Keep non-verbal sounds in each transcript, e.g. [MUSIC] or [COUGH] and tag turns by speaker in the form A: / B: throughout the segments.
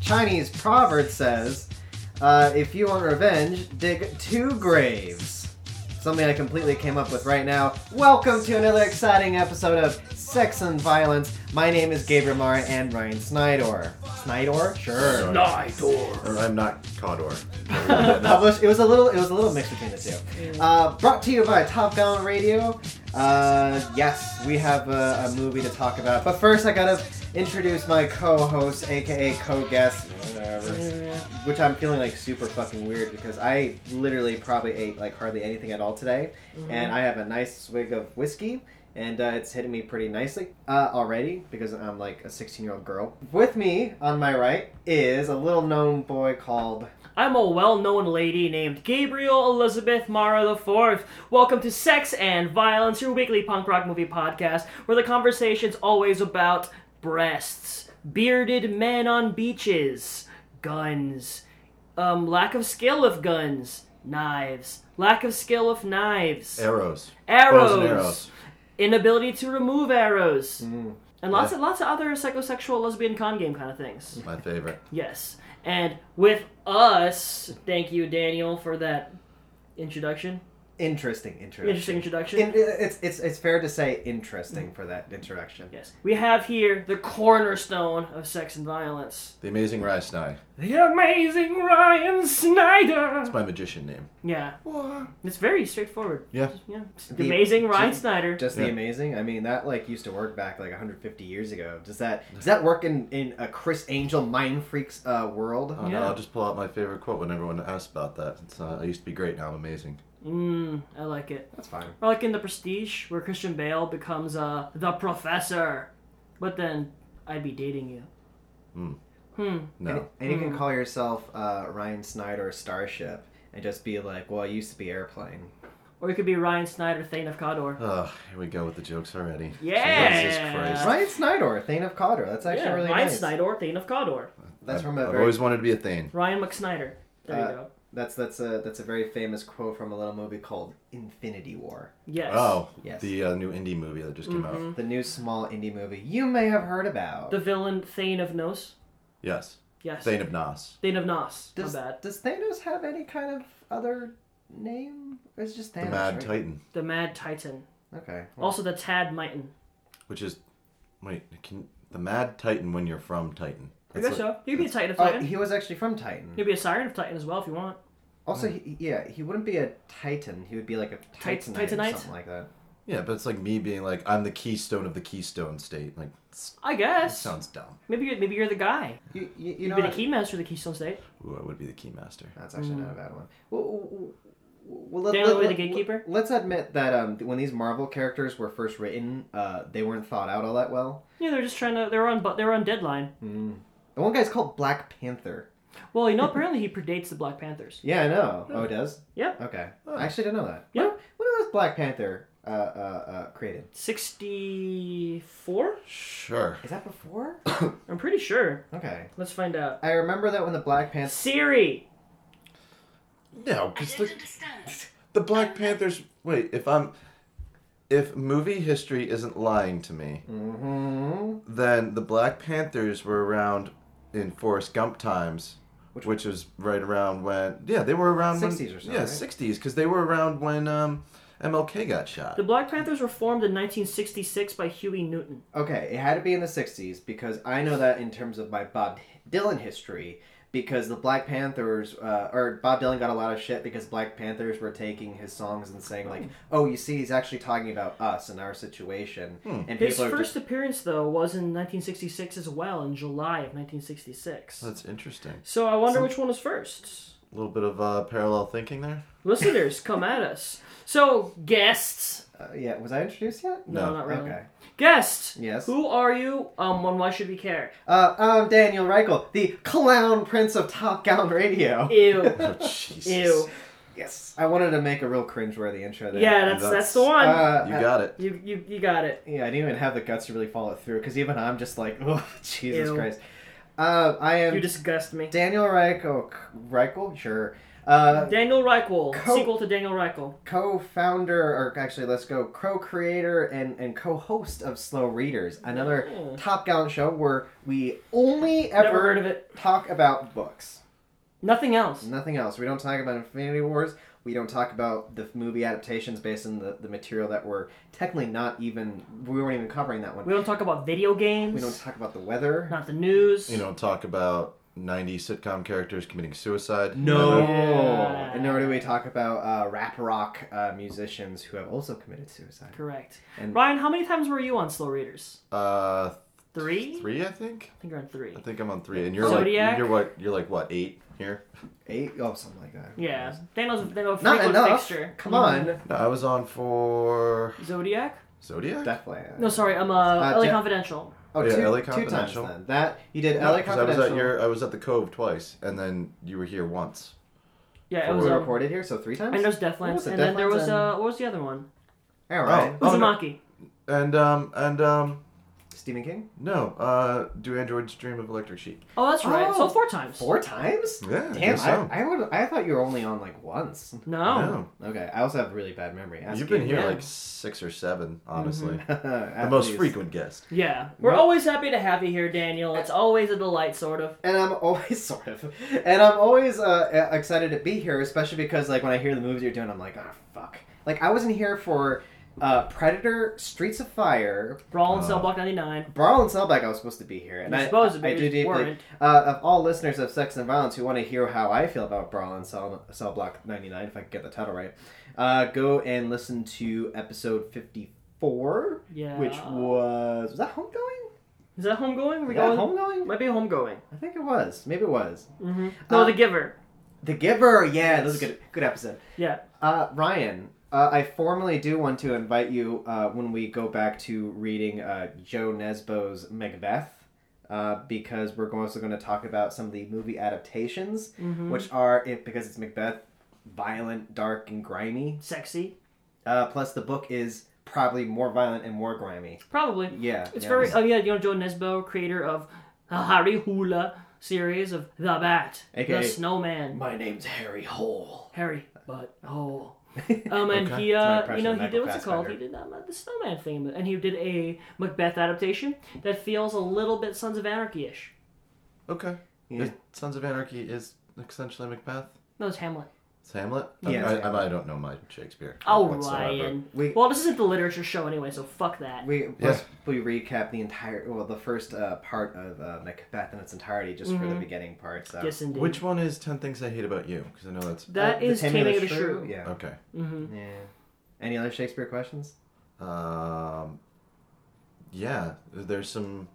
A: Chinese proverb says, uh, if you want revenge, dig two graves. Something I completely came up with right now. Welcome to another exciting episode of Sex and Violence. My name is Gabriel Mara and Ryan Snydor. Snydor? Sure.
B: Nidor.
C: Or I'm not Cawdor.
A: [LAUGHS] Published. It was a little. It was a little mix between the two. Uh, brought to you by Top Down Radio. Uh, yes, we have a, a movie to talk about, but first I gotta introduce my co-host, aka co-guest, whatever. Which I'm feeling like super fucking weird because I literally probably ate like hardly anything at all today, and I have a nice swig of whiskey. And uh, it's hitting me pretty nicely uh, already because I'm like a 16 year old girl. With me on my right is a little known boy called
B: I'm a well-known lady named Gabriel Elizabeth Mara the Fourth. Welcome to Sex and Violence, your weekly punk rock movie podcast, where the conversation's always about breasts, bearded men on beaches, guns, um, lack of skill with guns, knives, lack of skill with knives,
C: Arrows.
B: arrows,
C: Bows and arrows. Mm.
B: inability to remove arrows, and lots of lots of other psychosexual lesbian con game kind of things.
C: My favorite.
B: Yes. And with us, thank you, Daniel, for that introduction.
A: Interesting introduction.
B: Interesting introduction. Mm.
A: In, it's, it's, it's fair to say interesting for that introduction.
B: yes. We have here the cornerstone of sex and violence.
C: The Amazing Rye Snide.
B: The amazing Ryan Snyder.
C: My magician name.
B: Yeah. It's very straightforward.
C: Yeah.
B: Yeah. It's The,
A: The-
B: amazing Ryan Snyder.
A: Just the
C: Yeah.
A: amazing. I mean, that like used to work back like 150 years ago. Does that does that work in in a Chris Angel mind freaks uh, world?
C: Oh,
B: Yeah.
C: no, I'll just pull out my favorite quote when everyone asks about that. It's, uh, I used to be great, now I'm amazing.
B: Mmm, I like it.
A: That's fine.
B: Or like in The Prestige, where Christian Bale becomes uh, the professor. But then I'd be dating you. Hmm.
C: No.
A: And, and you
B: Mm.
A: can call yourself uh, Ryan Snyder Starship and just be like, well, I used to be airplane.
B: Or it could be Ryan Snyder, Thane of Cador.
C: Oh, here we go with the jokes already.
B: Yeah.
C: Jesus Christ.
A: Ryan Snyder, Thane of Cawdor. That's actually
B: yeah,
A: really
B: Ryan
A: nice.
B: Snyder, Thane of Cador.
A: That's
C: I've,
A: from a
C: I've
A: very
C: always wanted to be a Thane.
B: Ryan McSnyder. There
A: Uh,
B: you go.
A: that's that's a that's a very famous quote from a little movie called Infinity War.
B: Yes. Mm-hmm.
C: Oh,
A: Yes.
C: the uh, new indie movie that just came out.
A: The new small indie movie you may have heard about.
B: The villain Thane of Nos.
C: Yes.
B: Yes.
C: Thane of Nas.
B: Thane of Nos.
A: does,
B: My bad.
A: does Thanos have any kind of other name? It's just Thanos.
C: The Mad
A: right?
C: Titan,
B: The Mad Titan.
A: Okay.
B: Also the Tad Mighton.
C: which is. Wait, can, the Mad Titan when you're from Titan.
B: I
C: That's
B: guess
C: what-
B: so. You could be a Titan of
A: Oh,
B: Titan.
A: he was actually from Titan.
B: You could be a Siren of Titan as well if you want.
A: Also, he, yeah, he wouldn't be a Titan. He would be like a
B: Tit-
A: Titanite,
B: Titanite?
A: or something like that.
C: Yeah, but it's like me being like, I'm the keystone of the Keystone State. Like, s-
B: I guess.
C: sounds dumb.
B: Maybe you're, maybe you're the guy.
A: You, you, you
B: You've
A: know.
B: been a
A: what?
B: keymaster of the Keystone State.
C: Ooh, I would be the keymaster.
A: That's actually not a bad one. Well, well, well, let,
B: Daniel
A: let,
B: Boy, Hmm. the
A: let-
B: Gatekeeper?
A: Let's admit that um, when these Marvel characters were first written, uh, they weren't thought out all that well.
B: Yeah, they're just trying to. They're on. bu- They're on deadline.
C: Hmm.
A: The one guy's called Black Panther.
B: Well, you know, apparently he predates the Black
A: [LAUGHS]
B: Panthers.
A: Yeah, I know.
B: Hmm.
A: Oh, it does?
B: Yeah.
A: Okay.
B: Hmm.
A: I actually didn't know that.
B: Yeah.
A: When, when was Black Panther uh, uh, uh, created?
B: Sixty-four.
C: Sure.
A: Is that before?
B: I'm pretty sure.
A: okay.
B: Let's find out.
A: I remember that when the Black Panther.
B: Siri.
C: No, because the, the Black Panthers. Wait, if I'm. If movie history isn't lying to me,
A: hmm
C: then the Black Panthers were around in Forrest Gump times, which, was right around when. Yeah, they were around
A: 60s
C: when,
A: or so,
C: Yeah,
A: right?
C: 60s, because they were around when um, MLK got shot.
B: The Black Panthers were formed in 1966 by Huey Newton.
A: Okay, it had to be in the 60s because I know that in terms of my Bob Dylan history. Because the Black Panthers, uh, or Bob Dylan got a lot of shit because Black Panthers were taking his songs and saying,
B: Hmm.
A: like, oh, you see, he's actually talking about us and our situation. And
B: Hmm. His
A: people are
B: first
A: just.
B: appearance, though, was in 1966 as well, in July of 1966.
C: That's interesting.
B: So I wonder which one was first.
C: A little bit of uh, parallel thinking there.
B: Listeners, [LAUGHS] come at us. So, guests.
A: Uh, yeah, was I introduced yet?
B: No,
C: No.
B: not really.
A: Okay.
B: Guests.
A: Yes.
B: Who are you? Um, and why should we care?
A: Uh, I'm Daniel Reichel, the clown prince of Top Gown Radio. [LAUGHS]
B: Ew.
C: Oh, Jesus.
B: Ew.
A: Yes. I wanted to make a real cringeworthy intro there.
B: Yeah, that's, that's
C: That's-
B: the one.
A: Uh,
C: You
A: I-
C: got it.
B: you, you you got it.
A: yeah, I didn't even have the guts to really follow it through because even I'm just like, [LAUGHS] oh, Jesus
B: Ew.
A: Christ. Uh, I am
B: You disgust me.
A: Daniel Reichel. Reichel? Sure. Uh,
B: Daniel Reichel,
A: Co-
B: sequel to Daniel Reichel.
A: co-founder, or actually, let's go co-creator and, and co-host of Slow Readers, another
B: Mm.
A: Top Gallant show where we only
B: Never,
A: ever
B: heard of it.
A: talk about books,
B: Nothing else.
A: nothing else. We don't talk about Infinity Wars. We don't talk about the movie adaptations based on the, the material that we're technically not even we weren't even covering that one.
B: We don't talk about video games.
A: We don't talk about the weather.
B: not the news.
C: You don't talk about 90 sitcom characters committing suicide.
B: No. Yeah.
A: And nor do we talk about uh, rap rock uh, musicians who have also committed suicide.
B: Correct.
A: And-
B: Ryan, how many times were you on Slow Readers?
C: Uh,
B: Three.
C: three, I think.
B: I think you're on three.
C: I think I'm on three, and you're
B: Zodiac?
C: like you're what you're like what eight here?
A: Eight, oh, something like that.
B: Yeah, Daniel's Daniel's a
A: Not
B: frequent
A: enough.
B: fixture.
A: Come on.
C: No, I was on for
B: Zodiac?
C: Zodiac.
A: Definitely.
B: No, sorry, I'm uh,
A: Uh,
B: LA
A: Jeff-
B: Confidential.
A: Oh,
C: Yeah,
A: two-
C: LA
A: two times
C: Confidential.
A: then. That you did
C: No,
A: LA
C: 'cause I was
A: Confidential.
C: at your I was at the Cove twice, and then you were here once.
B: Yeah, it
C: For
B: was.
A: we
C: um,
B: Uh,
A: recorded here, so three times.
B: and there's Deathlands,
A: was it,
B: and then there was
A: Deathlands
B: uh, what was the other one?
A: All right,
C: Oh, no.
B: Uzumaki.
C: And um and um
A: Stephen King.
C: no, uh, do androids dream of electric sheep?
B: Oh, that's right. so
A: Oh.
B: four times.
A: Four times?
C: Yeah, I
A: Damn,
C: guess so.
A: I, I would. I thought you were only on like once.
B: No.
C: No.
A: Okay, I also have really bad memory. Ask
C: You've been
A: Gabe. [LAUGHS]
C: here
B: yeah.
C: like six or seven, honestly.
A: At
C: The most
A: least.
C: frequent guest.
B: Yeah, we're
A: No.
B: always happy to have you here, Daniel. It's always a delight, sort of.
A: and I'm always [LAUGHS] sort of, and I'm always uh, excited to be here, especially because like when I hear the movies you're doing, I'm like, ah, fuck. Like I wasn't here for uh, Predator, Streets of Fire,
B: Brawl and Cell
C: Uh,
B: Block 99.
A: Brawl and Cellback. I was supposed to be here, and
B: You're
A: I,
B: supposed to be,
A: I
B: you
A: do
B: just
A: deeply.
B: weren't.
A: Uh, of all listeners of Sex and Violence who want to hear how I feel about Brawl and Cell, Cell Block 99, if I can get the title right, uh, go and listen to episode 54,
B: Yeah.
A: which was was that Homegoing?
B: is that homegoing? Are we
A: Was that
B: going?
A: Homegoing?
B: Might be homegoing.
A: I think it was. Maybe it was.
B: Mm-hmm. No,
A: Uh,
B: The Giver.
A: The Giver, yeah, that was a
B: Yes.
A: good good episode.
B: Yeah.
A: Uh, Ryan, uh, I formally do want to invite you uh, when we go back to reading uh, Joe Nesbo's Macbeth, uh, because we're also going to talk about some of the movie adaptations,
B: Mm-hmm.
A: which are it because it's Macbeth, violent, dark, and grimy.
B: Sexy,
A: Uh, plus, the book is probably more violent and more grimy.
B: probably.
A: Yeah,
B: It's
A: yeah.
B: very. Oh yeah, you know Joe Nesbo, creator of the Harry Hula series of The Bat,
A: AKA
B: The Snowman,
A: My name's Harry Hole.
B: Harry, but
A: [LAUGHS]
B: oh. Um,
C: Okay.
B: and he,
A: That's my
B: uh, you
A: impression
B: know,
A: of
B: he
A: Michael
B: did what's it called? He
A: Fassbender.
B: did um, uh, the Snowman thing, and he did a Macbeth adaptation that feels a little bit Sons of Anarchy ish.
C: Okay.
A: Yeah.
C: Is- Sons of Anarchy is essentially Macbeth.
B: No, it's Hamlet.
C: It's Hamlet.
A: Yeah,
C: I,
A: it's
C: I, I don't know my Shakespeare.
B: Oh,
C: whatsoever.
B: Ryan.
A: We-
B: Well, this isn't the literature show anyway, so fuck that.
A: We plus we recap the entire well the first uh, part of uh, Macbeth in its entirety just for the
B: Mhm.
A: beginning part. So
B: yes, indeed.
C: Which one is Ten Things I Hate About You? Because I know that's
B: that
A: Uh,
B: is
A: Taming
B: Taming of the Shrew.
A: Yeah.
C: okay.
B: Mm-hmm.
A: Yeah. Any other Shakespeare questions?
C: Um, yeah, there's some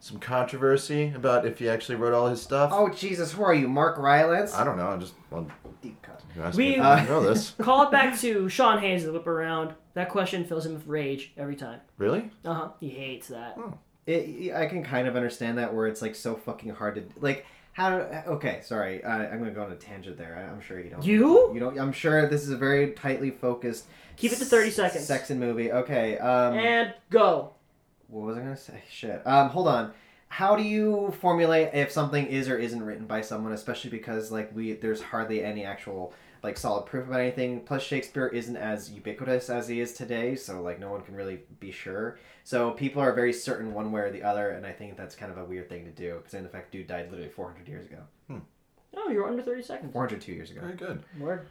C: some controversy about if he actually wrote all his stuff.
A: Oh Jesus, who are you, Mark Rylance?
C: I don't know. I just well,
A: Deep cut.
C: you asked
B: We-
C: me if
A: Uh,
C: I
B: [LAUGHS]
C: know this.
B: Call it back to Sean Hayes, the whip around. That question fills him with rage every time.
C: Really?
B: Uh huh. He hates that.
A: It, I can kind of understand that where it's like so fucking hard to like. How? Okay, sorry. I, I'm gonna go on a tangent there. I, I'm sure you don't.
B: You?
A: You don't. I'm sure this is a very tightly focused.
B: Keep it to 30
A: s-
B: seconds.
A: Sex and movie. Okay. Um,
B: And go.
A: what was I gonna say? Shit. Um, hold on. How do you formulate if something is or isn't written by someone, especially because like we there's hardly any actual like solid proof about anything. Plus Shakespeare isn't as ubiquitous as he is today, so like no one can really be sure. So people are very certain one way or the other, and I think that's kind of a weird thing to do because in fact, dude died literally 400 years ago,
B: No, you're under 30 seconds.
A: 402 years ago.
C: Very good.
B: Word.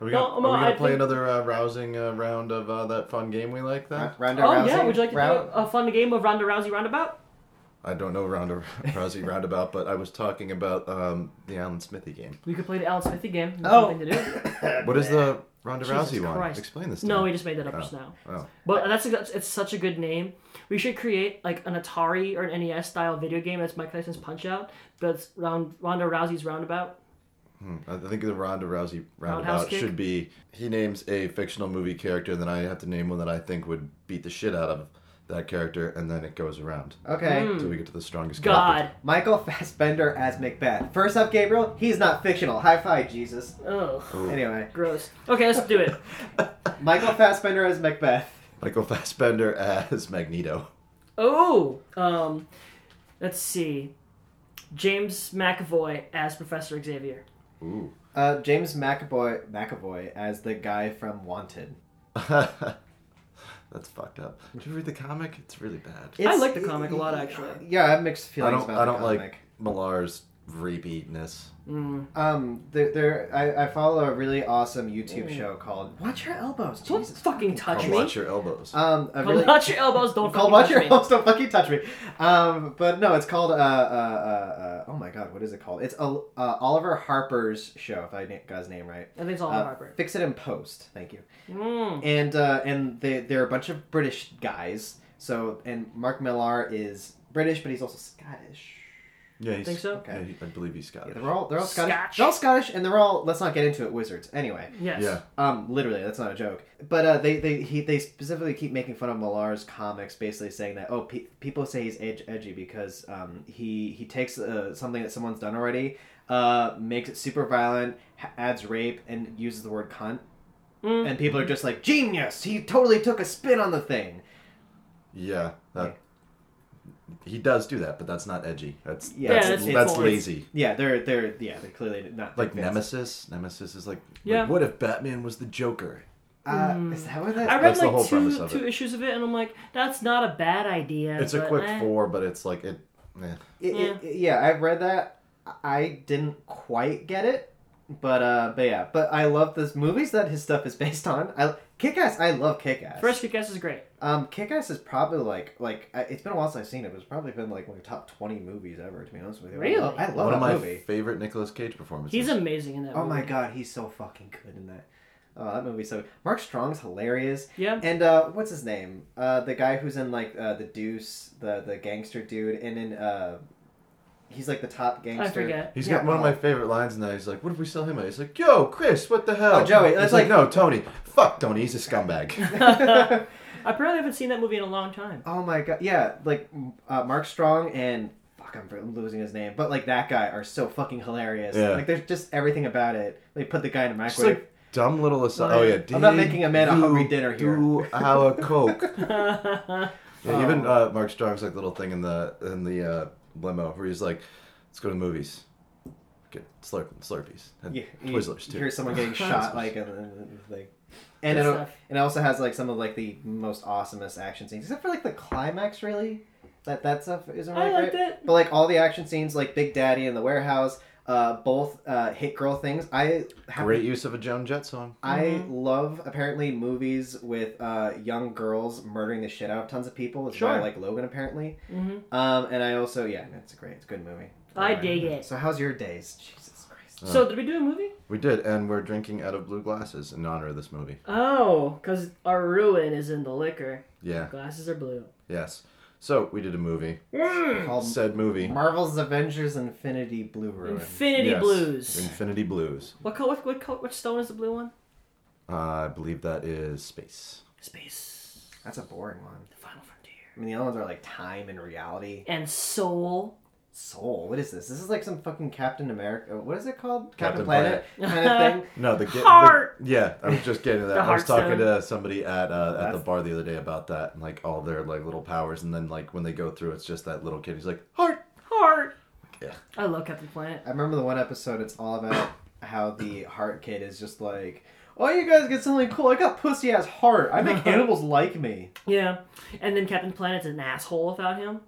C: Are we
B: No,
C: gonna,
B: no,
C: are we gonna
B: I
C: play
B: think-
C: another uh, rousing uh, round of uh, that fun game we like? Then
A: Ra- Ronda
B: Oh,
A: Rousey.
B: yeah. Would you like to
A: Rou-
B: do a, a fun game of Ronda Rousey Roundabout?
C: I don't know round of [LAUGHS] rousing roundabout, but I was talking about um, the Alan Smithy game.
B: We could play the Alan Smithy game. That's
A: Oh.
B: something to do. [LAUGHS]
C: What is the Ronda
B: Jesus
C: Rousey one?
B: Christ.
C: Explain this. To
B: No,
C: me.
B: we just made that up
C: Oh.
B: just now.
C: Oh.
B: But that's it's such a good name. We should create like an Atari or an NES style video game that's Mike Tyson's Punch Out, that's round Ronda Rousey's Roundabout.
C: Hmm. I think the Ronda Rousey
B: Roundhouse
C: roundabout
B: kick?
C: should be he names a fictional movie character, then I have to name one that I think would beat the shit out of that character, and then it goes around
A: Okay.
B: Hmm.
C: until we get to the strongest.
B: God.
A: Michael Fassbender as Macbeth. First up, Gabriel. He's not fictional. High five, Jesus.
B: Ugh.
C: character. Ooh.
A: Anyway,
B: Gross. Okay, let's do it.
A: Michael Fassbender as Macbeth.
C: Michael [LAUGHS] Fassbender as Magneto.
B: Oh, um, let's see. James McAvoy as Professor Xavier.
C: Ooh,
A: Uh, James McAvoy, McAvoy as the guy from Wanted.
C: [LAUGHS] That's fucked up. Did you read the comic? It's really bad.
A: It's-
B: like the comic a lot, actually.
A: Yeah, I have mixed
C: I
A: feelings
C: don't.
A: about
C: I
A: the
C: don't
A: comic.
C: like Millar's repeatness.
B: Mm.
A: Um, there, there I, I follow a really awesome YouTube
B: Mm.
A: show called Watch Your Elbows.
B: Don't
A: Jesus
B: fucking touch
C: I'll
B: me.
C: watch your elbows.
A: Um, a
B: Don't
A: really,
B: Watch your elbows. Don't
A: called
B: fucking
A: Watch
B: touch
A: Your
B: me.
A: Elbows. Don't fucking touch me. Um, but no, it's called uh, uh, uh, uh oh my god, what is it called? It's uh, uh, Oliver Harper's show. If I na- got his name right.
B: I think it's all
A: Uh,
B: Harper.
A: Fix it in post. Thank you.
B: Mm.
A: And uh, and they they're a bunch of British guys. So and Mark Millar is British, but he's also Scottish.
C: yeah, he's,
B: think so?
C: yeah, he- I believe he's Scottish.
A: Yeah, they're all they're all Scottish.
B: Scotch.
A: They're all Scottish, and they're all let's not get into it wizards. Anyway,
B: Yes.
C: Yeah.
A: um, literally that's not a joke. But uh, they they he, they specifically keep making fun of Millar's comics, basically saying that oh pe- people say he's edge- edgy because um, he he takes uh, something that someone's done already, uh, makes it super violent, h- adds rape, and uses the word cunt,
B: Mm.
A: and people are just like genius. He totally took a spin on the thing.
C: Yeah, that- he does do that, but that's not edgy. That's
A: Yeah,
C: that's,
A: it's- it's
C: that's
B: more- it's-
C: lazy.
A: Yeah, they're they're yeah they're clearly not
C: Like
A: fans.
C: Nemesis. Nemesis is like,
B: Yeah.
C: like, what if Batman was the Joker?
A: Uh, Is that what that?
B: I read
C: That's the
B: like
C: whole premise
B: two
C: of
B: two
C: it.
B: issues of it, and I'm like, that's not a bad idea.
C: It's a
B: but,
C: quick
B: eh.
C: four, but it's like it. eh.
A: It, it- it- yeah, I've read that. I didn't quite get it, but uh, but yeah, but I love this movies that his stuff is based on. I Kick-Ass, I love Kick-Ass.
B: First kick ass is great.
A: um, Kick-Ass is probably like like I- it's been a while since I've seen it. But it's probably been like one of the top twenty movies ever. To be honest with you,
B: Really?
A: I love, I love
C: One
A: that
C: of my
A: movie.
C: favorite Nicolas Cage performances.
B: He's amazing in that.
A: Oh
B: movie.
A: my god, he's so fucking good in that. Oh, that movie's so. Mark Strong's hilarious.
B: Yeah.
A: And uh, what's his name? Uh, the guy who's in like uh, the Deuce, the the gangster dude, and in uh, he's like the top gangster.
B: I forget.
C: He's
A: Yeah.
C: got one of my favorite lines in that. He's like, "What if we sell him out?" He's like, "Yo, Chris, what the hell?"
A: Oh, Joey,
C: He's
A: that's
C: like,
A: like-
C: "No, Tony. Fuck Tony. He's a
B: [LAUGHS]
C: scumbag."
B: I probably haven't seen that movie in a long time.
A: [LAUGHS] Oh my god, yeah, like m- uh, Mark Strong and fuck, I'm losing his name, but like that guy are so fucking hilarious.
C: Yeah.
A: Like there's just everything about it. They put the guy in a
C: Just
A: microwave.
C: like dumb little aside.
B: Well,
C: Oh yeah,
A: I'm not
C: did
A: making a man a
C: you
A: hungry dinner here.
C: Do
A: [LAUGHS]
C: our coke.
B: yeah.
C: Yeah,
A: Oh.
C: even uh, Mark Strong's like little thing in the in the uh, limo where he's like, "Let's go to the movies, get slurp slurpees, and
A: yeah, you
C: Twizzlers too."
A: hear someone
B: [LAUGHS]
A: getting
C: Twizzlers.
A: shot like and, and, like. And it,
B: Good
A: al-
B: stuff.
A: and it also has like some of like the most awesomest action scenes, except for like the climax. Really, that that stuff isn't really
B: [LAUGHS] I liked
A: great.
B: it.
A: But like all the action scenes, like Big Daddy in the warehouse, uh, both uh, hit girl things. I have
C: Great use of a Joan Jett song.
A: I
B: Mm-hmm.
A: love apparently movies with uh, young girls murdering the shit out of tons of people. It's why I
B: Sure.
A: like Logan apparently.
B: hmm
A: Um, and I also yeah, it's a great, it's a good movie.
B: I dig it.
A: So how's your days? Jesus
C: Oh.
A: Christ.
B: So did we do a movie?
C: We did, and we're drinking out of blue glasses in honor of this movie.
B: Oh, because our ruin is in the liquor.
C: Yeah,
B: Glasses are blue. Mm.
C: yes. So we did a movie.
A: Called
C: Said movie,
A: Marvel's Avengers Infinity Blue Ruin.
B: Infinity
C: Yes.
B: blues.
C: Infinity Blues.
B: What color? What, what color? What stone is the blue one?
C: Uh, I believe that is space.
B: Space.
A: That's a boring one.
B: The final frontier.
A: I mean the other ones are like time and reality.
B: And soul.
A: Soul. What is this? This is like some fucking Captain America. What is it called? Captain,
C: Captain
A: Planet,
B: Planet.
A: kind
C: [LAUGHS]
A: of thing.
C: No, the, ga- the-
B: Heart!
C: yeah, I was just getting to that.
B: The
C: I was
B: heartstone.
C: talking to somebody at uh, at the
A: That's-
C: bar the other day about that and like all their like little powers, and then like when they go through, it's just that little kid. He's like heart.
B: Heart.
C: Yeah.
B: I love Captain Planet.
A: I remember the one episode. It's all about how the heart kid is just like, "Oh, you guys get something cool. I got pussy ass heart. I make animals like me."
B: Yeah. And then Captain Planet's an asshole without him.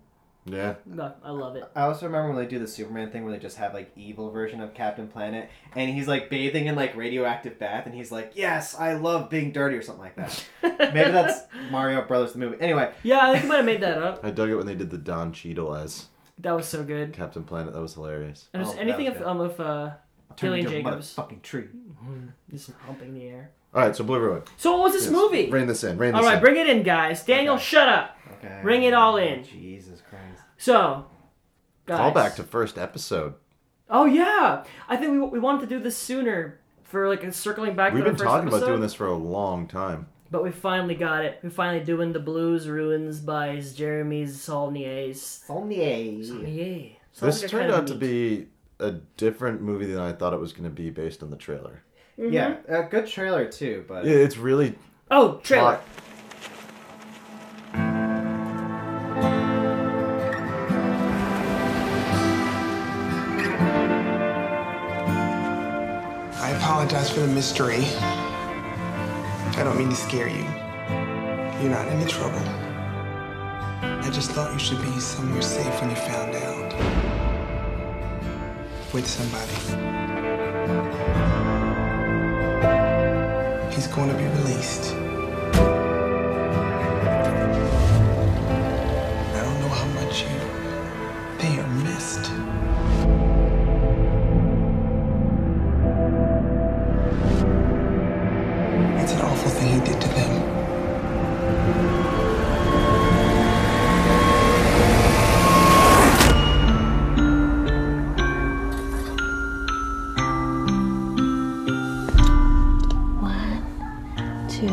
C: Yeah,
B: No, I love it.
A: I also remember when they do the Superman thing where they just have like evil version of Captain Planet, and he's like bathing in like radioactive bath, and he's like, "Yes, I love being dirty" or something like that.
B: [LAUGHS]
A: Maybe that's Mario Brothers the movie. Anyway,
B: Yeah, I think I might have made that up.
C: I dug it when they did the Don Cheadle as
B: That was so good.
C: Captain Planet. That was hilarious.
B: And
A: Oh,
B: just anything
A: that
B: of,
A: was
B: um, of uh,
A: I'll turn you
B: Billy
A: into a
B: Jacobs.
A: motherfucking tree.
B: just humping the air.
C: All right, so Blue Ruin.
B: So what was this
C: Yes.
B: movie?
C: Rein this in. Rein this
B: all right,
C: in.
B: bring it in, guys. Daniel, shut up.
A: Okay.
B: Ring it all in.
A: Jesus Christ.
B: So, guys.
C: Call back to first episode.
B: Oh yeah, I think we, we wanted to do this sooner for like circling back.
C: We've
B: to
C: been
B: the first
C: talking
B: episode,
C: about doing this for a long time.
B: but we finally got it. We're finally doing the Blues Ruins by Jeremy Saulniers.
A: Somnier.
B: Yeah,
C: This turned out to be a different movie than I thought it was going to be based on the trailer.
A: Yeah,
B: Mm-hmm.
A: a good trailer too, but
C: Yeah, It's really
B: Oh, trailer.
C: plot
D: apologize for the mystery. I don't mean to scare you. You're not in any trouble. I just thought you should be somewhere safe when you found out. With somebody. He's going to be released. I don't know how much you they are missed. It's an awful thing he did to them.
E: Two.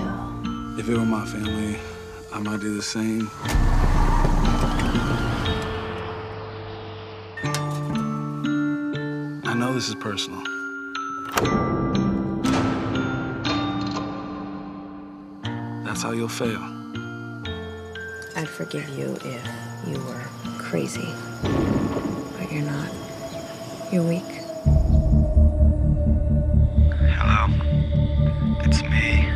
F: If it were my family, I might do the same. I know this is personal. That's how you'll fail.
E: I'd forgive you if you were crazy. But you're not. You're weak.
G: Hello. It's me.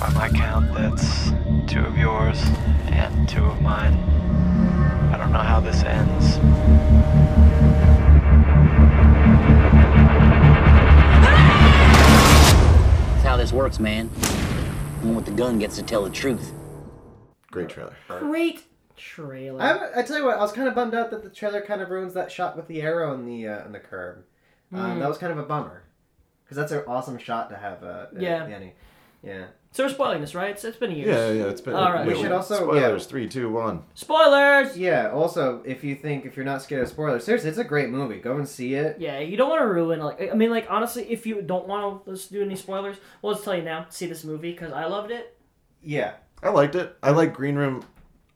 G: By my count, that's two of yours and two of mine. I don't know how this ends.
H: That's how this works, man. The one with the gun gets to tell the truth.
C: Great trailer.
B: Great trailer.
A: I, I tell you what, I was kind of bummed out that the trailer kind of ruins that shot with the arrow in the uh, in the curb.
B: Mm.
A: Um, that was kind of a bummer, because that's an awesome shot to have. Uh, in
B: Yeah.
A: the ending. Yeah.
B: so we're spoiling this, right? It's, it's been years.
C: Yeah, yeah, it's been.
B: All right.
A: We should also-
C: Spoilers,
A: yeah.
C: three, two, one.
B: Spoilers.
A: Yeah. Also, if you think if you're not scared of spoilers, seriously, it's a great movie. Go and see it.
B: Yeah, you don't want to ruin. Like, I mean, like honestly, if you don't want to let's do any spoilers, well, let's tell you now. See this movie because I loved it.
A: Yeah.
C: I liked it. I like Green Room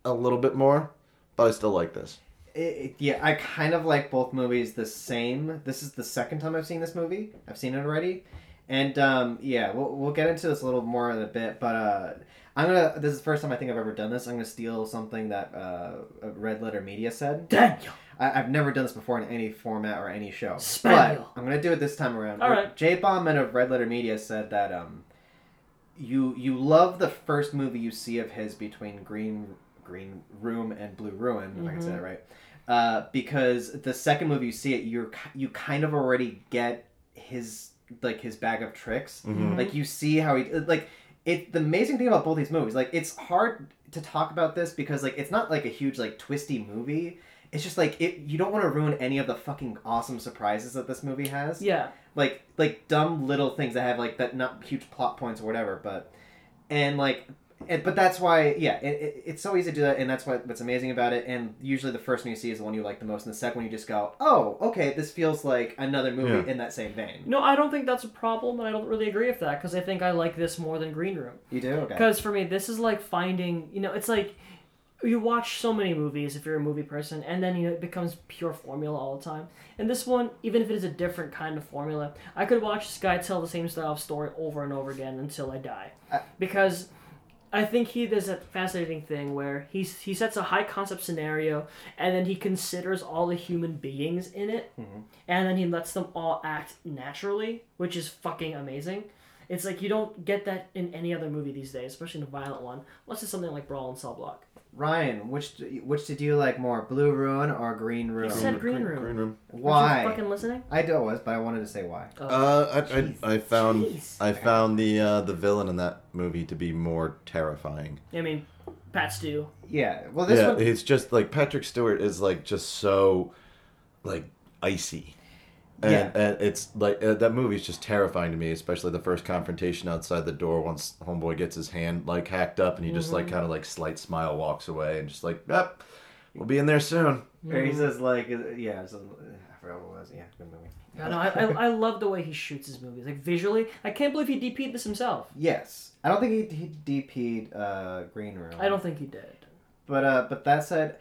C: a little bit more, but I still like this.
A: It, it- yeah. I kind of like both movies the same. This is the second time I've seen this movie. I've seen it already, and um, yeah, we'll we'll get into this a little more in a bit. But uh, I'm gonna. This is the first time I think I've ever done this. I'm gonna steal something that uh, Red Letter Media said.
B: Daniel.
A: I, I've never done this before in any format or any show.
B: Spaniel.
A: But I'm gonna do it this time around.
B: All right.
A: Jay Bauman of Red Letter Media said that um, you you love the first movie you see of his between Green Green Room and Blue Ruin. If I can say
B: Mm-hmm.
A: that right. Uh, because the second movie you see it, you're ki- you kind of already get his like his bag of tricks.
C: Mm-hmm.
A: Like you see how he like it. The amazing thing about both these movies, like it's hard to talk about this because like it's not like a huge like twisty movie. It's just like it. You don't want to ruin any of the fucking awesome surprises that this movie has
B: Yeah.
A: like like dumb little things that have like that not huge plot points or whatever but and like and, but that's why yeah it, it, it's so easy to do that and that's what what's amazing about it and usually the first one you see is the one you like the most and the second one you just go oh okay this feels like another movie
C: Yeah.
A: in that same vein
B: No, I don't think that's a problem, and I don't really agree with that because I think I like this more than Green Room.
A: you do okay
B: Because for me, this is like finding, you know, it's like you watch so many movies if you're a movie person, and then you know, it becomes pure formula all the time. And this one, even if it is a different kind of formula, I could watch this guy tell the same style of story over and over again until I die. because I think he does a fascinating thing where he's, he sets a high concept scenario and then he considers all the human beings in it and then he lets them all act naturally, which is fucking amazing. It's like you don't get that in any other movie these days, especially in a violent one, unless it's something like Brawl and Cell Block.
A: ryan which d- which did you like more blue ruin or green room
B: You said Green Room.
C: Green Room.
B: Aren't you
A: why
B: fucking Oh. listening?
A: i do was but i wanted to say why
C: Uh, I, I, I found
B: Jeez.
C: I found the uh, the villain in that movie to be more terrifying.
B: I mean, Pat Stew.
A: yeah well this
C: yeah,
A: one
C: it's just like Patrick Stewart is like just so like icy. And,
A: Yeah.
C: and it's like uh, that movie's just terrifying to me, especially the first confrontation outside the door once homeboy gets his hand like hacked up and he just
A: Mm-hmm.
C: like kind of like slight smile walks away and just like, yep, we'll be in there soon.
A: or he says like uh, yeah so, i forgot what it was yeah good movie
B: I know, I, I, I love the way he shoots his movies. Like visually, I can't believe he DP'd this himself.
A: Yes, I don't think he, he DP'd uh, Green Room.
B: I don't think he did.
A: But uh, but that said,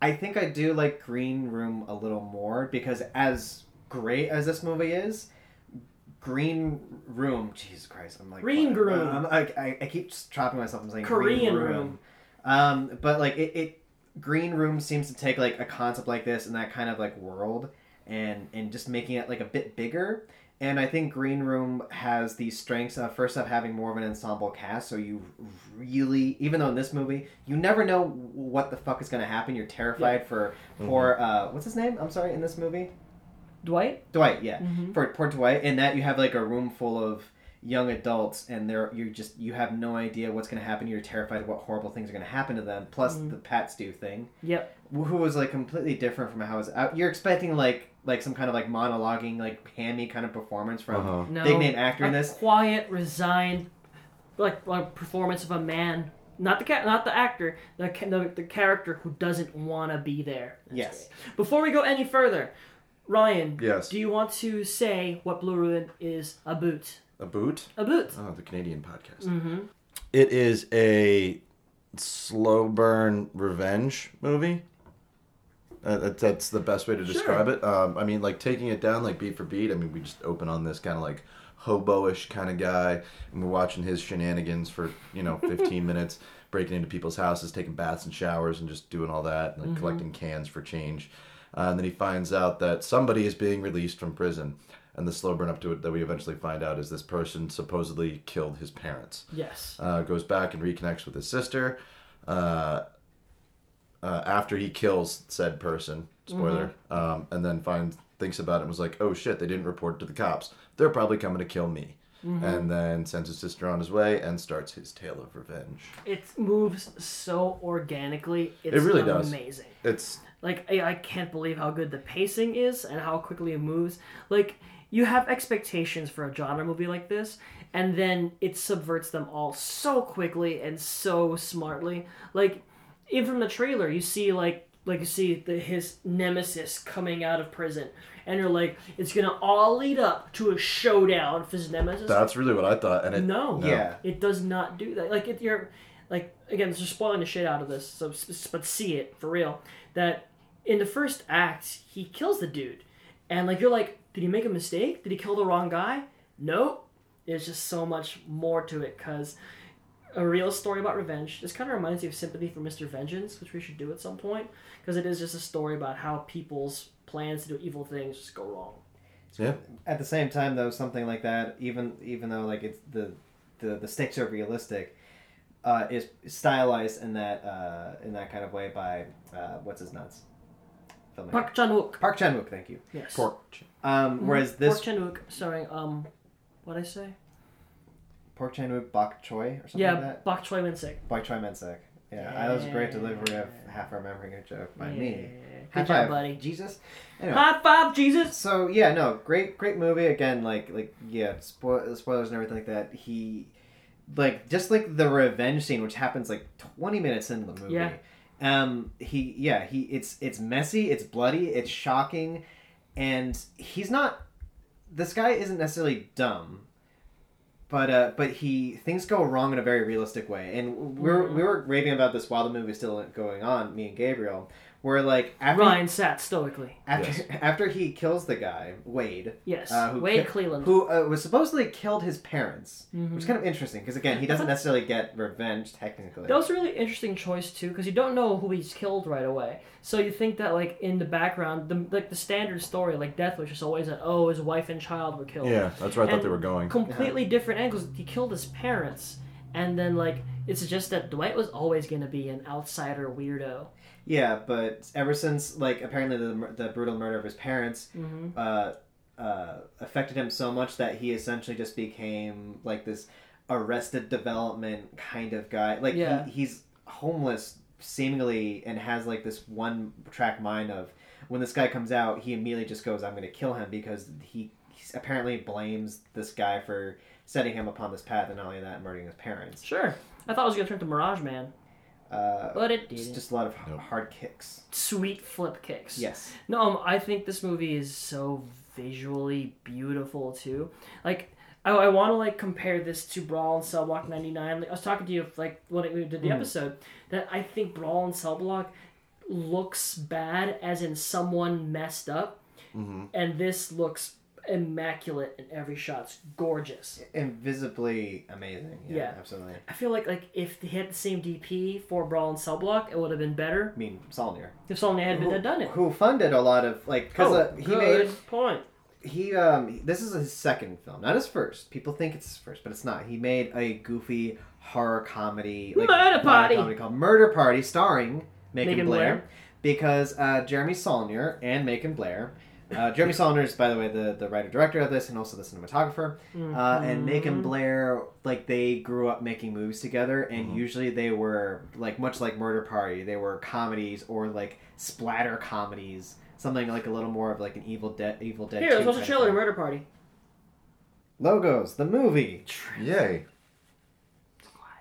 A: I think I do like Green Room a little more because as great as this movie is, Green Room. Jesus Christ, I'm like
B: Green
A: what?
B: Room.
A: Um, I, I, I keep trapping myself. I'm saying
B: Korean
A: Green Room.
B: Room.
A: Um, but like it, it, Green Room seems to take like a concept like this and that kind of like world and and just making it like a bit bigger. And I think Green Room has the strengths of first off having more of an ensemble cast, so you really, even though in this movie you never know what the fuck is going to happen, you're terrified for poor uh, what's his name? I'm sorry, in this movie,
B: Dwight?
A: Dwight. Yeah, for poor Dwight. In that you have like a room full of young adults, and they're you just you have no idea what's going to happen. You're terrified of what horrible things are going to happen to them. Plus the Pat Stew thing
B: Yep.
A: who was like completely different from how it's out. You're expecting like like some kind of like monologuing, like hammy kind of performance from
C: Uh-huh.
B: No.
A: big name actor in
B: A
A: this.
B: quiet, resigned, like like performance of a man. Not the cat, not the actor, the, ca- the the character who doesn't want to be there. That's
A: Yes.
B: great. Before we go any further, Ryan,
C: Yes.
B: do you want to say what Blue Ruin is a boot?
C: A boot?
B: A boot. Mm-hmm.
C: Oh, the Canadian podcast. It is a slow burn revenge movie. Uh, that, that's the best way to describe it. Um, I mean, like taking it down like beat for beat. I mean, we just open on this kind of like hobo-ish kind of guy, and we're watching his shenanigans for you know 15 minutes, breaking into people's houses, taking baths and showers, and just doing all that, like collecting cans for change. Uh, and then he finds out that somebody is being released from prison. And the slow burn up to it that we eventually find out is this person supposedly killed his parents
B: Yes.
C: uh, goes back and reconnects with his sister uh, uh, after he kills said person spoiler um, and then finds thinks about it and was like oh shit they didn't report to the cops they're probably coming to kill me and then sends his sister on his way and starts his tale of revenge
B: It moves so organically. It's
C: it really does
B: amazing.
C: it's
B: Like I, I can't believe how good the pacing is and how quickly it moves. Like you have expectations for a genre movie like this, and then it subverts them all so quickly and so smartly. Like even from the trailer, you see like like you see the, his nemesis coming out of prison, and you're like, it's gonna all lead up to a showdown for his nemesis.
C: that's really what i thought and it
B: No.
A: Yeah.
B: It does not do that. Like if you're like again, just spoiling the shit out of this. So s- s- but see it for real. That in the first act, he kills the dude, and like you're like, did he make a mistake? Did he kill the wrong guy? Nope. There's just so much more to it because a real story about revenge. This kind of reminds me of Sympathy for Mr. Vengeance, which we should do at some point because it is just a story about how people's plans to do evil things just go wrong.
C: yeah
A: At the same time, though, something like that, even even though like it's the the, the stakes are realistic, uh, is stylized in that uh, in that kind of way by uh, what's his nuts, filmmaker Park,
B: Park Chan Wook.
A: Chan Wook. Thank you.
B: Yes.
C: pork
A: Um, whereas
B: This...
A: this
B: Mm-hmm. Park Chan Wook starring Mm, um, what I say?
A: Park Chan Wook Bok Choi or something like
B: Yeah,
A: that.
B: Bok Choi Winsek.
A: Bok Choi Mensek. Yeah, that was a great delivery of half remembering a joke by me.
B: Good
A: High
B: job,
A: five,
B: buddy.
A: Jesus. Anyway.
B: High five, Jesus.
A: so yeah, no, great, great movie. Again, like, like yeah, spo- spoilers and everything like that. He, like, just like the revenge scene, which happens like twenty minutes into the movie.
B: Yeah.
A: Um, he, yeah, he. It's it's messy, it's bloody, it's shocking, and he's not. This guy isn't necessarily dumb, but uh, but he things go wrong in a very realistic way, and we
B: Mm-hmm.
A: were we were raving about this while the movie was still going on. Me and Gabriel. Where like after
B: Ryan sat stoically.
A: after,
C: Yes.
A: [LAUGHS] after he kills the guy, Wade.
B: Yes,
A: uh, who
B: Wade
A: ki-
B: Cleland.
A: Who uh, was supposedly killed his parents, which is kind of interesting because again, he doesn't necessarily get revenge technically.
B: That was a really interesting choice too, because you don't know who he's killed right away. So you think that like in the background, the like the standard story, like Death Wish, is always that oh his wife and child were killed.
C: yeah that's where i thought they
B: And
C: were going
B: Completely different angles. He killed his parents, and then like it's just that Dwight was always gonna be an outsider weirdo.
A: Yeah, but ever since like apparently the mur- the brutal murder of his parents uh, uh, affected him so much that he essentially just became like this arrested development kind of guy. Like
B: Yeah.
A: he, he's homeless seemingly and has like this one track mind of when this guy comes out, he immediately just goes, "I'm going to kill him" because he, he apparently blames this guy for setting him upon this path and not only that, murdering his parents.
B: Sure, I thought I was gonna turn to Mirage Man,
A: Uh,
B: but it
A: it's
B: didn't.
A: just a lot of h- hard kicks.
B: sweet flip kicks.
A: Yes.
B: No, um, I think this movie is so visually beautiful too. Like, I, I want to like compare this to Brawl and Cell Block '99. Like, I was talking to you like when we
A: Hmm.
B: did the episode that I think Brawl and Cell Block looks bad, as in someone messed up,
A: Mm-hmm.
B: and this looks immaculate in every shot. It's gorgeous.
A: invisibly amazing. Yeah,
B: Yeah.
A: absolutely.
B: I feel like like if they had the same DP for Brawl and Cell Block, it would have been better.
A: I mean, Solnier,
B: If only had been done it.
A: who funded a lot of like because
B: Oh,
A: uh, he
B: good
A: made
B: point.
A: he um this is his second film, not his first. People think it's his first, but it's not. He made a goofy horror comedy, like
B: Murder
A: horror
B: Party.
A: comedy called Murder Party, starring Macon,
B: Macon
A: Blair,
B: Blair.
A: because uh, Jeremy Saulnier and Macon Blair. Uh, Jeremy Saulnier is, by the way, the, the writer director of this and also the cinematographer. Uh, and Macon Blair, like, they grew up making movies together, and usually they were, like, much like Murder Party, they were comedies or, like, splatter comedies. Something like a little more of like an Evil Dead, Evil Dead.
B: Here, let's
A: 2
B: watch a
A: type
B: trailer to
A: thing.
B: Murder Party.
A: Logos, the movie.
C: Yay.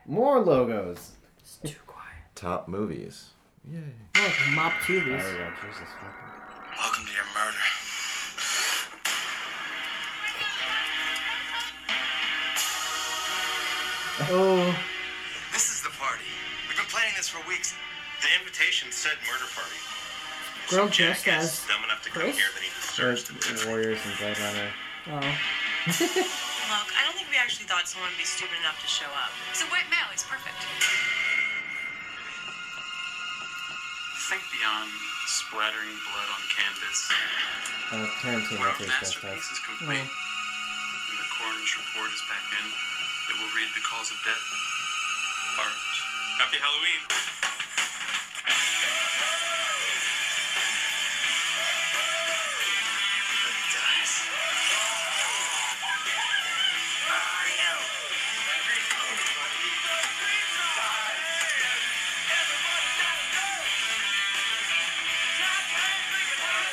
A: More logos.
B: It's too quiet.
C: Top movies.
B: I like mop TVs.
F: Welcome to your murder.
A: Oh,
I: This is the party. We've been planning this for weeks. The invitation said murder party.
B: Girl dressed
I: Jackass
B: as.
I: is dumb enough to come
B: Chris?
I: here that he deserves to be.
A: uh, Warriors and Blade Runner.
B: Oh.
J: Look, I don't think we actually thought someone would be stupid enough to show up. So white male is perfect.
I: Think beyond splattering blood on canvas.
A: Uh,
I: When
A: Tarantino
I: our
A: too, so
I: masterpiece
A: that's-
I: is complete and the coroner's report is back in, it will read the cause of death. Art. Happy Halloween. Everybody dies. Mario. Everybody dies. Everybody dies. Jack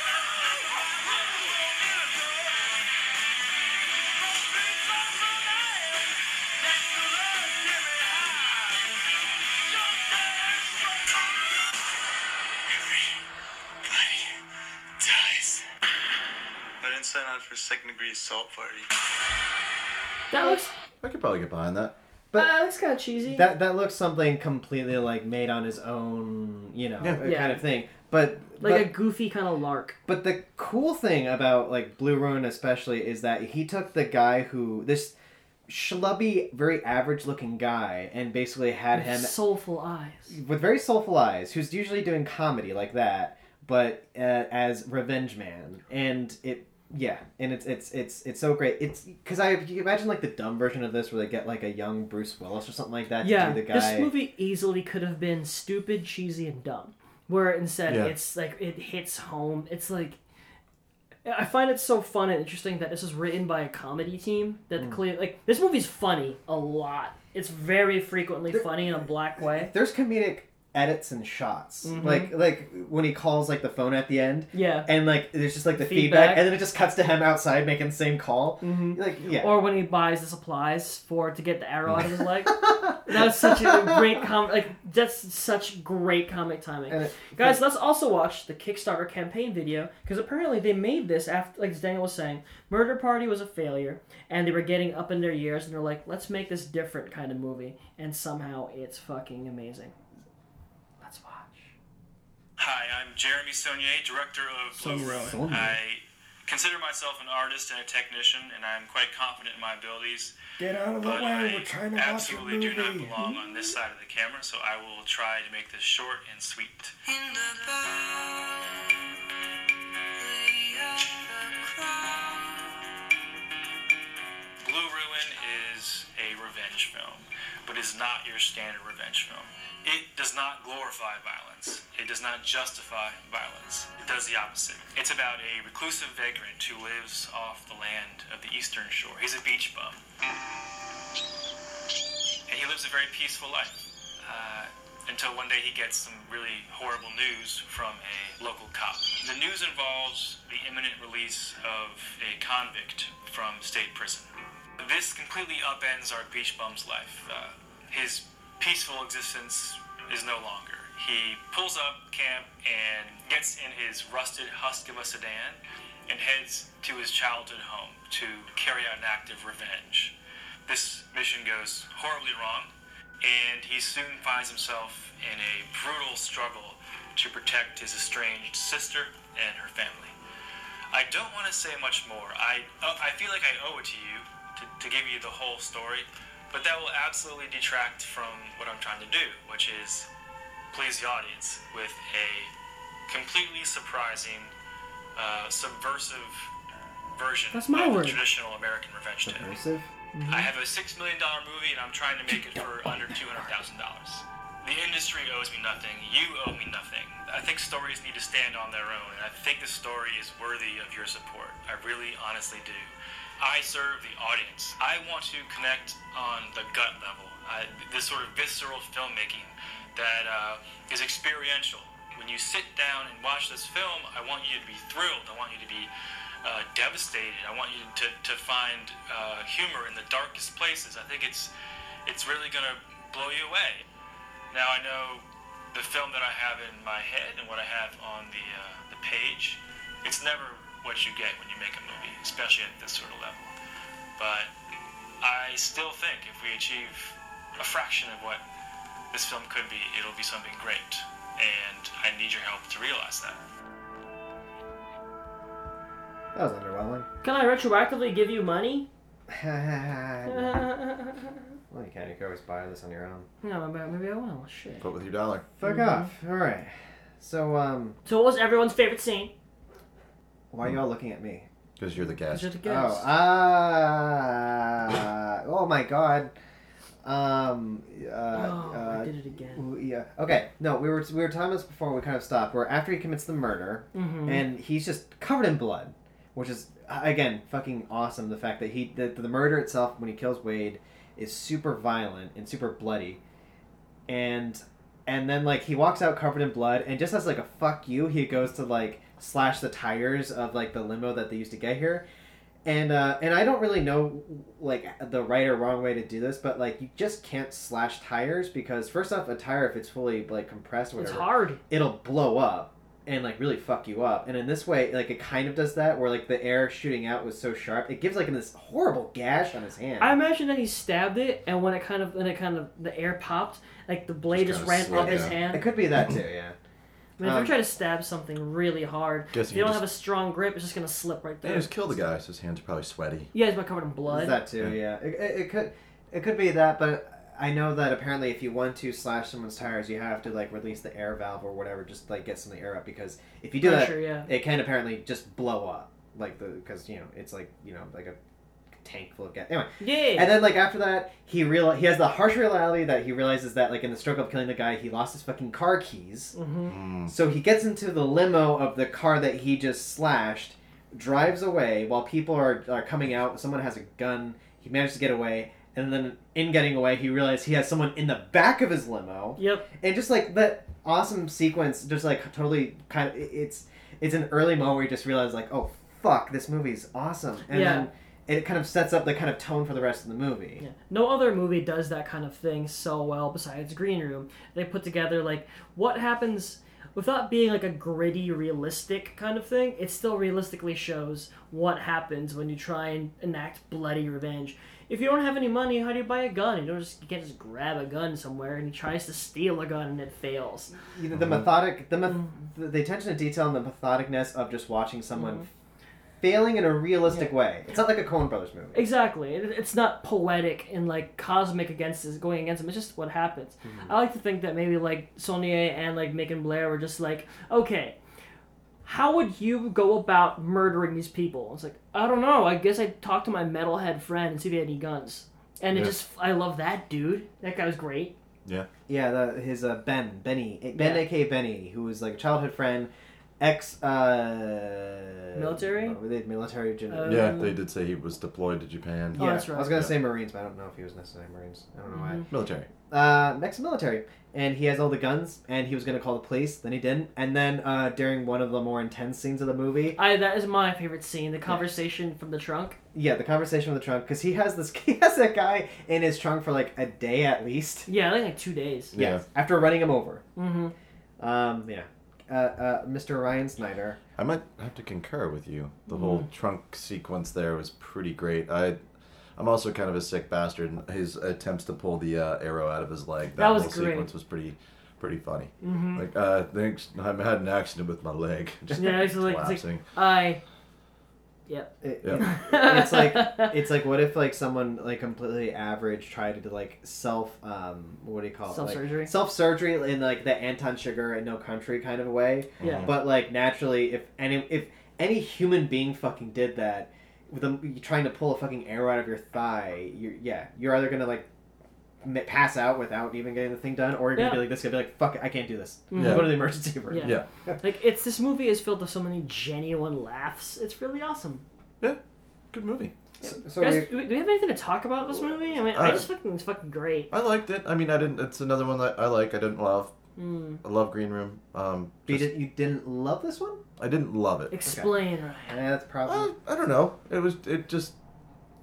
I: didn't sign up for second degree assault party.
B: That looks.
C: I could probably get behind that.
B: But uh, looks kind of cheesy.
A: That that looks something completely like made on his own, you know,
C: Yeah.
B: Yeah.
A: kind of thing. But
B: like
A: but,
B: a goofy kind of lark.
A: But the cool thing about like Blue Ruin especially is that he took the guy who this schlubby, very average looking guy and basically had him
B: Soulful eyes.
A: with very soulful eyes, who's usually doing comedy like that, but uh, as Revenge Man, and it yeah, and it's it's it's it's so great. It's because I you imagine like the dumb version of this where they get like a young Bruce Willis or something like that
B: Yeah,
A: to do the
B: this
A: guy.
B: movie easily could have been stupid, cheesy, and dumb. Where instead
C: Yeah.
B: it's like it hits home. It's like I find it so fun and interesting that this is written by a comedy team.
A: Hmm.
B: That clear, like this movie's funny a lot. It's very frequently funny in a black way.
A: There's comedic edits and shots like like when he calls like the phone at the end.
B: Mm-hmm. Yeah.
A: And like, there's just like the feedback,
B: Feedback. Mm-hmm.
A: and then it just cuts to him outside making the same call. Like, yeah,
B: Or when he buys the supplies for to get the arrow out of
A: [LAUGHS]
B: his leg. That's such a great comic. Like that's such great comic timing.
A: And it-
B: Guys, let's also watch the Kickstarter campaign video because apparently they made this after, like Daniel was saying, Murder Party was a failure, and they were getting up in their years, and they're like, let's make this different kind of movie, and somehow it's fucking amazing. Let's watch.
I: Hi, I'm Jeremy Saunier, director of Blue Ruin.
A: Saunier.
I: I consider myself an artist and a technician, and I'm quite confident in my abilities.
D: Get out of the
I: But
D: way.
I: I
D: We're trying to watch a
I: absolutely do not
D: movie.
I: belong on this side of the camera, so I will try to make this short and sweet. Blue Ruin is a revenge film, but is not your standard revenge film. It does not glorify violence. It does not justify violence. It does the opposite. It's about a reclusive vagrant who lives off the land of the Eastern Shore. He's a beach bum and he lives a very peaceful life uh, until one day he gets some really horrible news from a local cop. The news involves the imminent release of a convict from state prison. This completely upends our beach bum's life. Uh, his peaceful existence is no longer. He pulls up camp and gets in his rusted husk of a sedan and heads to his childhood home to carry out an act of revenge this mission goes horribly wrong, and he soon finds himself in a brutal struggle to protect his estranged sister and her family. I don't want to say much more. I uh, I feel like I owe it to you to, to give you the whole story, but that will absolutely detract from what I'm trying to do, which is please the audience with a completely surprising, uh, subversive version
B: That's my
I: of
B: word.
I: the traditional American revenge tale.
A: Perversive?
I: I have a six million dollar movie, and I'm trying to make it for under two hundred thousand dollars. The industry owes me nothing. You owe me nothing. I think stories need to stand on their own, and I think this story is worthy of your support. I really, honestly do. I serve the audience. I want to connect on the gut level. I, this sort of visceral filmmaking that uh, is experiential. When you sit down and watch this film, I want you to be thrilled. I want you to be uh, devastated. I want you to, to find uh, humor in the darkest places. I think it's it's really gonna blow you away. Now I know the film that I have in my head and what I have on the uh, the page. It's never what you get when you make a movie, especially at this sort of level. But I still think if we achieve a fraction of what this film could be, it'll be something great. And I need your help to realize that.
A: That was
B: [LAUGHS]
A: underwhelming.
B: Can I retroactively give you money? [LAUGHS]
A: well,
B: no,
A: you can't. You can always buy this on your own.
B: but maybe I will. Shit.
C: But with your dollar.
A: Fuck
B: Mm-hmm.
A: off. All right. So, um,
B: So, what was everyone's favorite scene?
A: why are y'all looking at me?
C: Because you're the
B: Is
C: guest.
B: it a
A: Oh,
B: guess?
A: ah, oh my god. Um, uh,
B: Oh, I
A: uh,
B: did it again.
A: w- yeah. Okay. No, we were we were talking about this before. We kind of stopped. Where after he commits the murder,
B: Mhm.
A: and he's just covered in blood, which is uh, again fucking awesome. The fact that he the, the murder itself when he kills Wade is super violent and super bloody, and and then like he walks out covered in blood, and just as like a fuck you, he goes to like slash the tires of like the limo that they used to get here. And, uh, and I don't really know like the right or wrong way to do this, but like you just can't slash tires because first off, a tire if it's fully like compressed or
B: It's
A: whatever,
B: hard.
A: it'll blow up and like really fuck you up. And in this way, like it kind of does that where like the air shooting out was so sharp, it gives like this horrible gash on his hand.
B: I imagine that he stabbed it, and when it kind of, when it kind of, the air popped, like the blade
C: Just kinda
B: just, ran
C: slid
B: up his
C: down.
B: hand.
A: it could be that too, yeah.
B: I mean, if
A: Um,
B: you try to stab something really hard,
C: Guess
B: if
C: you
B: you don't
C: just-
B: have a strong grip, it's just gonna slip right
C: They
B: there.
C: just killed the guy, so his hands are probably sweaty.
B: Yeah, it's about covered in blood.
A: It's that too, yeah. It, it, it could it could be that, but I know that apparently if you want to slash someone's tires, you have to like release the air valve or whatever, just like get some of the air up because if you do that,
B: Pressure, yeah.
A: it can apparently just blow up, like the because you know it's like you know like a tank full of gas. Anyway,
B: Yeah.
A: and then like after that, he real he has the harsh reality that he realizes that like in the stroke of killing the guy, he lost his fucking car keys.
B: hmm
A: So he gets into the limo of the car that he just slashed, drives away while people are, are coming out. Someone has a gun. He manages to get away. And then, in getting away, he realized he has someone in the back of his limo.
B: Yep.
A: And just like that awesome sequence, just like totally kind of. it- It's it's an early moment where you just realize, like, oh, fuck, this movie's awesome. And
B: Yeah.
A: then it kind of sets up the kind of tone for the rest of the movie.
B: Yeah. No other movie does that kind of thing so well besides Green Room. They put together like what happens without being like a gritty realistic kind of thing. It still realistically shows what happens when you try and enact bloody revenge. If you don't have any money, how do you buy a gun? You don't just you can't just grab a gun somewhere and he tries to steal a gun and it fails.
A: You know, the methodic, the, meth-
B: Mm-hmm.
A: the the attention to detail and the methodicness of just watching someone
B: Mm-hmm.
A: failing in a realistic way. It's not like a Coen Brothers movie.
B: Exactly. It, it's not poetic and like cosmic against this going against him. It's just what happens. I like to think that maybe like Saulnier and like Macon Blair were just like, okay, how would you go about murdering these people? It's like I don't know. I guess I'd talk to my metalhead friend and see if he had any guns. And it
C: Yeah.
B: just I love that dude. That guy was great.
A: Yeah, the, his uh, Ben Benny Ben
B: Yeah.
A: aka Benny, who was like a childhood friend, ex uh,
B: Military?
A: what were they military general.
B: Uh,
C: Yeah, they did say he was deployed to Japan.
B: Oh, that's
A: I was
B: right.
A: gonna
C: Yeah.
A: say Marines, but I don't know if he was necessarily Marines. I don't know why.
C: Military.
A: uh, next military, and he has all the guns, and he was gonna call the police, then he didn't, and then uh, during one of the more intense scenes of the movie,
B: I that is my favorite scene. The conversation from the trunk.
A: yeah, the conversation with the trunk, because he has this, [LAUGHS] he has that guy in his trunk for like a day at least.
B: Yeah, I think like two days.
C: Yeah.
A: Yes, after running him over.
B: Mm-hmm.
A: Um, yeah, uh, uh, Mr. Ryan Snyder.
C: I might have to concur with you. The whole trunk sequence there was pretty great. I, I'm also kind of a sick bastard. and His attempts to pull the uh, arrow out of his leg.
B: That was
C: whole
B: great. Mm-hmm.
C: sequence was pretty, pretty funny. Like, uh, thanks. I had an accident with my leg. [LAUGHS] Just
B: Yeah, it's like, it's like
C: collapsing.
B: I. Yep.
A: It-
C: Yeah.
A: it's like
B: [LAUGHS]
A: it's like what if like someone like completely average tried to like self um what do you call it
B: Self-surgery?
A: self surgery in like the Anton Sugar and No Country kind of way
B: Yeah.
A: Mm-hmm. but like naturally if any if any human being fucking did that with them you trying to pull a fucking arrow out of your thigh, you're yeah, you're either gonna like ma- pass out without even getting the thing done, or you're gonna
B: Yeah.
A: be like this, gonna be like, fuck it, I can't do this.
B: Mhm.
A: Go to the emergency room.
B: Yeah. like it's this movie is filled with so many genuine laughs. It's really awesome.
C: Yeah, good movie.
A: So,
B: Guys, do we do we have anything to talk about this movie? I mean, I
C: Uh,
B: just fucking it's fucking great.
C: I liked it. I mean, I didn't. It's another one that I like. I didn't love.
B: Mm.
C: I love Green Room. Um,
A: you,
C: just-
A: did, you didn't love this one?
C: I didn't love it.
B: Explain, Ryan.
A: Yeah, that's probably.
C: I, I don't know. It was. It just.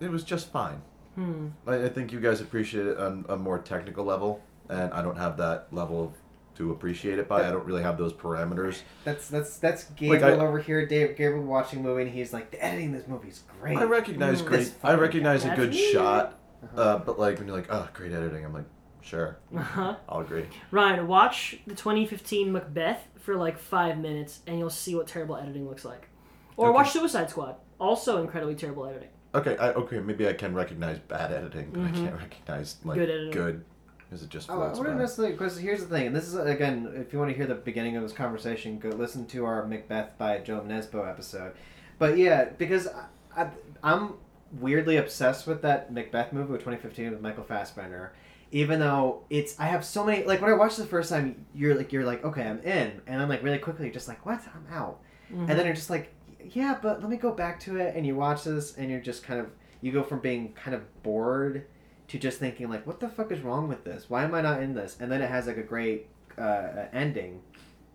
C: It was just fine.
B: Hmm.
C: I, I think you guys appreciate it on a more technical level, and I don't have that level to appreciate it by. I don't really have those parameters.
A: That's that's that's
C: Like,
A: Gabriel
C: I-
A: over here. Dave Gabriel watching a movie and he's like, the editing of this movie is great.
C: I recognize
A: Mm.
C: great.
A: This
C: I recognize a
B: fucking
C: good
B: bastard.
C: shot, uh, but like when you're like, oh, great editing. I'm like, sure,
B: Uh-huh.
C: I'll agree.
B: Ryan, watch the 2015 Macbeth for like five minutes, and you'll see what terrible editing looks like. Or
C: Okay.
B: watch Suicide Squad, also incredibly terrible editing.
C: Okay, I, okay, maybe I can recognize bad editing, but
B: Mhm.
C: I can't recognize like
B: Good editing.
C: good. Is it just
A: Oh, I
C: floats
A: wouldn't
C: by.
A: necessarily. Because here's the thing, and this is again, if you want to hear the beginning of this conversation, go listen to our Macbeth by Joe Nesbo episode. But yeah, because I, I, I'm weirdly obsessed with that Macbeth movie with 2015 with Michael Fassbender. Even though it's, I have so many. Like when I watched it the first time, you're like, you're like, okay, I'm in, and I'm like really quickly just like, what? I'm out, and then you're just like, yeah, but let me go back to it, and you watch this, and you're just kind of, you go from being kind of bored to just thinking like what the fuck is wrong with this why am i not in this and then it has like a great uh, uh, ending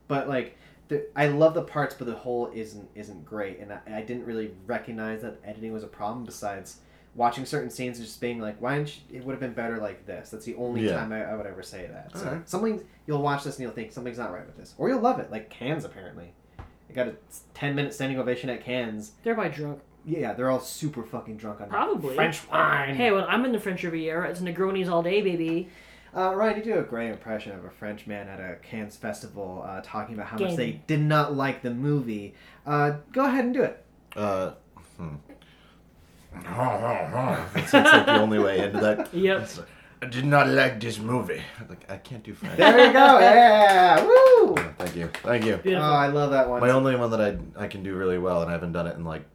A: but like the, i love the parts but the whole isn't isn't great and I, I didn't really recognize that editing was a problem besides watching certain scenes and just being like why didn't you, it would have been better like this that's the only
C: Yeah.
A: time I, I would ever say that so
C: Alright.
A: something you'll watch this and you'll think something's not right with this or you'll love it like cans apparently i got a 10 minute standing ovation at cans
B: Thereby drunk.
A: yeah they're all super fucking drunk on
B: Probably.
A: french wine
B: Hey, when I'm in the French Riviera, it's Negronis all day, baby.
A: Uh, Ryan, you do a great impression of a French man at a Cannes festival uh, talking about how much
B: Game.
A: they did not like the movie. Uh, go ahead and do
C: [LAUGHS]
A: it.
C: Uh, hmm. it's, it's like the only way into that.
B: [LAUGHS] Yep.
C: It's like, I did not like this movie. I'm Like I can't do French.
A: There you go. Yeah. Woo. Oh,
C: Thank you, thank you.
B: Beautiful.
A: I love that one.
C: My only one that I I can do really well, and I haven't done it in like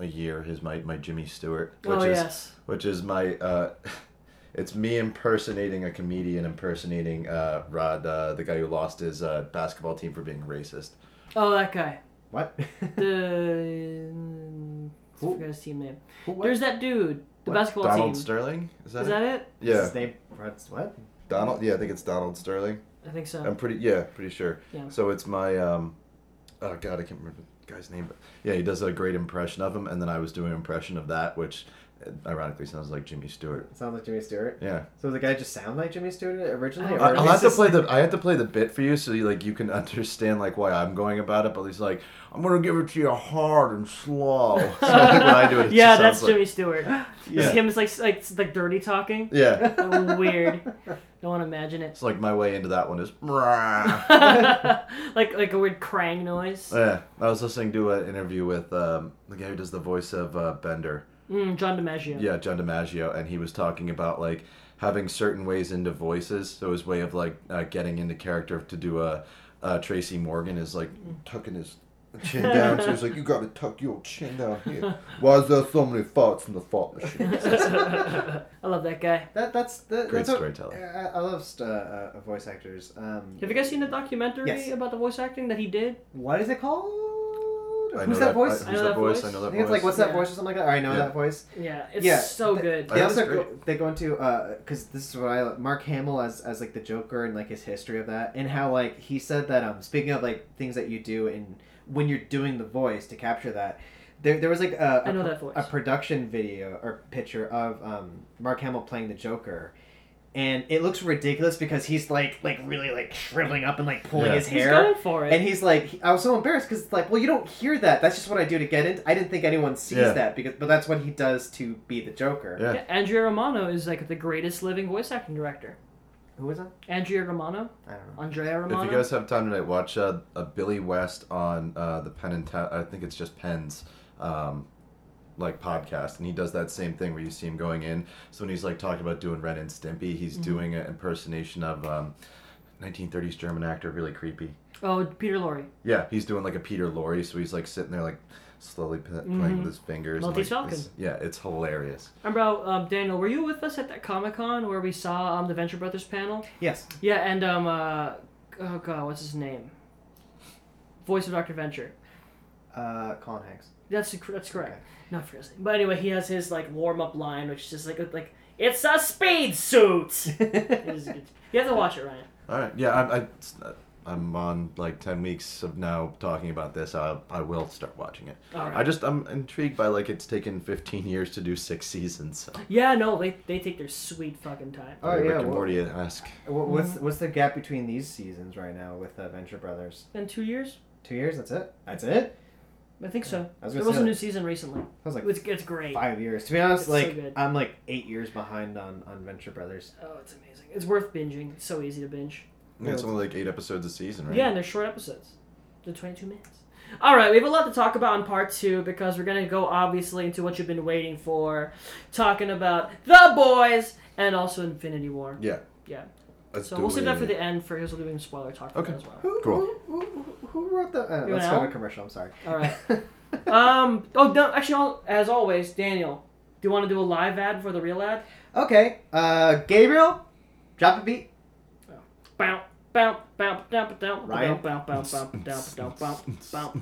C: a year, is my my Jimmy Stewart, which
B: oh,
C: is
B: yes.
C: which is my uh, [LAUGHS] it's me impersonating a comedian impersonating uh, Rod, uh, the guy who lost his uh, basketball team for being racist.
B: Oh, that guy.
A: What? [LAUGHS]
B: The. I
A: Who?
B: forgot his team name.
A: Who- what?
B: There's that dude, the
A: What?
B: basketball
C: Donald
B: team.
C: Sterling is that?
B: Is
C: it?
B: that it?
C: Yeah,
A: His name? What's- What?
C: Donald. Yeah, I think it's Donald Sterling.
B: I think so.
C: I'm pretty yeah, pretty sure.
B: Yeah.
C: So it's my um oh god, I can't remember the guy's name, but yeah, he does a great impression of him and then I was doing an impression of that which uh, ironically sounds like Jimmy Stewart.
A: It sounds like Jimmy Stewart.
C: Yeah.
A: So the guy just sound like Jimmy Stewart originally?
C: I-
A: or
C: I'll
A: is
C: have to
A: this-
C: play the I have to play the bit for you so you, like you can [LAUGHS] understand like why I'm going about it. But he's like, I'm gonna give it to you hard and slow. [LAUGHS] So like, when I do it, it
B: yeah,
C: just
B: that's
C: sounds like-
A: [GASPS]
B: Jimmy Stewart.
C: Yeah.
B: It's him. It's like like it's like dirty talking.
C: [LAUGHS]
B: [LAUGHS]
C: Yeah,
B: Weird. Don't want to
C: [LAUGHS]
B: imagine it.
C: it's like my way into that one is.
B: [LAUGHS]
C: "Mrah."
B: like like a weird crying noise.
C: yeah, I was listening to an interview with um, the guy who does the voice of uh, Bender.
B: Mm, John DiMaggio.
C: Yeah, John DiMaggio, and he was talking about like having certain ways into voices. So his way of like uh, getting into character to do a uh, Tracy Morgan is like
A: Mm. [LAUGHS]
C: tucking his chin down. so he's like, "You gotta tuck your chin down
A: [LAUGHS]
C: here. Why is there so many farts in the fart
B: [LAUGHS]
C: machine?"
B: [LAUGHS] I love that guy.
A: That, that's the,
C: Great
A: that's what-
C: storyteller.
A: I, I love st- uh, uh, voice actors. Um,
B: Have you guys seen the documentary
A: Yes.
B: about the voice acting that he did?
A: what is it called?
C: I know
A: Who's that, voice?
C: I,
A: I,
C: who's
B: know
C: that,
B: that
C: voice?
B: voice.
C: I know that
A: think it's like,
C: voice.
A: what's that
B: Yeah.
A: voice or something like that? I know
C: Yeah.
A: that voice.
B: Yeah, it's
A: Yeah,
B: so
A: th-
B: good.
A: They
C: That was
A: also go,
C: Oh, great.
A: they go into because this is what I Mark Hamill as as like the Joker and like his history of that and how like he said that um speaking of like things that you do and when you're doing the voice to capture that there there was like a
B: I know
A: a,
B: that voice.
A: a production video or picture of um Mark Hamill playing the Joker. And it looks ridiculous because he's like, like really, like shriveling up and like pulling
C: Yeah.
A: his
B: He's
A: hair.
B: going for it.
A: And he's like, I was so embarrassed because it's like, well, you don't hear that. That's just what I do to get in. I didn't think anyone sees
C: Yeah.
A: that because, but that's what he does to be the Joker.
C: Yeah.
B: Yeah, Andrea Romano is like the greatest living voice acting director.
A: Who is that?
B: Andrea Romano,
A: I don't know.
B: Andrea Romano.
C: If you guys have time tonight, watch uh, a Billy West on uh, the Penn and Ta- I think it's just Penn's um, like podcast, and he does that same thing where you see him going in. So when he's like talking about doing Ren and Stimpy, he's doing an impersonation of um, 1930s German actor, really creepy.
B: oh, Peter Lorre.
C: Yeah, he's doing like a Peter Lorre, so he's like sitting there like slowly p- playing
B: Mhm.
C: with his fingers. and,
B: Maltese
C: like,
B: Falcon.
C: this- yeah, it's hilarious.
B: And bro, um, Daniel, were you with us at that Comic Con where we saw um, the Venture Brothers panel?
A: Yes.
B: Yeah, and um, uh, oh god, what's his name? Voice of Doctor Venture.
A: Uh, Colin [LAUGHS] Hanks.
B: That's that's correct. Not for his name. But anyway, he has his like warm up line, which is just like like it's a speed [LAUGHS] suit. It was good. You have to watch it, Ryan.
C: All right. Yeah, I, I, I'm on like ten weeks of now talking about this. I, I will start watching it.
B: All right.
C: I just I'm intrigued by like it's taken 15 years to do six seasons. So.
B: Yeah, no, they they take their sweet fucking time.
A: Oh, yeah,
C: Rick and
A: well-
C: Morty esque.
A: Wha- What's what's the gap between these seasons right now with uh, Venture Brothers?
B: Been two years.
A: Two years. That's it. That's it.
B: I think so.
A: I was
B: there
A: gonna say
B: was a
A: that-
B: new season recently. I
A: was like-
B: it's, it's great.
A: Five years. To be honest,
B: It's so
A: like
B: good.
A: I'm like eight years behind on on Venture Brothers.
B: Oh, it's amazing. It's worth binging. It's so easy to binge.
C: Yeah, it's only like eight episodes a season, right?
B: Yeah, and they're short episodes. They're 22 minutes. All right, we have a lot to talk about in part two because we're going to go obviously into what you've been waiting for, talking about The Boys and also Infinity War.
C: Yeah.
B: Yeah.
C: Let's
B: so
C: do
B: we'll
C: it
B: save that for
C: in-
B: the end for here's a doing spoiler talk for
C: Okay.
B: that as well.
A: Who,
C: Cool.
A: Who, who, who- who wrote the? Uh,
B: You
A: let's
B: want
A: go
B: out?
A: to commercial. I'm sorry.
B: All right. Um. Oh, no, actually, I'll- as always, Daniel, do you want to do a live ad for the real ad?
A: [LAUGHS] okay. Uh, Gabriel, drop a beat.
B: Bounce, bounce, bounce, bounce, bounce, bounce, bounce, bounce, bounce, bounce, bounce, bounce,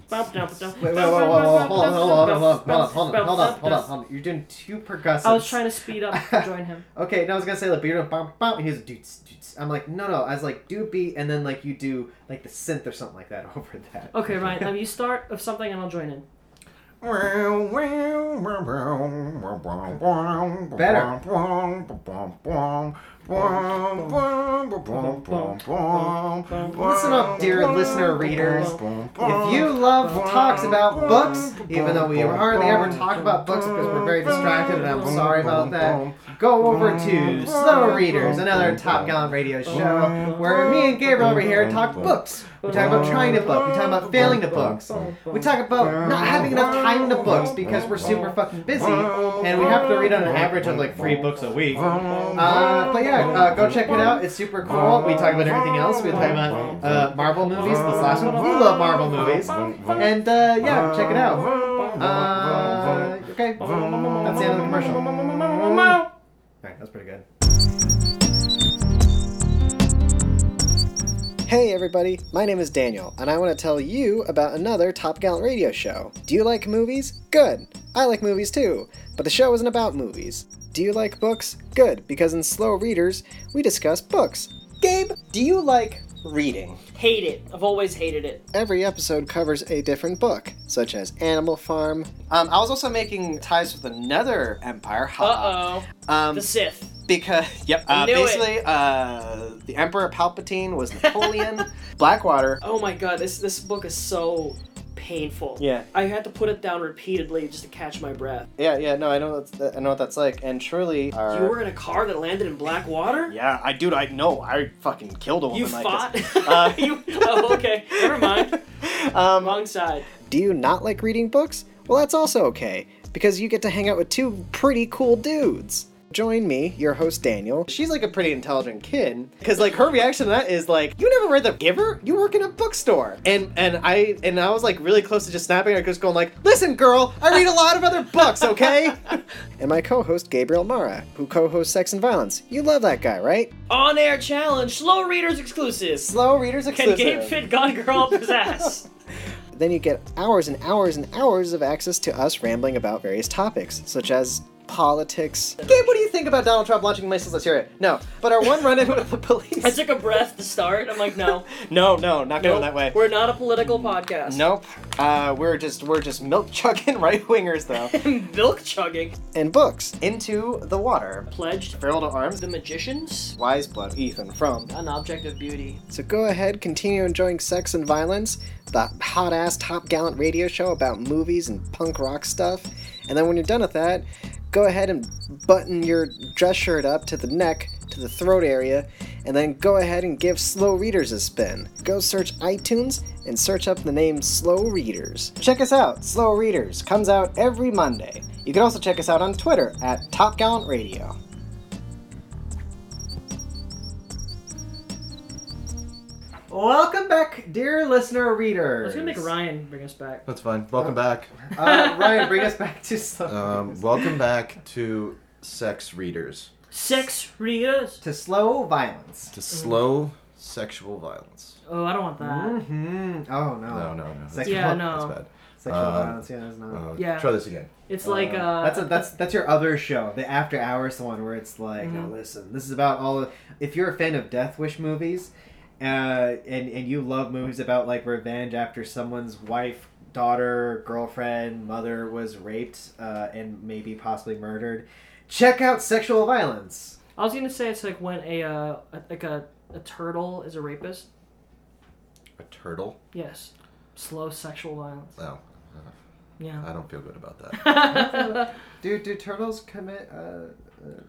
B: bounce, bounce, bounce.
A: Wait, wait, wait, wait, wait, hold on, hold on, hold on, hold on, hold on, hold on, hold on, hold on, hold on. You're doing too progressive.
B: I was trying to speed up to join him.
A: Okay, no, I was gonna say like beat bump bump, and he was dudes dudes. I'm like, no, no, I was like do beat, and then like you do like the synth or something like that [LAUGHS] over that.
B: Okay, Ryan, um, you start of something and I'll join in.
A: [LAUGHS] Listen up, dear listener readers. If you love talks about books, even though we hardly ever talk about books because we're very distracted, and I'm sorry about that, go over to Slow Readers, another Top Gun radio show, where me and Gabriel over here talk books. We talk about trying to book, we talk about failing to books, we talk about not having enough time to books because we're super fucking busy, and we have to read on an average of like three books a week. Uh, but yeah, uh, go check it out. It's super cool. We talk about everything else. We talk about uh, Marvel movies. This last one, we love Marvel movies. And uh, yeah, check it out. Uh, okay, that's the end of the commercial. Alright, that's pretty good. Hey everybody, my name is Daniel, and I want to tell you about another Top Gallant radio show. Do you like movies? Good! I like movies too, but the show isn't about movies. Do you like books? Good, because in Slow Readers, we discuss books. Gabe, do you like reading?
B: Hate it. I've always hated it.
A: Every episode covers a different book, such as Animal Farm. Um, I was also making ties with another empire.
B: Uh
A: oh. Um,
B: The Sith.
A: [LAUGHS] because yep,
B: I
A: uh,
B: knew it.
A: basically, uh, the Emperor Palpatine [LAUGHS] was Napoleon. Blackwater.
B: Oh my god, this this book is so painful.
A: Yeah.
B: I had to put it down repeatedly just to catch my breath.
A: Yeah, yeah, no, I know that's, I know what that's like, and truly, uh, our...
B: You were in a car that landed in black water?
A: yeah, I dude, I know, I fucking killed a woman
B: You
A: like
B: fought?
A: this. Uh,
B: [LAUGHS] you, oh, okay. Never mind.
A: [LAUGHS] Um,
B: Wrong side.
A: Do you not like reading books? Well, that's also okay, because you get to hang out with two pretty cool dudes. Join me, your host Daniel. She's like a pretty intelligent kid, because like her reaction to that is like, "You never read The Giver? You work in a bookstore." And and I and I was like really close to just snapping her, just going like, "Listen, girl, I read a lot of other books, [LAUGHS] okay?" and my co-host Gabriel Mara, who co-hosts Sex and Violence. You love that guy, right?
B: On air challenge, slow readers exclusive.
A: Slow readers
B: Can
A: exclusive.
B: Gabe fit God
A: [LAUGHS]
B: Girl up his ass?
A: Then you get hours and hours and hours of access to us rambling about various topics, such as politics. Gabe, what do you think about Donald Trump launching missiles? Let's hear it. No. But our one run in with the police.
B: I took a breath to start. I'm like, no.
A: no, no, not
B: no, We're not a political podcast.
A: Nope. Uh, we're just we're just milk chugging [LAUGHS] right wingers though.
B: [LAUGHS] Milk chugging.
A: and books. Into the water.
B: Pledged.
A: Feral to arms.
B: The Magicians.
A: Wise blood. Ethan from.
B: An object of beauty.
A: So go ahead, continue enjoying Sex and Violence, the hot ass Top Gallant radio show about movies and punk rock stuff. And then when you're done with that, go ahead and button your dress shirt up to the neck, to the throat area, and then go ahead and give Slow Readers a spin. Go search iTunes and search up the name Slow Readers. Check us out, Slow Readers comes out every Monday. You can also check us out on Twitter at Top Gallant Radio. Welcome back, dear listener readers.
B: I was gonna make Ryan bring us back.
C: That's fine. Welcome back.
A: Uh, Ryan, bring us back to slow.
C: Um, welcome back to sex readers
B: [LAUGHS] Sex readers.
A: to slow violence.
B: Mm.
C: to slow sexual violence.
B: Oh, I don't want that.
A: hmm Oh no.
C: No, no, no. That's,
A: Sexual,
B: Yeah, no.
C: that's bad.
A: Sexual
C: Um,
A: violence. Yeah, that's not.
C: Uh,
B: Yeah.
C: Try this again.
B: It's like uh,
A: that's a, that's that's your other show, the After Hours one, where it's like,
B: Mhm.
A: oh, listen, this is about all. Of, if you're a fan of Death Wish movies, uh, and and you love movies about like revenge after someone's wife, daughter, girlfriend, mother was raped, uh, and maybe possibly murdered, check out Sexual Violence.
B: I was gonna say it's like when a uh, a- like a, a turtle is a rapist.
C: A turtle.
B: Yes, slow sexual violence.
C: Oh,
B: Yeah.
C: I don't feel good about
B: [LAUGHS]
C: that.
A: Do do turtles commit uh, uh,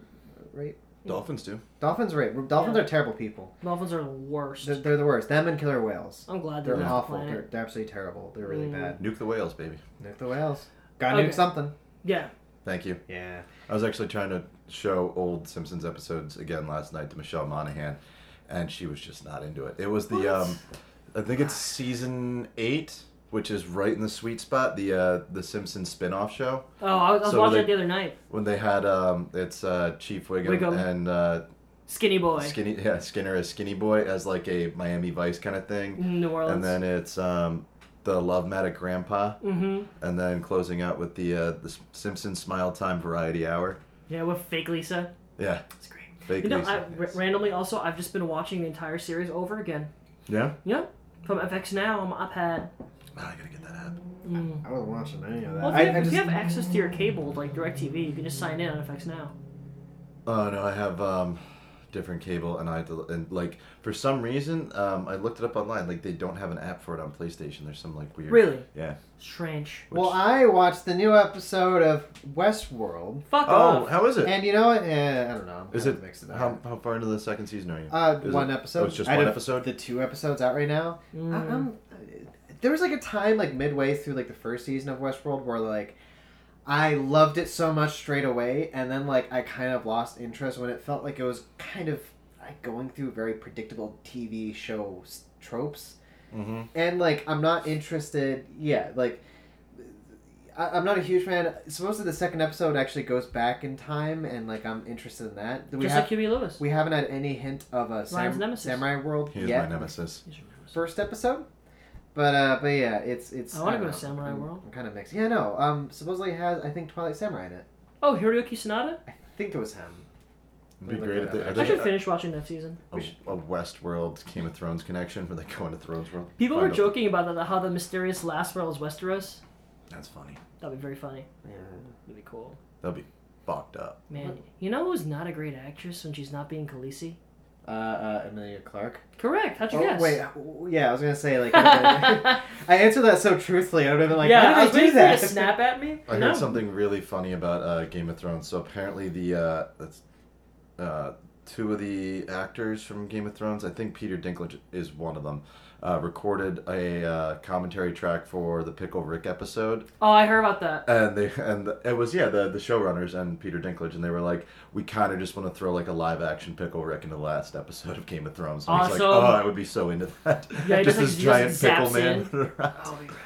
A: rape?
C: Dolphins do.
A: Dolphins rape. Dolphins
B: Yeah.
A: are terrible people.
B: Dolphins are the worst.
A: They're, they're the worst. Them and killer whales.
B: I'm glad they're,
A: They're
B: not
A: awful.
B: playing
A: They're, they're absolutely terrible. They're really
B: Mm.
A: bad.
C: Nuke the whales, baby.
A: Nuke the whales. Gotta
B: Okay.
A: nuke something.
B: Yeah.
C: Thank you.
A: Yeah.
C: I was actually trying to show old Simpsons episodes again last night to Michelle Monaghan, and she was just not into it. It was the, um, I think it's season eight, which is right in the sweet spot. The uh, the Simpsons spin-off show
B: Oh, I was, I was
C: So
B: watching
C: they-
B: it the other night.
C: when they had um, it's uh, Chief Wiggum,
B: Wiggum.
C: and uh,
B: Skinny boy.
C: Skinny yeah, Skinner as Skinny Boy as like a Miami Vice kind of thing,
B: New Orleans.
C: and then it's um, the Love Matic Grandpa,
B: Mm-hmm.
C: and then closing out with the uh, the Simpsons Smile Time Variety Hour.
B: Yeah, with fake Lisa.
C: Yeah,
B: It's great.
C: fake
B: You know,
C: Lisa,
B: I, ra-
C: yes.
B: randomly also, I've just been watching the entire series over again.
C: yeah.
B: Yeah, from FX Now on my iPad.
C: Ah, I gotta get that app.
A: I wasn't watching any of that.
B: Well, if you,
A: I,
B: have,
A: I
B: if
A: just,
B: you have access to your cable, like DirecTV, you can just sign in on FX Now.
C: Oh no, I have um, different cable, and I had to- and like for some reason um, I looked it up online. Like they don't have an app for it on PlayStation. There's some like weird.
B: Really?
C: Yeah.
B: Strange.
A: well, I watched the new episode of Westworld,
B: Fuck
C: Oh,
B: off.
C: how is it?
A: and you know what? Eh, I don't know. I'm
C: Is
A: kinda
C: it
A: mixed about
C: how, how far into the second season are you?
A: Uh,
C: Is
A: one
C: it-
A: episode.
C: Oh, it's just
A: out
C: one
A: of
C: episode.
A: The two episodes out right now. I, I'm- there was like a time, like midway through like the first season of Westworld, where like I loved it so much straight away, and then like I kind of lost interest when it felt like it was kind of like going through very predictable TV show s- tropes.
C: mm-hmm.
A: and like I'm not interested. Yeah, like I, I'm not a huge fan. Supposedly the second episode actually goes back in time, and like I'm interested in that. We
B: just
A: have
B: like Huey Lewis.
A: we haven't had any hint of a sam-
B: nemesis.
A: samurai world
C: He is
A: yet.
C: my nemesis.
A: First episode. But uh, but yeah, it's it's.
B: I wanna
A: don't
B: go
A: know.
B: Samurai
A: I'm-
B: World.
A: I'm kind of mixed. Yeah, no. Um, supposedly it has I think Twilight Samurai in it.
B: Oh, Hiroyuki Sanada?
A: I think it was him.
C: It'd be
A: Look
C: great
A: it
C: if they,
A: up.
C: I
B: I
A: There's
B: should
C: think
B: finish watching that season.
C: a, a Westworld Game of Thrones connection where they go into Thrones World.
B: People were
C: Find out-
B: joking about that, how the mysterious last world is Westeros.
C: That's funny.
B: That'd be very funny. That'd be cool.
C: That'd be fucked up.
B: Man, you know who's not a great actress when she's not being Khaleesi?
A: Uh, uh, Amelia Clark.
B: Correct. How'd you
A: Oh,
B: guess?
A: wait, uh, yeah, I was gonna say like
B: [LAUGHS]
A: I answered that so truthfully. I would have been like,
B: yeah, I
A: how
B: was
A: did I, do
B: waiting for you
A: that? [LAUGHS]
B: to snap at me.
C: I
B: no.
C: heard something really funny about uh, Game of Thrones. So apparently the uh, that's, uh, two of the actors from Game of Thrones, I think Peter Dinklage is one of them, uh, recorded a uh, commentary track for the Pickle Rick episode,
B: Oh, I heard about that.
C: and they and it was yeah the the showrunners and Peter Dinklage, and they were like, we kind of just want to throw like a live action Pickle Rick into the last episode of Game of Thrones. And it's like,
B: Awesome.
C: oh, I would be so into that.
B: [LAUGHS] Yeah, he
C: just
B: just,
C: this
B: like,
C: giant
B: just
C: pickle
B: zaps
C: man. [LAUGHS]
B: in.
C: Right.
B: Oh, my God.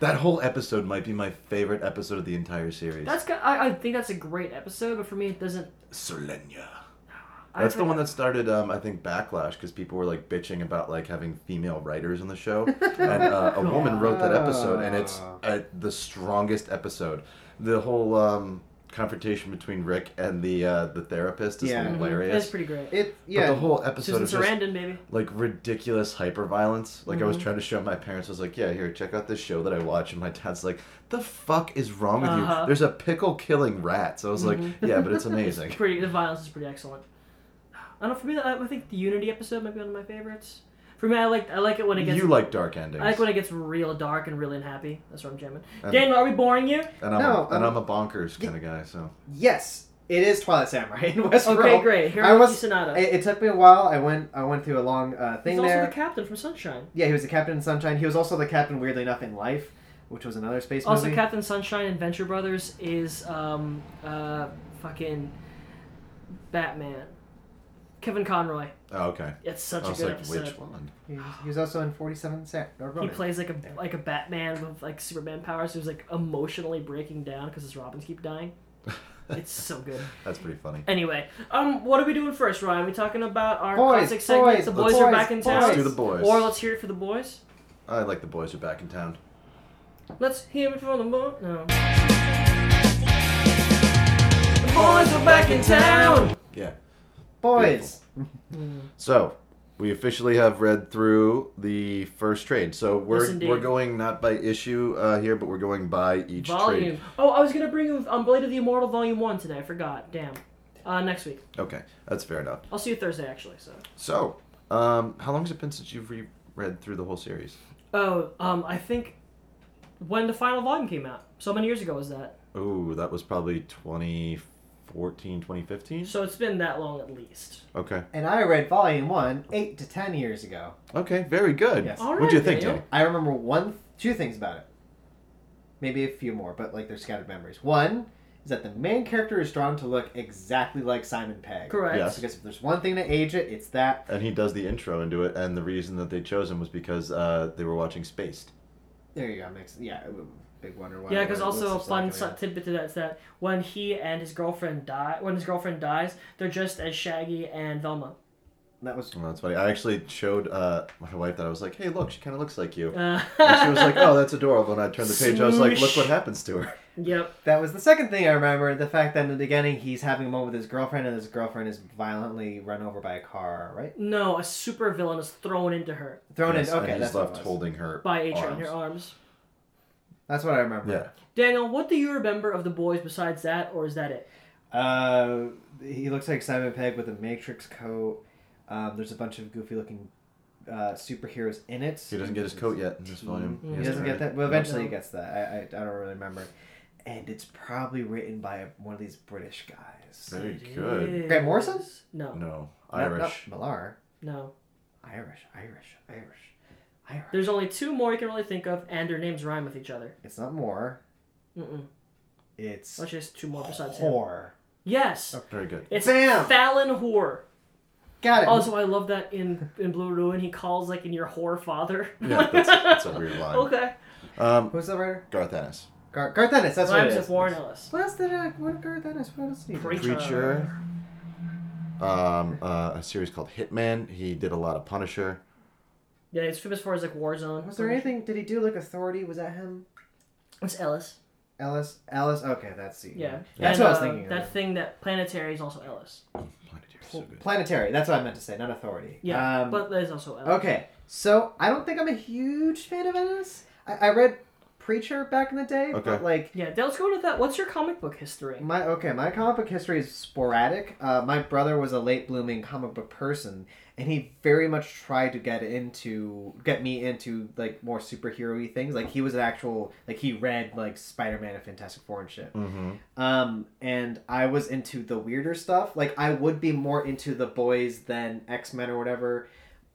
C: That whole episode might be my favorite episode of the entire series.
B: That's got, I, I think that's a great episode, but for me it doesn't.
C: Solenia.
B: I
C: That's the
B: heard-
C: one that started, um, I think, backlash because people were like bitching about like having female writers on the
B: [LAUGHS]
C: show, and uh, a woman wrote that episode, and it's uh, the strongest episode. The whole um, confrontation between Rick and the uh, the therapist is
A: Yeah. Mhm.
B: Mm-hmm. That's
C: hilarious.
B: pretty great.
A: It
C: But
A: yeah.
C: the whole episode
B: Susan
C: is just,
B: Sarandon, Mm-hmm. baby.
C: like ridiculous hyperviolence. Like I was trying to show my parents, I was like, "Yeah, here, check out this show that I watch," and my dad's like, "The fuck is wrong with
B: Uh-huh. Mm-hmm.
C: you? There's a pickle killing rats." I was like, "Yeah, but it's amazing."
B: Pretty, the violence is pretty excellent. I don't know. For me, I, I think the Unity episode might be one of my favorites. For me, I like [LAUGHS] I like it when it gets
C: You like dark endings.
B: I like when it gets real dark and really unhappy. That's what I'm jamming.
C: Um,
B: Daniel, are we boring you?
C: and I'm
A: No,
C: a, and
A: um,
C: I'm a bonkers kind of guy, so
A: Yes, it is Twilight Samurai in [LAUGHS] Westworld.
B: Okay, great. Here
A: I was.
B: Sonata.
A: It, it took me a while. I went. I went through a long uh, thing
B: He's also
A: there.
B: the captain from Sunshine.
A: yeah, he was the captain in Sunshine. He was also the captain, weirdly enough, in Life, which was another space
B: Also,
A: movie.
B: Captain Sunshine and Venture Brothers is um uh fucking Batman. Kevin Conroy.
C: Oh, okay.
B: It's such
C: I
B: a
C: was
B: good
C: like,
B: episode.
C: which one?
A: He, he was also in 47 Cent.
B: He plays like a like a Batman with like Superman powers. Who's like emotionally breaking down because his Robins
C: [LAUGHS]
B: keep dying. It's so good.
C: That's pretty funny.
B: Anyway, um, what are we doing first, Ryan? we talking about our
A: Boys,
B: classic segment.
A: boys,
B: The
A: the
B: boys, are
A: boys,
B: back in town.
C: Let's do the boys.
B: Or let's hear it for the boys.
C: I like the boys are back in town.
B: Let's hear it for the boys. No. The boys are back in town.
C: Yeah.
A: Boys.
C: So we officially have read through the first trade. So
B: Yes,
C: we're
B: indeed.
C: we're going not by issue uh, here, but we're going by each
B: Volume.
C: trade.
B: Oh, I was gonna bring you um, Blade of the Immortal Volume One today. I forgot. Damn. Uh, next week.
C: Okay, that's fair enough.
B: I'll see you Thursday actually. So.
C: So, um, how long has it been since you've reread through the whole series?
B: Oh, um, I think when the final volume came out. So many years ago was that.
C: Oh, that was probably 2014, 2015.
B: So it's been that long at least.
C: Okay.
A: And I read Volume 1 8 to 10 years ago.
C: Okay, very good.
A: Yes.
B: All
C: What'd you
B: right,
C: think,
B: Daniel.
C: Danny?
A: I remember one, two things about it. Maybe a few more, but like they're scattered memories. One is that the main character is drawn to look exactly like Simon Pegg.
B: Correct.
C: Yes.
A: Because if there's one thing to age it, it's that.
C: And he does the intro into it, and the reason that they chose him was because uh, they were watching Spaced.
A: There you go. Makes yeah. Big wonder why.
B: Yeah, because also a
A: looks like
B: fun
A: him,
B: si- tidbit to that is that when he and his girlfriend die, when his girlfriend dies, they're just as Shaggy and Velma.
A: yeah. That was
C: Well, that's funny. I actually showed uh, my wife that I was like, "Hey, look, she kind of looks like you."
B: Uh,
C: And she was like, "Oh, that's adorable." And I turned the page. I was like, "Look what happens to her."
B: yep.
A: that was the second thing I remember. The fact that in the beginning he's having a moment with his girlfriend, and his girlfriend is violently run over by a car. Right?
B: No, a super villain is thrown into her
A: Thrown
C: Yes,
A: in. Okay,
C: and he's
A: that's
C: left
A: what it was.
C: holding her
B: by H in
C: arms.
B: her arms.
A: That's what I remember.
C: Yeah.
B: Daniel, what do you remember of the boys besides that, or is that it?
A: Uh, he looks like Simon Pegg with a Matrix coat. Um, there's a bunch of goofy looking uh, superheroes in it. Mm-hmm.
C: He doesn't get his coat yet in this volume.
A: He doesn't get that. Well,
C: Nope.
A: eventually he
B: No.
A: gets that. I, I, I don't really remember. And it's probably written by one of these British guys.
C: Very good.
A: Grant Morrison?
B: No, no,
C: No,
A: Not- not
C: Irish.
A: Millar. Irish. Irish. Irish. Irish.
B: There's only two more you can really think of, and their names rhyme with each other.
A: It's not more.
B: Mm-mm.
A: It's
B: Let's just two more besides him.
A: whore.
B: Yes,
C: Very
B: [LAUGHS]
C: good.
B: it's
A: Bam!
B: Fallon whore.
A: Got it.
B: Also, I love that in in Blue Ruin he calls like in your whore father.
C: Yeah, that's, that's a
B: [LAUGHS]
C: weird line.
B: okay.
C: Um,
A: Who's the writer?
C: Garth Ennis.
A: Gar- Garth Ennis. That's what
B: Rhymes
A: it
B: with
A: is.
B: Warren Ellis.
A: What else did I, what did Garth Ennis? What else did he do?
B: Preacher.
C: Preacher. Um, uh, a series called Hitman. He did a lot of Punisher.
B: Yeah, he's famous for his like Warzone.
A: Was there anything? Did he do like Authority? Was that him?
B: It's Ellis.
A: Ellis. Ellis. Okay, that's the
B: Yeah.
A: That's
B: And,
A: what I was
B: uh,
A: thinking. of.
B: That thing that Planetary is also Ellis.
C: Planetary's so good.
A: Planetary. That's what I meant to say. Not Authority.
B: Yeah,
A: Um,
B: but there's also Ellis.
A: okay, so I don't think I'm a huge fan of Ennis. I, I read Preacher back in the day,
C: Okay.
A: but like
B: Yeah, then let's go to that. What's your comic book history?
A: My okay, my comic book history is sporadic. Uh, my brother was a late blooming comic book person, and he very much tried to get into get me into like more superhero-y things. Like he was an actual like he read like Spider Man and Fantastic Four and shit. Um, and I was into the weirder stuff. Like I would be more into the boys than X Men or whatever.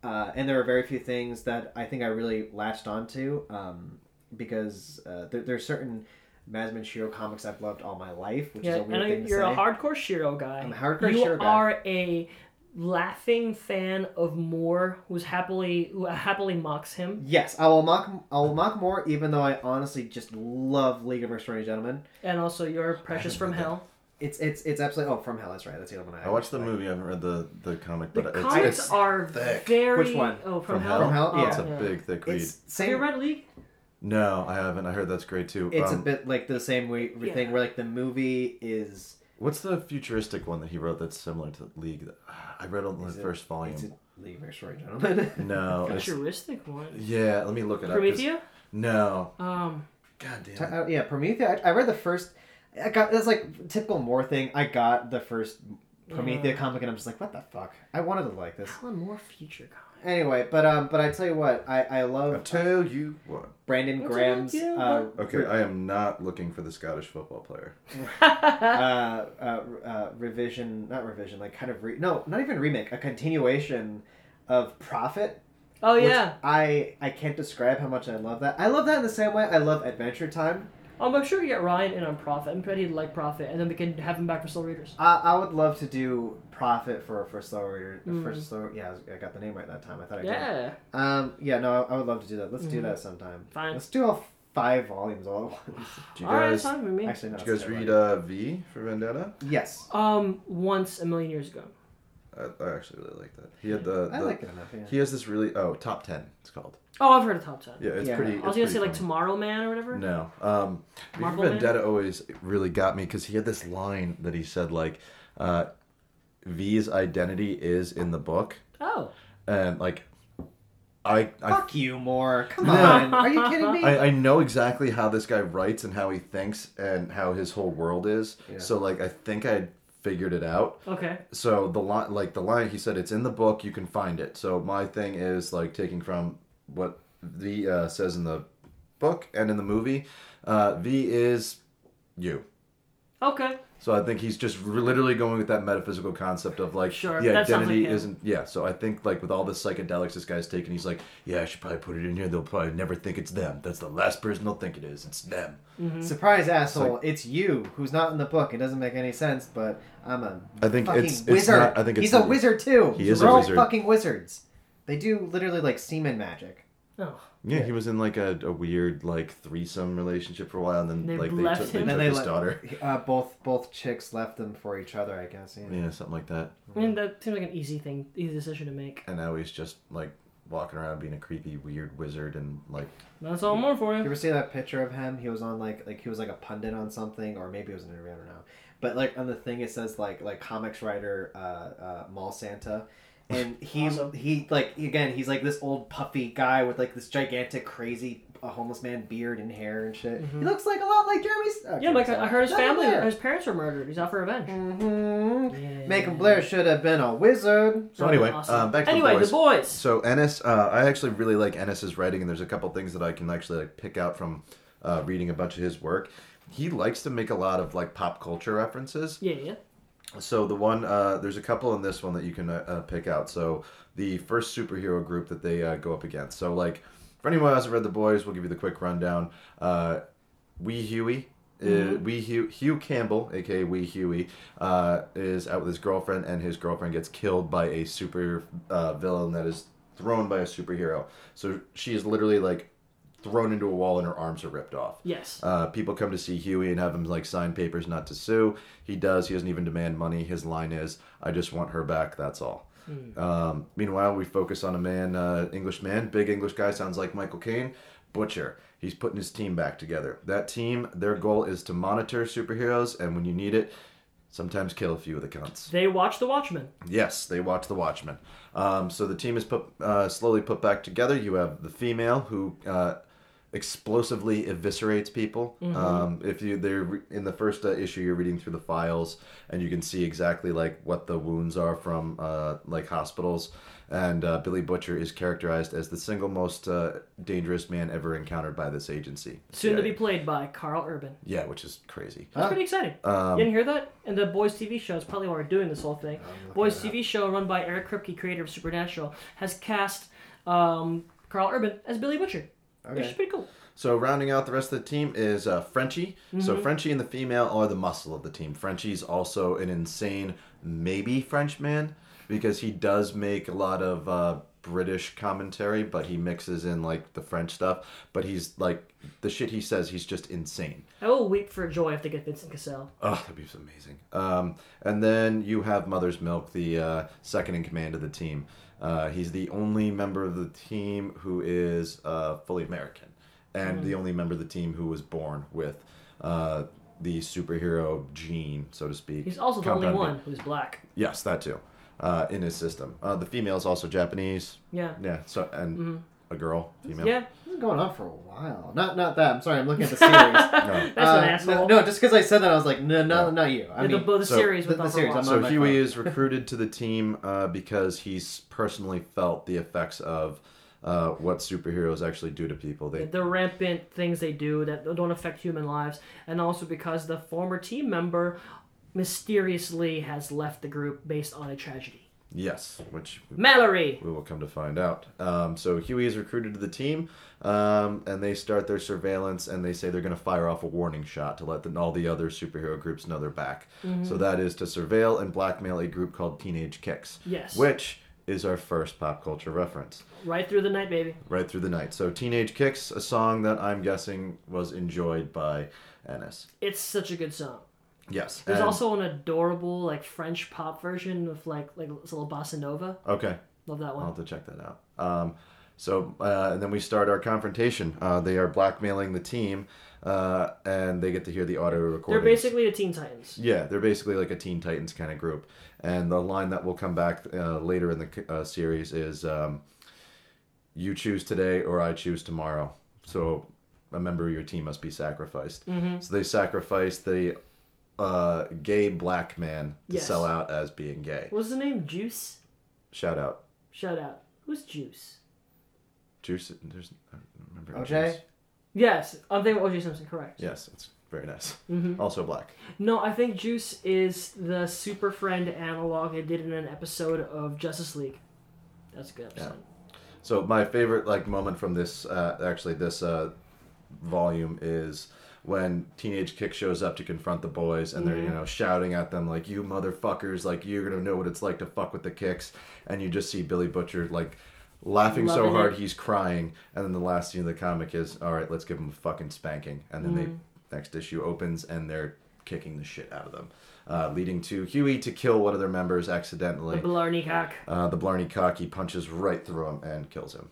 A: Uh, and there are very few things that I think I really latched onto um, because uh, there, there are certain Madman Shiro comics I've loved all my life, which is
B: Yeah,
A: a
B: and
A: weird thing to
B: you're
A: say.
B: a hardcore Shiro guy.
A: I'm a hardcore
B: you
A: Shiro guy.
B: are a laughing fan of Moore, who's happily who happily mocks him.
A: Yes, I will mock. I will mock more, even though I honestly just love League of Extraordinary Gentlemen.
B: And also, you're precious from hell.
A: It's it's it's absolutely. Oh, from hell. That's right. That's the other one. I,
C: I watched the movie. I haven't read the, the comic,
B: The
C: but it's,
B: comics
C: it's,
B: are very.
A: Which one?
B: Oh, from,
C: From
A: Hell?
B: hell.
A: From Hell?
B: Oh,
A: Yeah.
C: it's a big thick read.
A: It's
B: Have
A: same.
B: you read League?
C: No, I haven't. I heard that's great too.
A: It's a
C: Um,
A: bit like the same way
B: Yeah.
A: thing where like the movie is.
C: What's the futuristic one that he wrote that's similar to League? that- I read only
A: is
C: the
A: it-
C: first
A: It's a
C: volume.
A: League of Extraordinary Gentlemen.
C: [LAUGHS] No, it's,
B: Futuristic one.
C: yeah. Let me look it up. 'cause-
B: Promethea.
C: No.
B: Um,
C: God damn.
A: T- [LAUGHS]
C: it.
A: uh, yeah, Prometheus. I, I read the first. I got that's like typical Moore thing. I got the first Prometheus comic, and I'm just like, what the fuck? I wanted to like this
B: Alan Moore future comic.
A: anyway. But um, but I tell you what, I I
C: I'll
A: love
C: tell you what.
A: Brandon
B: What's
A: Graham's.
B: it like, yeah,
A: Uh,
C: Okay, I am not looking for the Scottish football player.
A: uh, uh, uh, revision, not revision, like kind of re- no, not even remake, a continuation of Prophet.
B: [LAUGHS] Oh
A: which
B: yeah.
A: I I can't describe how much I love that. I love that in the same way I love Adventure Time.
B: Um, I'm sure we get Ryan in on Profit. I'm pretty he'd like Profit, and then we can have him back for Soul Readers.
H: I, I would love to do profit for for slow reader
B: Mm.
H: for slow. Yeah, I was- I got the name right that time. I thought I did.
B: Yeah.
H: Um. Yeah. No, I, I would love to do that. Let's do
B: Mhm.
H: that sometime.
B: Fine.
H: Let's do all five volumes all at once.
C: Do you
B: All right,
C: guys,
B: it's fine with me.
H: Actually, no.
C: did you guys
H: it's not
C: read
H: right.
C: uh, V for Vendetta?
H: Yes.
B: Um, once a million years ago.
C: I, I actually really like that. He had the,
H: I
C: the-
H: like it enough. Yeah.
C: he has this really oh top ten. It's called.
B: Oh, I've heard of Top Ten.
C: Yeah, it's
H: Yeah.
C: pretty.
B: I
C: it's
B: was gonna
C: pretty
B: say like
C: funny.
B: Tomorrow Man or whatever.
C: No. Um, V for
B: Marvel Man?
C: Vendetta always really got me because he had this line that he said like, uh, "V's identity is in the book,"
B: Oh.
C: and like, I I,
H: Fuck you, Moore. Come
B: [LAUGHS]
C: No.
H: on. Are you kidding me?
C: I I know exactly how this guy writes and how he thinks and how his whole world is.
H: Yeah.
C: So like, I think I figured it out.
B: Okay.
C: so the line like the line he said it's in the book you can find it so my thing is like taking from what v uh, says in the book and in the movie uh, v is you
B: Okay.
C: so i think he's just r- literally going with that metaphysical concept of like
B: Sure,
C: the
B: that sounds
C: identity
B: like him.
C: isn't yeah so i think like with all the psychedelics this guy's taking he's like yeah i should probably put it in here they'll probably never think it's them that's the last person they'll think it is it's them
H: Surprise, asshole! It's you who's not in the book. It doesn't make any sense, but I'm a
C: i think
H: fucking
C: it's, it's
H: wizard.
C: not, i think it's
H: he's a
C: the-
H: wizard too.
C: He is
H: We're
C: a
H: all
C: wizard.
H: fucking wizards. They do literally like semen magic.
B: Oh.
C: Yeah, he was in like a, a weird like threesome relationship for a while, and then
B: They
C: like
B: left
C: they took,
B: him?
C: They took
H: And then they
C: his
H: let-
C: daughter.
H: Uh, both both chicks left them for each other. I guess. Yeah.
C: Yeah, something like that.
B: I mean, that seems like an easy thing, easy decision to make.
C: And now he's just like walking around being a creepy, weird wizard, and like
B: That's all more for
H: You
B: you.
H: ever see that picture of him? He was on like like he was like a pundit on something, or maybe it was an interview. I don't know. But like on the thing, it says like like comics writer uh, uh, Mall Santa, and
B: [LAUGHS]
H: he
B: Awesome.
H: he like again he's like this old puffy guy with like this gigantic crazy uh, homeless man beard and hair and shit. He looks like a lot like uh, Jeremy's.
B: Mm-hmm. Yeah, like I I heard his family, his parents were murdered. He's out for revenge.
C: Mm.
H: Mm-hmm.
B: Yeah.
H: Macon Blair should have been a wizard.
C: so. Anyway,
B: Awesome.
C: uh, back to
B: anyway,
C: the boys.
B: the boys.
C: So Ennis, uh, I actually really like Ennis's writing, and there's a couple things that I can actually like pick out from uh, reading a bunch of his work. He likes to make a lot of like pop culture references.
B: Yeah, yeah.
C: So the one uh, there's a couple in this one that you can uh, uh, pick out. So the first superhero group that they uh, go up against. So like for anyone who hasn't read the boys, we'll give you the quick rundown. Uh, Wee Huey. Uh, Wee Hugh, Hugh Campbell, aka Wee Huey, uh, is out with his girlfriend, and his girlfriend gets killed by a super uh, villain that is thrown by a superhero. So she is literally like thrown into a wall, and her arms are ripped off.
B: Yes.
C: Uh, people come to see Huey and have him like sign papers not to sue. He does. He doesn't even demand money. His line is, "I just want her back. That's all." Um, meanwhile, we focus on a man, uh, English man, big English guy, sounds like Michael Caine, butcher. He's putting his team back together. That team, their goal is to monitor superheroes, and when you need it, sometimes kill a few of the cunts.
B: They watch The Watchmen.
C: Yes, they watch The Watchmen. Um, so the team is put uh, slowly put back together. You have the female who uh, explosively eviscerates people.
B: Mm-hmm.
C: Um, if you they're re- in the first uh, issue, you're reading through the files, and you can see exactly like what the wounds are from uh, like hospitals. And uh, Billy Butcher is characterized as the single most uh, dangerous man ever encountered by this agency.
B: Soon to be
C: Yeah.
B: played by Carl Urban.
C: Yeah, which is crazy.
B: That's pretty exciting.
C: Um,
B: you didn't hear that? And the Boys TV show is probably why we're doing this whole thing. Boys TV show, run by Eric Kripke, creator of Supernatural, has cast um, Carl Urban as Billy Butcher, which is
H: Okay.
B: pretty cool.
C: So rounding out the rest of the team is uh, Frenchie. So Frenchie and the female are the muscle of the team. Frenchie's also an insane maybe Frenchman because he does make a lot of uh, British commentary, but he mixes in like the French stuff. But he's like the shit he says. He's just insane.
B: I will weep for joy if they get Vincent Cassell.
C: Oh, that'd be amazing. Um, and then you have Mother's Milk, the uh, second in command of the team. Uh, he's the only member of the team who is uh, fully American, and
B: Hmm.
C: the only member of the team who was born with uh, the superhero gene, so to speak.
B: He's also the only
C: Compound B.
B: one who's black.
C: Yes, that too. Uh, in his system, uh, the female is also Japanese.
B: Yeah.
C: Yeah. So and
B: Mm-hmm.
C: a girl, female.
B: Yeah,
H: This is going on for a while. Not not that. I'm sorry. I'm looking at the series.
C: No.
B: [LAUGHS] that's an
H: Uh,
B: asshole.
H: No, no just because I said that, I was like, no, no, not you. I
B: the,
H: mean,
B: the, the
C: so-
B: series with
H: the-
B: the,
H: the series, I'm
C: So
H: on my
C: Huey
H: phone.
C: is recruited to the team uh, because he's personally felt the effects of uh, what superheroes actually do to people. They
B: the rampant things they do that don't affect human lives, and also because the former team member mysteriously has left the group based on a tragedy.
C: Yes, which
B: Mallory.
C: we will come to find out. Um, so Huey is recruited to the team, um, and they start their surveillance, and they say they're going to fire off a warning shot to let the, all the other superhero groups know they're back.
B: Mhm.
C: So that is to surveil and blackmail a group called Teenage Kicks.
B: Yes.
C: Which is our first pop culture reference.
B: Right through the night, baby.
C: Right through the night. So Teenage Kicks, a song that I'm guessing was enjoyed by Ennis.
B: It's such a good song.
C: Yes.
B: There's
C: and-
B: also an adorable like French pop version with like like it's a little bossa nova.
C: Okay.
B: Love that one.
C: I'll have to check that out. Um, so, uh, and then we start our confrontation. Uh, they are blackmailing the team, uh, and they get to hear the audio
B: They're
C: recording.
B: basically the Teen Titans.
C: Yeah, they're basically like a Teen Titans kind of group. And the line that will come back uh, later in the c- uh, series is um, You choose today or I choose tomorrow. So a member of your team must be sacrificed.
B: Mhm.
C: So they sacrifice the uh, gay black man to
B: Yes.
C: sell out as being gay.
B: What's the name? Juice.
C: Shout out.
B: Shout out. Who's Juice?
C: Juice. There's, I don't remember.
A: OJ?
C: Juice.
B: Yes, I'm thinking O.J. Simpson. Correct.
C: Yes, it's very nice.
B: Mhm.
C: Also black.
B: No, I think Juice is the Super Friend analog they did in an episode of Justice League. That's a good episode.
C: So my favorite like moment from this uh, actually this uh, volume is when teenage kick shows up to confront the boys and they're you
B: Mhm.
C: know shouting at them like you motherfuckers like you're gonna know what it's like to fuck with the kicks and you just see Billy Butcher like laughing so
B: Loving
C: hard
B: it.
C: he's crying and then the last scene of the comic is all right let's give him a fucking spanking and then
B: Mhm.
C: they next issue opens and they're kicking the shit out of them uh, leading to Huey to kill one of their members accidentally
B: The Blarney cock.
C: uh, the Blarney cocky punches right through him and kills him.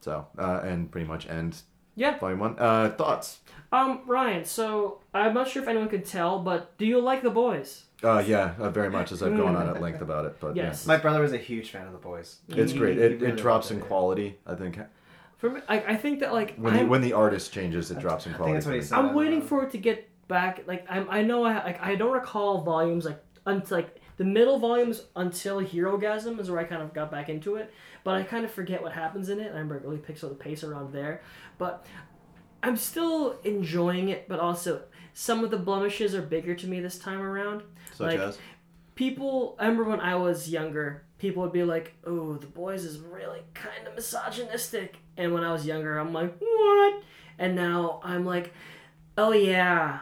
C: So, uh, and pretty much end
B: Yeah.
C: volume one. Uh, thoughts?
B: Um, Ryan. So I'm not sure if anyone could tell, but do you like the boys?
C: Uh, yeah, uh, very much as I've gone on
B: [LAUGHS]
C: at length about it, but
B: Yes.
A: My brother was a huge fan of the boys.
C: yeah. it's
A: He-
C: great.
A: he
C: It,
A: really
C: it drops
A: loved
C: in quality, I think.
B: For me, I, I think that like
C: When the,
B: I'm,
C: when the artist changes, it drops
A: I
C: in
A: think
C: quality.
A: that's what
C: for
A: he
C: me.
A: said.
B: I'm waiting for it to get back. Like I'm, I know I like I don't recall volumes like until like the middle volumes until Hero Gasm is where I kind of got back into it, but I kind of forget what happens in it. and I remember it really picks up the pace around there, but I'm still enjoying it. But also some of the blemishes are bigger to me this time around.
C: Such
B: like,
C: as?
B: people i remember when i was younger people would be like oh the boys is really kind of misogynistic and when i was younger i'm like what and now i'm like oh yeah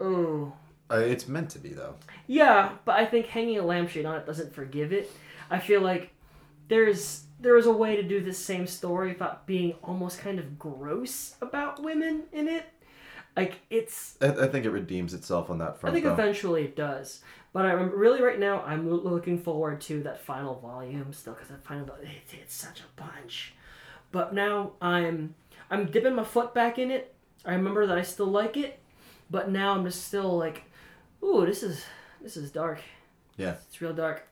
B: oh
C: Uh, it's meant to be, though.
B: yeah but i think hanging a lampshade on it doesn't forgive it i feel like there's there is a way to do this same story without being almost kind of gross about women in it like it's
C: I, I think it redeems itself on that
B: I
C: front.
B: think
C: though.
B: eventually it does. But I'm really right now. I'm lo- looking forward to that final volume still because that final volume it, it's such a bunch. But now I'm I'm dipping my foot back in it. I remember that I still like it, but now I'm just still like, ooh, this is this is dark.
C: Yeah.
B: It's real dark.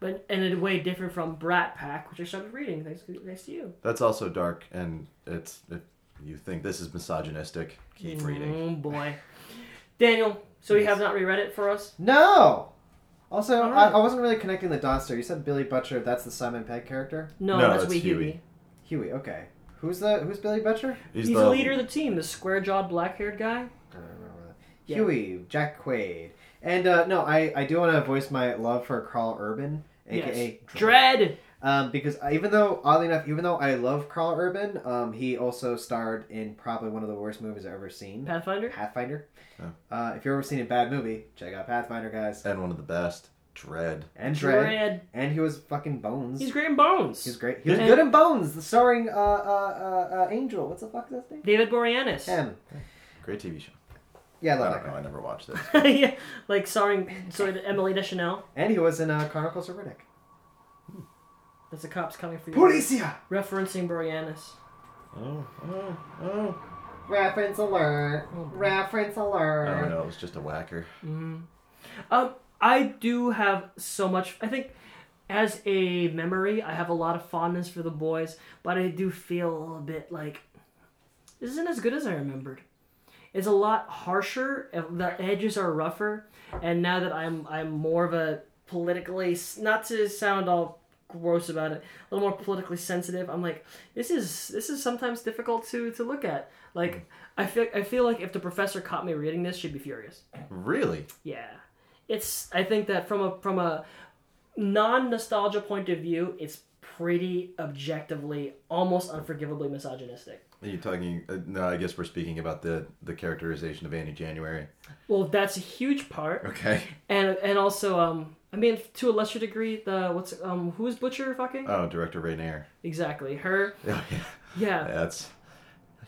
B: But and in a way different from Brat Pack, which I started reading thanks thanks to you.
C: That's also dark, and it's. If you think this is misogynistic, keep reading.
B: Oh boy, Daniel. So you have not reread it for us.
A: No! Also, I,
B: All right.
A: I wasn't really connecting the dots there. You said Billy Butcher, that's the Simon Pegg character?
B: No,
C: No,
B: that's
C: it's
B: we
C: Huey.
B: Huey.
A: Huey, okay. Who's the who's Billy Butcher?
B: He's, the, leader of the team, the square jawed, black haired guy.
A: I don't remember that.
B: Yeah.
A: Huey, Jack Quaid. And uh, no, I, I do want to voice my love for Carl Urban, aka
B: yes. Dread.
A: Um, because I- even though, oddly enough, even though I love Carl Urban, um, he also starred in probably one of the worst movies I've ever seen,
B: Pathfinder.
A: Pathfinder.
C: Oh.
A: Uh, if you've ever seen a bad movie, check out Pathfinder, guys.
C: And one of the best, Dread.
A: And Dread. And he was fucking Bones.
B: He's great in Bones.
A: He's great. He was
B: And-
A: good in Bones, starring uh, uh, uh, uh, Angel. What's the fuck is his name?
B: David Boreanaz.
A: Him.
C: Great TV show.
A: Yeah, I
C: I
A: love
C: don't
A: that
C: know.
A: guy.
C: I never watched it.
B: [LAUGHS] yeah, like starring
A: [LAUGHS]
B: sort of Emily Deschanel.
A: And he was in uh, Chronicles of Riddick.
B: That's the cops coming for you.
A: Policia!
B: Referencing Boreanaz.
C: Oh, oh, oh.
A: Reference alert. Reference alert.
C: Oh, I don't know. It was just a whacker.
B: Um, I do have so much. I think as a memory, I have a lot of fondness for the boys, but I do feel a little bit like this isn't as good as I remembered. It's a lot harsher. and The edges are rougher, and now that I'm I'm more of a politically not to sound all gross about it, a little more politically sensitive. I'm like this is this is sometimes difficult to to look at. Like I feel I feel like if the professor caught me reading this, she'd be furious.
C: Really?
B: Yeah, it's. I think that from a from a non nostalgia point of view, it's pretty objectively, almost unforgivably misogynistic.
C: Are you talking? Uh, no, I guess we're speaking about the the characterization of Annie January.
B: Well, that's a huge part.
C: Okay.
B: And and also, um, I mean, to a lesser degree, the what's um, who's Butcher fucking?
C: Oh, director Rainier.
B: Exactly, her.
C: Oh, yeah.
B: Yeah.
C: That's.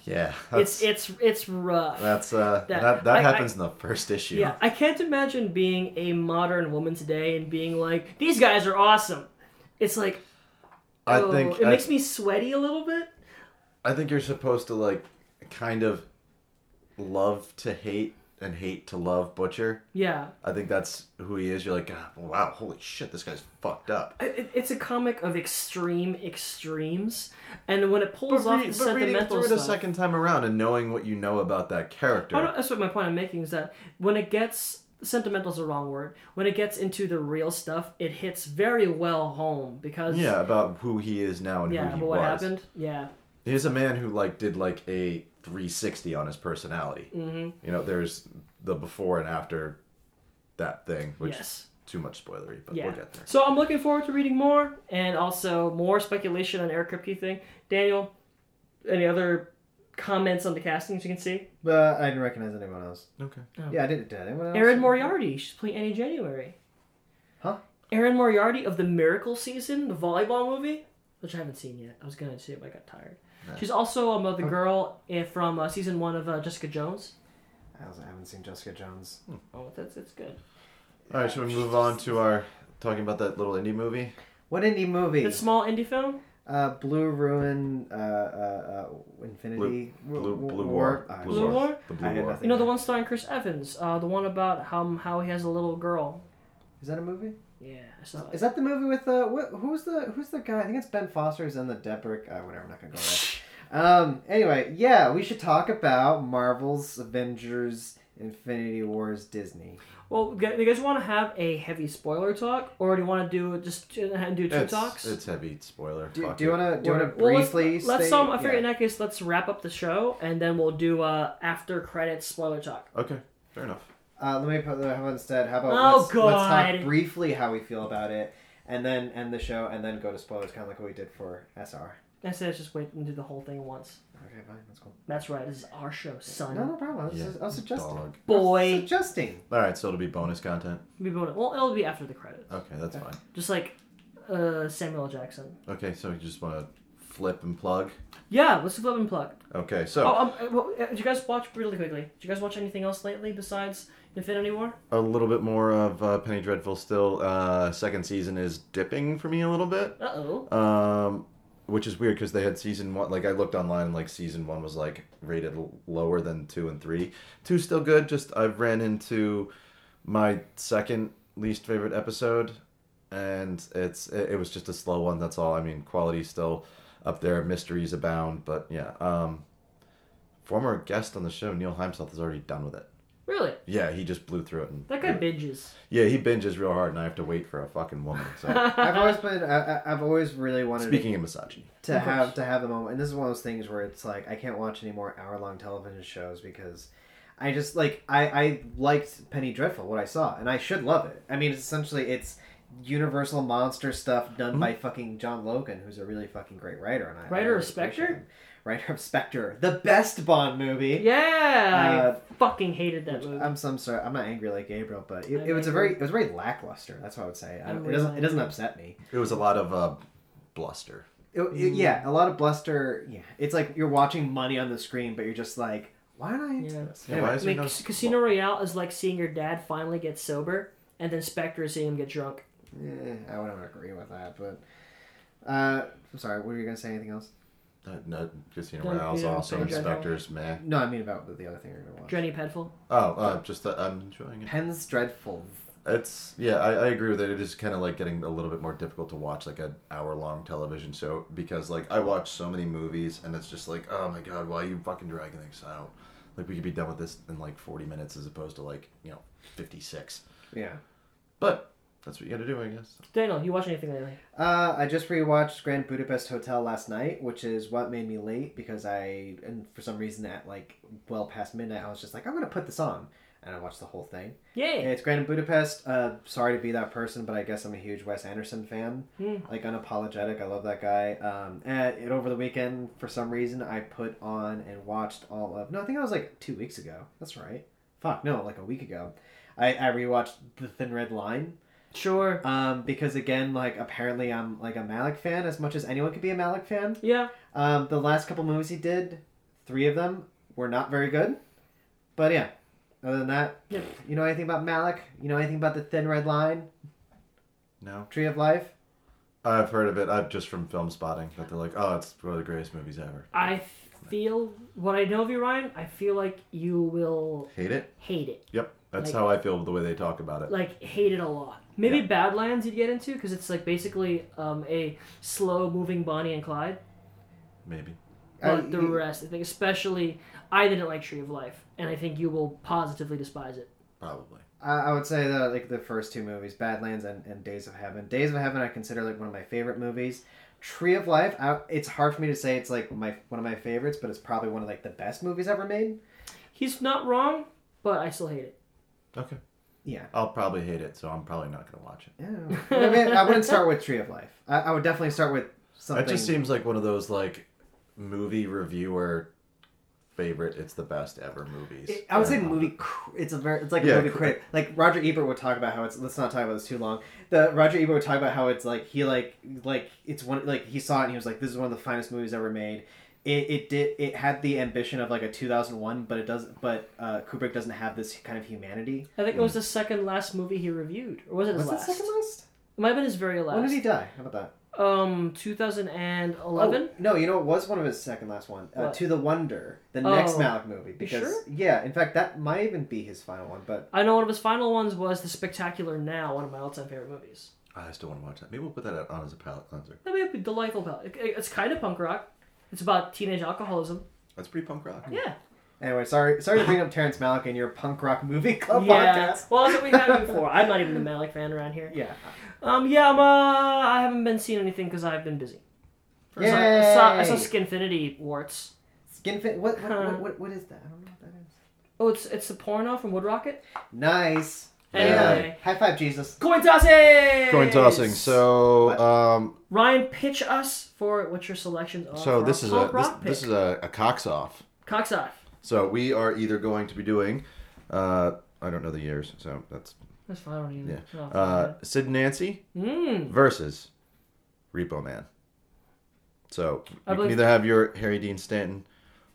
C: Yeah.
B: It's
C: That's,
B: it's it's rough.
C: that's uh
B: that-
C: that that,
B: I- I-
C: happens in the first issue.
B: Yeah, I can't imagine being a modern woman today and being like, "These guys are awesome." It's like,
C: I
B: oh,
C: think
B: it
C: I,
B: makes me sweaty a little bit.
C: I think you're supposed to like kind of love to hate and hate to love Butcher.
B: Yeah,
C: I think that's who he is. You're like, "Ah, wow, holy shit, this guy's fucked up.
B: I- it, it's a comic of extreme extremes, and when it pulls off
C: re-
B: the
C: but reading
B: sentimental
C: through it a
B: stuff,
C: second time around and knowing what you know about that character,
B: I don't- uh, that's what my point I'm making is that when it gets sentimental is the wrong word. When it gets into the real stuff, it hits very well home because
C: yeah, about who he is now and
B: yeah,
C: who he
B: but what
C: was.
B: happened? Yeah,
C: He's a man who like did like a 360 on his personality.
B: Mhm.
C: You know, there's the before and after that thing, which
B: Yes.
C: is too much spoilery, but
B: yeah.
C: we'll get there.
B: So I'm looking forward to reading more and also more speculation on Eric Kripke thing. Daniel, any other comments on the castings you can see?
H: But I didn't recognize anyone else.
C: Okay.
B: Oh.
H: Yeah, I didn't. Did anyone else?
B: Erin Moriarty, she's playing Annie January.
H: Huh?
B: Erin Moriarty of the Miracle Season, the volleyball movie, which I haven't seen yet. I was gonna see it, but I got tired. She's also um, the girl eh, from uh, season one of uh, Jessica Jones.
H: I also haven't seen Jessica Jones.
B: Oh, that's it's good.
C: All right, should we move on to our talking about that little indie movie?
H: What indie movie?
B: That small indie film.
H: Uh, Blue Ruin, uh, uh, uh, Infinity,
C: Blue,
H: Wa-
C: Blue
H: Wa-
C: War.
H: Ah,
B: Blue War?
C: The
H: I
C: Blue
H: had
C: War.
H: nothing.
B: You know the one starring Chris Evans, uh, the one about how how he has a little girl.
H: Is that a movie?
B: Yeah, I saw it.
H: Is that the movie with uh, wh- who's the who's the guy? I think it's Ben Foster's and the Debrick. Uh, whatever. I'm not gonna
A: [LAUGHS]
H: go there. Um. Anyway, yeah, we should talk about Marvel's Avengers: Infinity Wars Disney.
B: Well, g- you guys want to have a heavy spoiler talk, or do you want to do just uh, do two
C: It's,
B: talks?
C: it's heavy spoiler.
H: Do,
C: Fuck
H: do you
C: it.
H: wanna do you wanna
B: Well, let's-
H: briefly?
B: Let's,
H: say-
B: um, I figure
H: yeah.
B: in that case, let's wrap up the show, and then we'll do uh after credits spoiler talk.
C: Okay, fair enough.
H: Uh, let me put the how about instead. How about
B: Oh,
H: let's, let's
B: God.
H: talk briefly how we feel about it, and then end the show, and then go to spoilers, kind of like what we did for SR.
B: I said let's just wait and do the whole thing once.
H: Okay, fine,
B: [LAUGHS]
H: that's cool.
B: That's right. This is our show, son.
H: No, no problem. I was, I was suggesting.
C: Dog.
H: I was
B: Boy,
H: suggesting.
C: All right, so it'll be bonus content.
B: We'll be doing it- well, it'll be after the
H: Oh.
B: credits,
C: Okay, that's fine.
B: just like uh Samuel L. Jackson.
C: Okay, so you just want to flip and plug.
B: Yeah, let's flip and plug.
C: Okay, so
B: Oh, um, uh, well, uh, did you guys watch really quickly? Did you guys watch anything else lately besides Infinity War?
C: a little bit more of uh, Penny Dreadful still. Uh, second season is dipping for me a little bit.
B: Uh oh.
C: Um, which is weird because they had season one. Like I looked online, and like season one was like rated l- lower than two and three. Two's still good. Just I've ran into my second least favorite episode, and it's it, it was just a slow one. That's all. I mean, quality's still up there. Mysteries abound, but yeah. Um, former guest on the show, Neil Heimseth, is already done with it.
B: Really?
C: Yeah, he just blew through it. And,
B: That guy binges.
C: yeah, he binges real hard, and I have to wait for a fucking woman.
H: [LAUGHS]
C: So
H: I've always been. I, I- I've always really wanted to
C: speaking of misogyny.
H: to
B: Of course.
H: have to have the moment and this is one of those things where it's like i can't watch any more hour-long television shows because i just like i i liked penny dreadful what i saw and i should love it i mean it's essentially it's universal monster stuff done by fucking john logan who's a really fucking great writer and i I
B: Mm-hmm. Writer of
H: really appreciate
B: Spectre?
H: him. writer of spectre the best bond movie
B: Yeah,
H: Uh,
B: I fucking hated that movie.
H: I'm some sorry. I'm not angry like Gabriel, but
B: I'm
H: it, it was a
B: angry.
H: very it was very lackluster. That's what I would say. I,
B: I'm
H: don't- it doesn't
B: really
H: it doesn't upset me.
C: It was a lot of uh, bluster.
H: It- it- yeah, a lot of bluster. Yeah, it's like you're watching money on the screen, but you're just like, why am I into
B: Yeah.
H: this?
C: Yeah,
H: Anyway,
C: why
B: I
C: is there
B: mean,
C: no
B: Cas- Casino Royale is like seeing your dad finally get sober, and then Spectre is seeing him get drunk.
H: eh, I wouldn't agree with that, but uh, I'm sorry. Were you gonna say anything else?
C: Uh, no, Christina
B: Don't
C: Royale's
B: be a
C: also
B: stranger.
C: inspectors man.
H: No, I mean about the, the other thing you're gonna watch.
B: Drenny Pedful.
C: Oh, uh, just that I'm enjoying it.
H: Penn's dreadful.
C: It's yeah, I, I agree with it. It is kind of like getting a little bit more difficult to watch like an hour long television show because like I watch so many movies and it's just like oh my god, why are you fucking dragging things out? Like we could be done with this in like 40 minutes as opposed to like you know 56.
H: Yeah.
C: But that's what you got to do, I guess.
B: Daniel, you watch anything lately?
H: Uh, I just rewatched Grand Budapest Hotel last night, which is what made me late because I, and for some reason at like well past midnight, I was just like, I'm gonna put this on. and I watched the whole thing.
B: Yay!
H: It's Grand Budapest. Uh, sorry to be that person, but I guess I'm a huge Wes Anderson fan.
B: Hmm.
H: Like unapologetic. I love that guy. Um, and, and over the weekend, for some reason, I put on and watched all of. No, I think it was like two weeks ago. That's right. Fuck no, like a week ago. I, I rewatched The Thin Red Line.
B: Sure.
H: Um, because again, like apparently I'm like a Malick fan as much as anyone could be a Malick fan.
B: Yeah.
H: Um, the last couple movies he did, three of them were not very good. But yeah, other than that,
B: Yeah.
H: you know anything about Malick? You know anything about the Thin Red Line,
C: No.
H: Tree of Life?
C: I've heard of it. I've just from film spotting that they're like, oh, it's one of the greatest movies ever.
B: I feel what I know of you, Ryan. I feel like you will
C: Hate it?
B: hate it.
C: Yep. That's
B: Like-
C: how I feel with the way they talk about it.
B: Like hate it a lot. Maybe Badlands you'd get into because it's like basically um, a slow-moving Bonnie and Clyde.
C: Maybe.
B: But
H: Uh,
B: the
H: you-
B: rest, I think, especially, I didn't like Tree of Life, and I think you will positively despise it.
C: Probably.
H: I, I would say that like the first two movies, Badlands and, and Days of Heaven. Days of Heaven I consider like one of my favorite movies. Tree of Life, I, it's hard for me to say it's like my one of my favorites, but it's probably one of like the best movies ever made.
B: He's not wrong, but I still hate it.
C: Okay.
H: Yeah.
C: I'll probably hate it, so I'm probably not going to watch it.
H: Yeah. I, mean, I wouldn't start with Tree of Life. I, I would definitely start with something.
C: That just seems like one of those like movie reviewer favorite. It's the best ever movies. Um,
H: It- I would say movie. cr- It's a very. It's like
C: Yeah,
H: a movie
C: cr-
H: critic. Like Roger Ebert would talk about how it's. Let's not talk about this too long. The Roger Ebert would talk about how it's like he like like it's one like he saw it and he was like this is one of the finest movies ever made. It, it did it had the ambition of like a 2001 but it doesn't but uh, Kubrick doesn't have this kind of humanity.
B: I think it was the second last movie he reviewed, or was it his
H: Was
B: last?
H: that second last?
B: It might have been his very last.
H: When did he die? How about that?
B: Um, 2011.
H: Oh, no, you know it was one of his second last one. Uh,
B: What?
H: to the Wonder, the next
B: Oh.
H: Malick movie because
B: sure?
H: yeah, in fact that might even be his final one. But
B: I know one of his final ones was The Spectacular Now, one of my all-time favorite movies.
C: I still want to watch that. Maybe we'll put that out on as a palate cleanser.
B: That would be a delightful pal. it- It's kind of punk rock. It's about teenage alcoholism.
C: That's pretty punk rock.
B: Yeah.
H: anyway, sorry sorry to bring up Terrence Malick and your punk rock movie [LAUGHS] club
B: yeah.
H: podcast.
B: Well, that's what we had before. I'm not even a Malik fan around here.
H: [LAUGHS] Yeah.
B: Um, yeah, I'm, uh, I haven't been seeing anything because I've been busy. I saw- I saw, I saw Skinfinity warts.
H: Skin fit. What what,
B: Huh.
H: what, what what is that? I don't know what that is.
B: Oh, it's it's the porno from Wood Rocket.
H: Nice.
B: Anyway.
H: High five, Jesus.
B: Coin tossing.
C: Coin tossing. So, um,
B: Ryan, pitch us for what your selections are.
C: so
B: for
C: this
B: our
C: is
B: punk
C: a this,
B: rock
C: this
B: pick.
C: is a, a cocks off.
B: Cox off.
C: So we are either going to be doing, uh, I don't know the years, so that's
B: That's fine. I don't
H: Mm,
C: yeah,
B: even. Yeah.
C: uh, Sid and Nancy
B: mm.
C: versus Repo Man. So you
B: I
C: can
B: believe-
C: either have your Harry Dean Stanton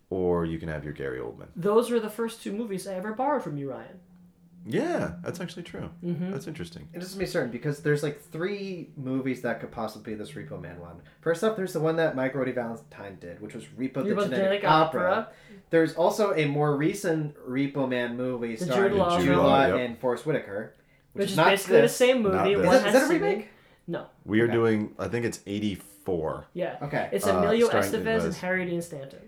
C: or you can have your Gary Oldman.
B: Those were the first two movies I ever borrowed from you, Ryan.
C: Yeah, that's actually true.
B: Mm-hmm.
C: That's interesting.
H: It doesn't be certain because there's like three movies that could possibly be this Repo Man one. First up, there's the one that Mike Roddy Valentine did, which was Repo the
B: Repo
H: Genetic,
B: the Genetic
H: Opera.
B: Opera.
H: There's also a more recent Repo Man movie
B: The
H: starring
B: Jude Law
H: Jude
B: movie.
H: Law
C: Yep.
H: and Forrest Whitaker, which,
B: Which,
H: is,
B: is
H: not
B: basically
H: this.
B: the same movie.
C: Not this.
B: One
H: Is that-
B: has
H: is that a
B: singing.
H: remake?
B: No.
C: We are
H: Okay.
C: doing, I think it's 84.
B: Yeah.
H: Okay.
B: It's
C: Uh,
B: Emilio
C: starring
B: Estevez and
C: Estevez.
B: Harry Dean Stanton.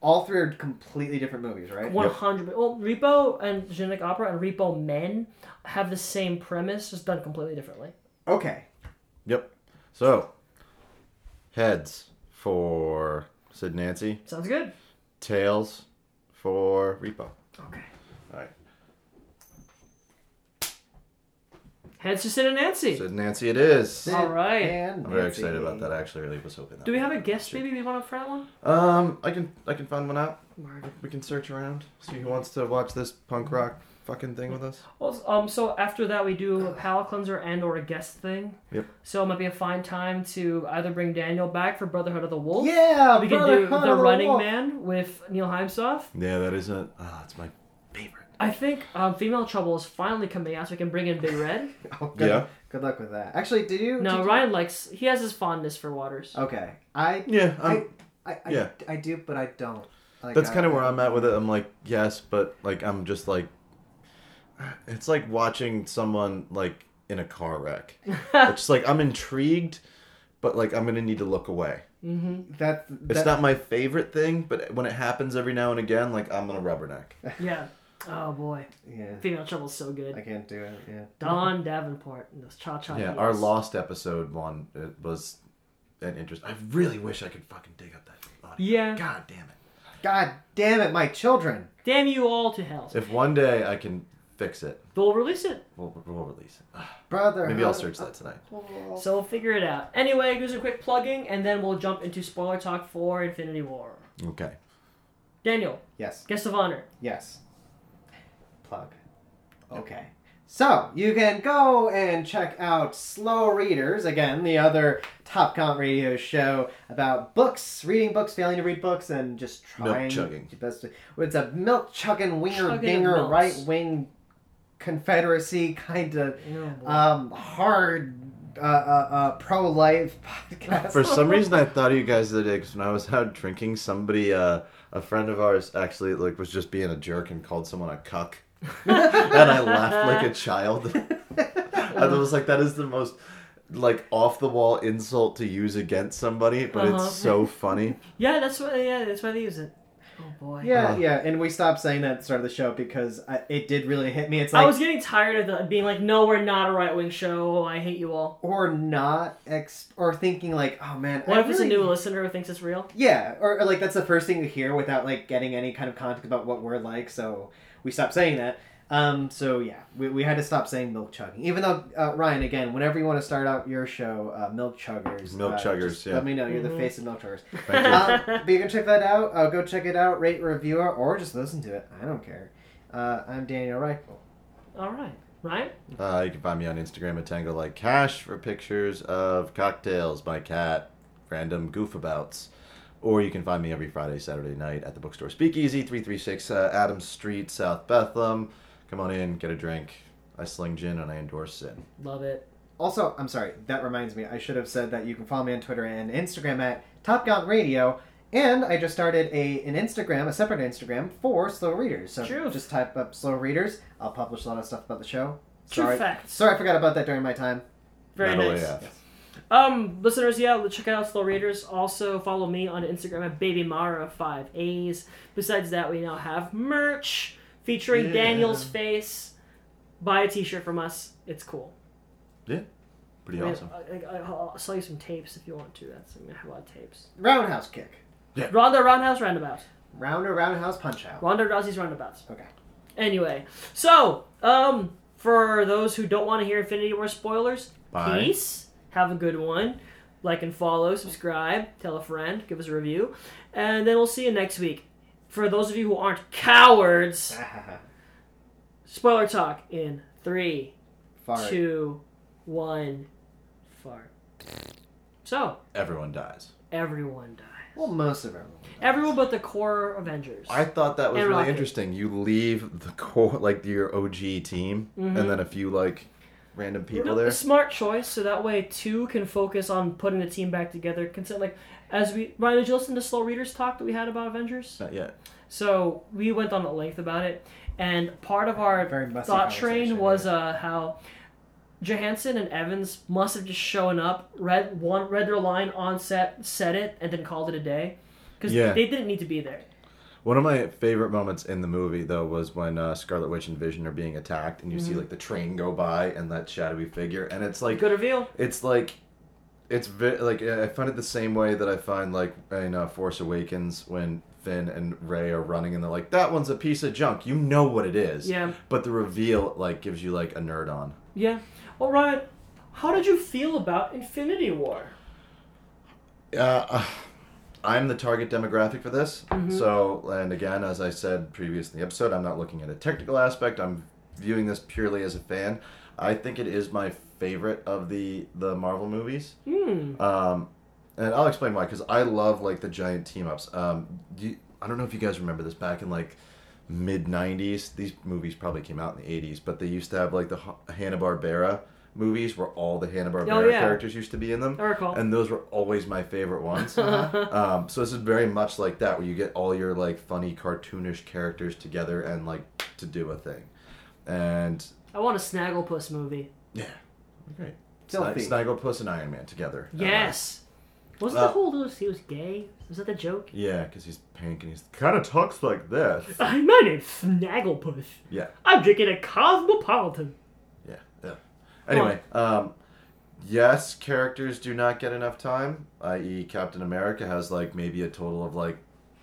H: All three are completely different movies, right?
B: One hundred. Well, Repo and Genetic Opera and Repo Men have the same premise, just done completely differently.
H: Okay.
C: Yep. So, heads for Sid Nancy,
B: Sounds good.
C: tails for Repo.
B: Okay.
C: All right.
B: Heads to Sid and Nancy.
C: Sid Nancy it is.
B: All right.
H: And
C: I'm very
H: Nancy.
C: excited about that. I actually really was hoping that.
B: Do we have a
C: would-
B: guest maybe we want to for that one?
C: Um, I can I can find one out.
B: Margaret.
C: We can search around. See who wants to watch this punk rock fucking thing with us.
B: Well, um, so after that we do a palate cleanser and or a guest thing.
C: Yep.
B: So it might be a fine time to either bring Daniel back for Brotherhood of the Wolf.
H: Yeah,
B: We can
H: brother,
B: do
H: Conor
B: the Running
H: Wolf.
B: Man with Neil Heimsoff.
C: Yeah, that is a. Ah, it's my favorite.
B: I think um, Female Trouble is finally coming out, so we can bring in Big Red.
H: Oh, good,
C: Yeah.
H: Good luck with that. Actually, did you? did
B: No,
H: you- Oh.
B: Ryan likes. He has his fondness for Waters.
H: Okay. I.
C: Yeah,
H: I,
C: I'm-
H: I, I,
C: yeah.
H: I do, but I don't. Like,
C: That's
H: I-
C: kind of where I'm at with it. I'm like, yes, but like I'm just like, it's like watching someone like in a car
H: [LAUGHS]
C: wreck. it's just like I'm intrigued, but like I'm gonna need to look away.
H: That,
C: It's
H: that,
C: not my favorite thing, but when it happens every now and again, like I'm gonna
H: [LAUGHS]
C: rubberneck.
B: Yeah. Oh boy,
H: Yeah.
B: Female Trouble's so
H: I
B: good.
H: can't do it. Yeah.
B: Don Davenport and those cha cha.
C: yeah, our lost episode one it was an interest. I really wish I could fucking dig up that audio.
B: Yeah.
C: God damn it.
H: God damn it, my children.
B: Damn you all to hell.
C: If one day I can fix it,
B: They'll release it.
C: we'll, we'll release it.
H: Brother.
C: Maybe I'll
H: how-
C: search that tonight.
B: So figure it out. Anyway, here's a quick plugging, and then we'll jump into spoiler talk for Infinity War.
C: Okay.
B: Daniel,
H: Yes.
B: guest of honor.
H: Yes. Plug. Okay. So you can go and check out Slow Readers again, the other Top Count Radio show about books, reading books, failing to read books, and just
C: Milk
H: trying
C: chugging.
H: your best. To, it's a milk chugging, winger
B: Chugging
H: dinger,
B: of milks.
H: right wing Confederacy kind of
B: Uh,
H: um, hard uh, uh, uh, pro life podcast.
C: For some reason, I thought of you guys the other day 'cause when I was out drinking, somebody, uh, a friend of ours, actually like was just being a jerk and called someone a cuck, and I laughed like a child. I was like, that is the most like off the wall insult to use against somebody, but
B: Uh-huh.
C: it's so funny.
B: Yeah, that's why. Yeah, that's why they use it. Oh boy.
H: Yeah,
C: Oh.
H: yeah, and we stopped saying that at the start of the show because I, it did really hit me. It's like
B: I was getting tired of the, being like, no, we're not a right wing show. I hate you all.
H: or not ex or thinking like, oh man,
B: What
H: I
B: if it's a
H: really-
B: new listener who thinks it's real?
H: Yeah, or, or, like that's the first thing you hear without like getting any kind of context about what we're like. So we stopped saying that. Um, so yeah, we, we had to stop saying milk chugging. Even though uh, Ryan, again, whenever you want to start out your show, uh, milk chuggers,
C: Milk
H: uh,
C: chuggers,
H: just
C: yeah.
H: Let me know you're
B: Mm-hmm.
H: the face of
C: [LAUGHS]
H: milk chuggers.
C: Thank you.
H: uh, but you can check that out. Uh, go check it out, rate, review it, or just listen to it. I don't care. Uh, I'm Daniel Reichel.
B: All right, right?
C: Uh, you can find me on Instagram at Tango Like Cash for pictures of cocktails, my cat, random goofabouts. Or you can find me every Friday, Saturday night at the bookstore Speakeasy, 336 uh, Adams Street, South Bethlehem. Come on in, get a drink. I sling gin and I endorse sin.
B: Love it.
H: Also, I'm sorry, that reminds me, I should have said that you can follow me on Twitter and Instagram at Top Gun Radio. And I just started a an Instagram, a separate Instagram for slow readers. So
B: True.
H: just type up slow readers. I'll publish a lot of stuff about the show.
B: True
H: Sorry,
B: facts.
H: sorry, I forgot about that during my time.
B: Very
C: Metal
B: nice.
C: AF.
B: Um, listeners, yeah, check out Slow Readers. Also, follow me on Instagram at BabyMara5As. Besides that, we now have merch featuring
C: Yeah.
B: Daniel's face. Buy a t shirt from us. It's cool.
C: Yeah, pretty
B: I mean,
C: awesome.
B: I, will sell you some tapes if you want to. That's I, mean, I have a lot of tapes.
H: Roundhouse kick.
B: Ronda Roundhouse Roundabout.
H: Rounder, roundhouse punch out. [LAUGHS]
B: Ronda Rousey's Roundabouts.
H: Okay.
B: Anyway, so um, for those who don't want to hear Infinity War spoilers,
C: Bye.
B: peace. Have a good one. Like and follow, subscribe, tell a friend, give us a review, and then we'll see you next week. For those of you who aren't cowards, spoiler talk in three,
H: Fart.
B: two, one, fart. So
C: Everyone dies.
B: everyone died.
H: Well, most of them.
B: Everyone but the core Avengers.
C: I thought that was
B: And
C: really
B: Rocket.
C: interesting. You leave the core, like your OG team,
B: Mm-hmm.
C: and then a few like random people
B: No,
C: there.
B: a smart choice, so that way two can focus on putting the team back together. Consider like as we Ryan, did you listen to Slow Readers talk that we had about Avengers?
C: Not yet.
B: So we went on at length about it, and part of our
H: Very messy
B: thought train
H: conversation,
B: was uh, how Johansson and Evans must have just shown up, read one, read their line on set, said it, and then called it a day, because
C: Yeah.
B: they didn't need to be there.
C: One of my favorite moments in the movie, though, was when uh, Scarlet Witch and Vision are being attacked, and you see like the train go by and that shadowy figure, and it's like
B: Good reveal.
C: it's like it's vi- like I find it the same way that I find like in uh, Force Awakens when Finn and Ray are running, and they're like, "That one's a piece of junk." You know what it is,
B: Yeah.
C: But the reveal like gives you like a nerd on.
B: Yeah. Well, Ryan, how did you feel about Infinity War?
C: uh, I'm the target demographic for this. So, and again, as I said previous in the episode, I'm not looking at a technical aspect. I'm viewing this purely as a fan. I think it is my favorite of the the Marvel movies.
B: Hmm.
C: Um, and I'll explain why because I love like the giant team ups. Um, you, I don't know if you guys remember this back in like mid '90s. These movies probably came out in the '80s, but they used to have like the Hanna Barbera movies where all the Hanna Barbera
B: yeah.
C: characters used to be in them.
B: I recall.
C: And those were always my favorite ones. um, so this is very much like that, where you get all your like funny cartoonish characters together and like to do a thing. And
B: I want a Snagglepuss movie.
C: yeah, great.
H: Filthy.
C: Sni- Snagglepuss and Iron Man together.
B: Yes. Wasn't
C: Uh-huh. Uh,
B: the whole little he was gay? Was that the joke?
C: [LAUGHS] Yeah, because he's pink and he's kind of talks like this.
B: Hi, my name's Snagglepuss.
C: Yeah,
B: I'm drinking a Cosmopolitan.
C: yeah, yeah. Anyway, um, yes, e. characters do not get enough time. I.e., Captain America has like maybe a total of like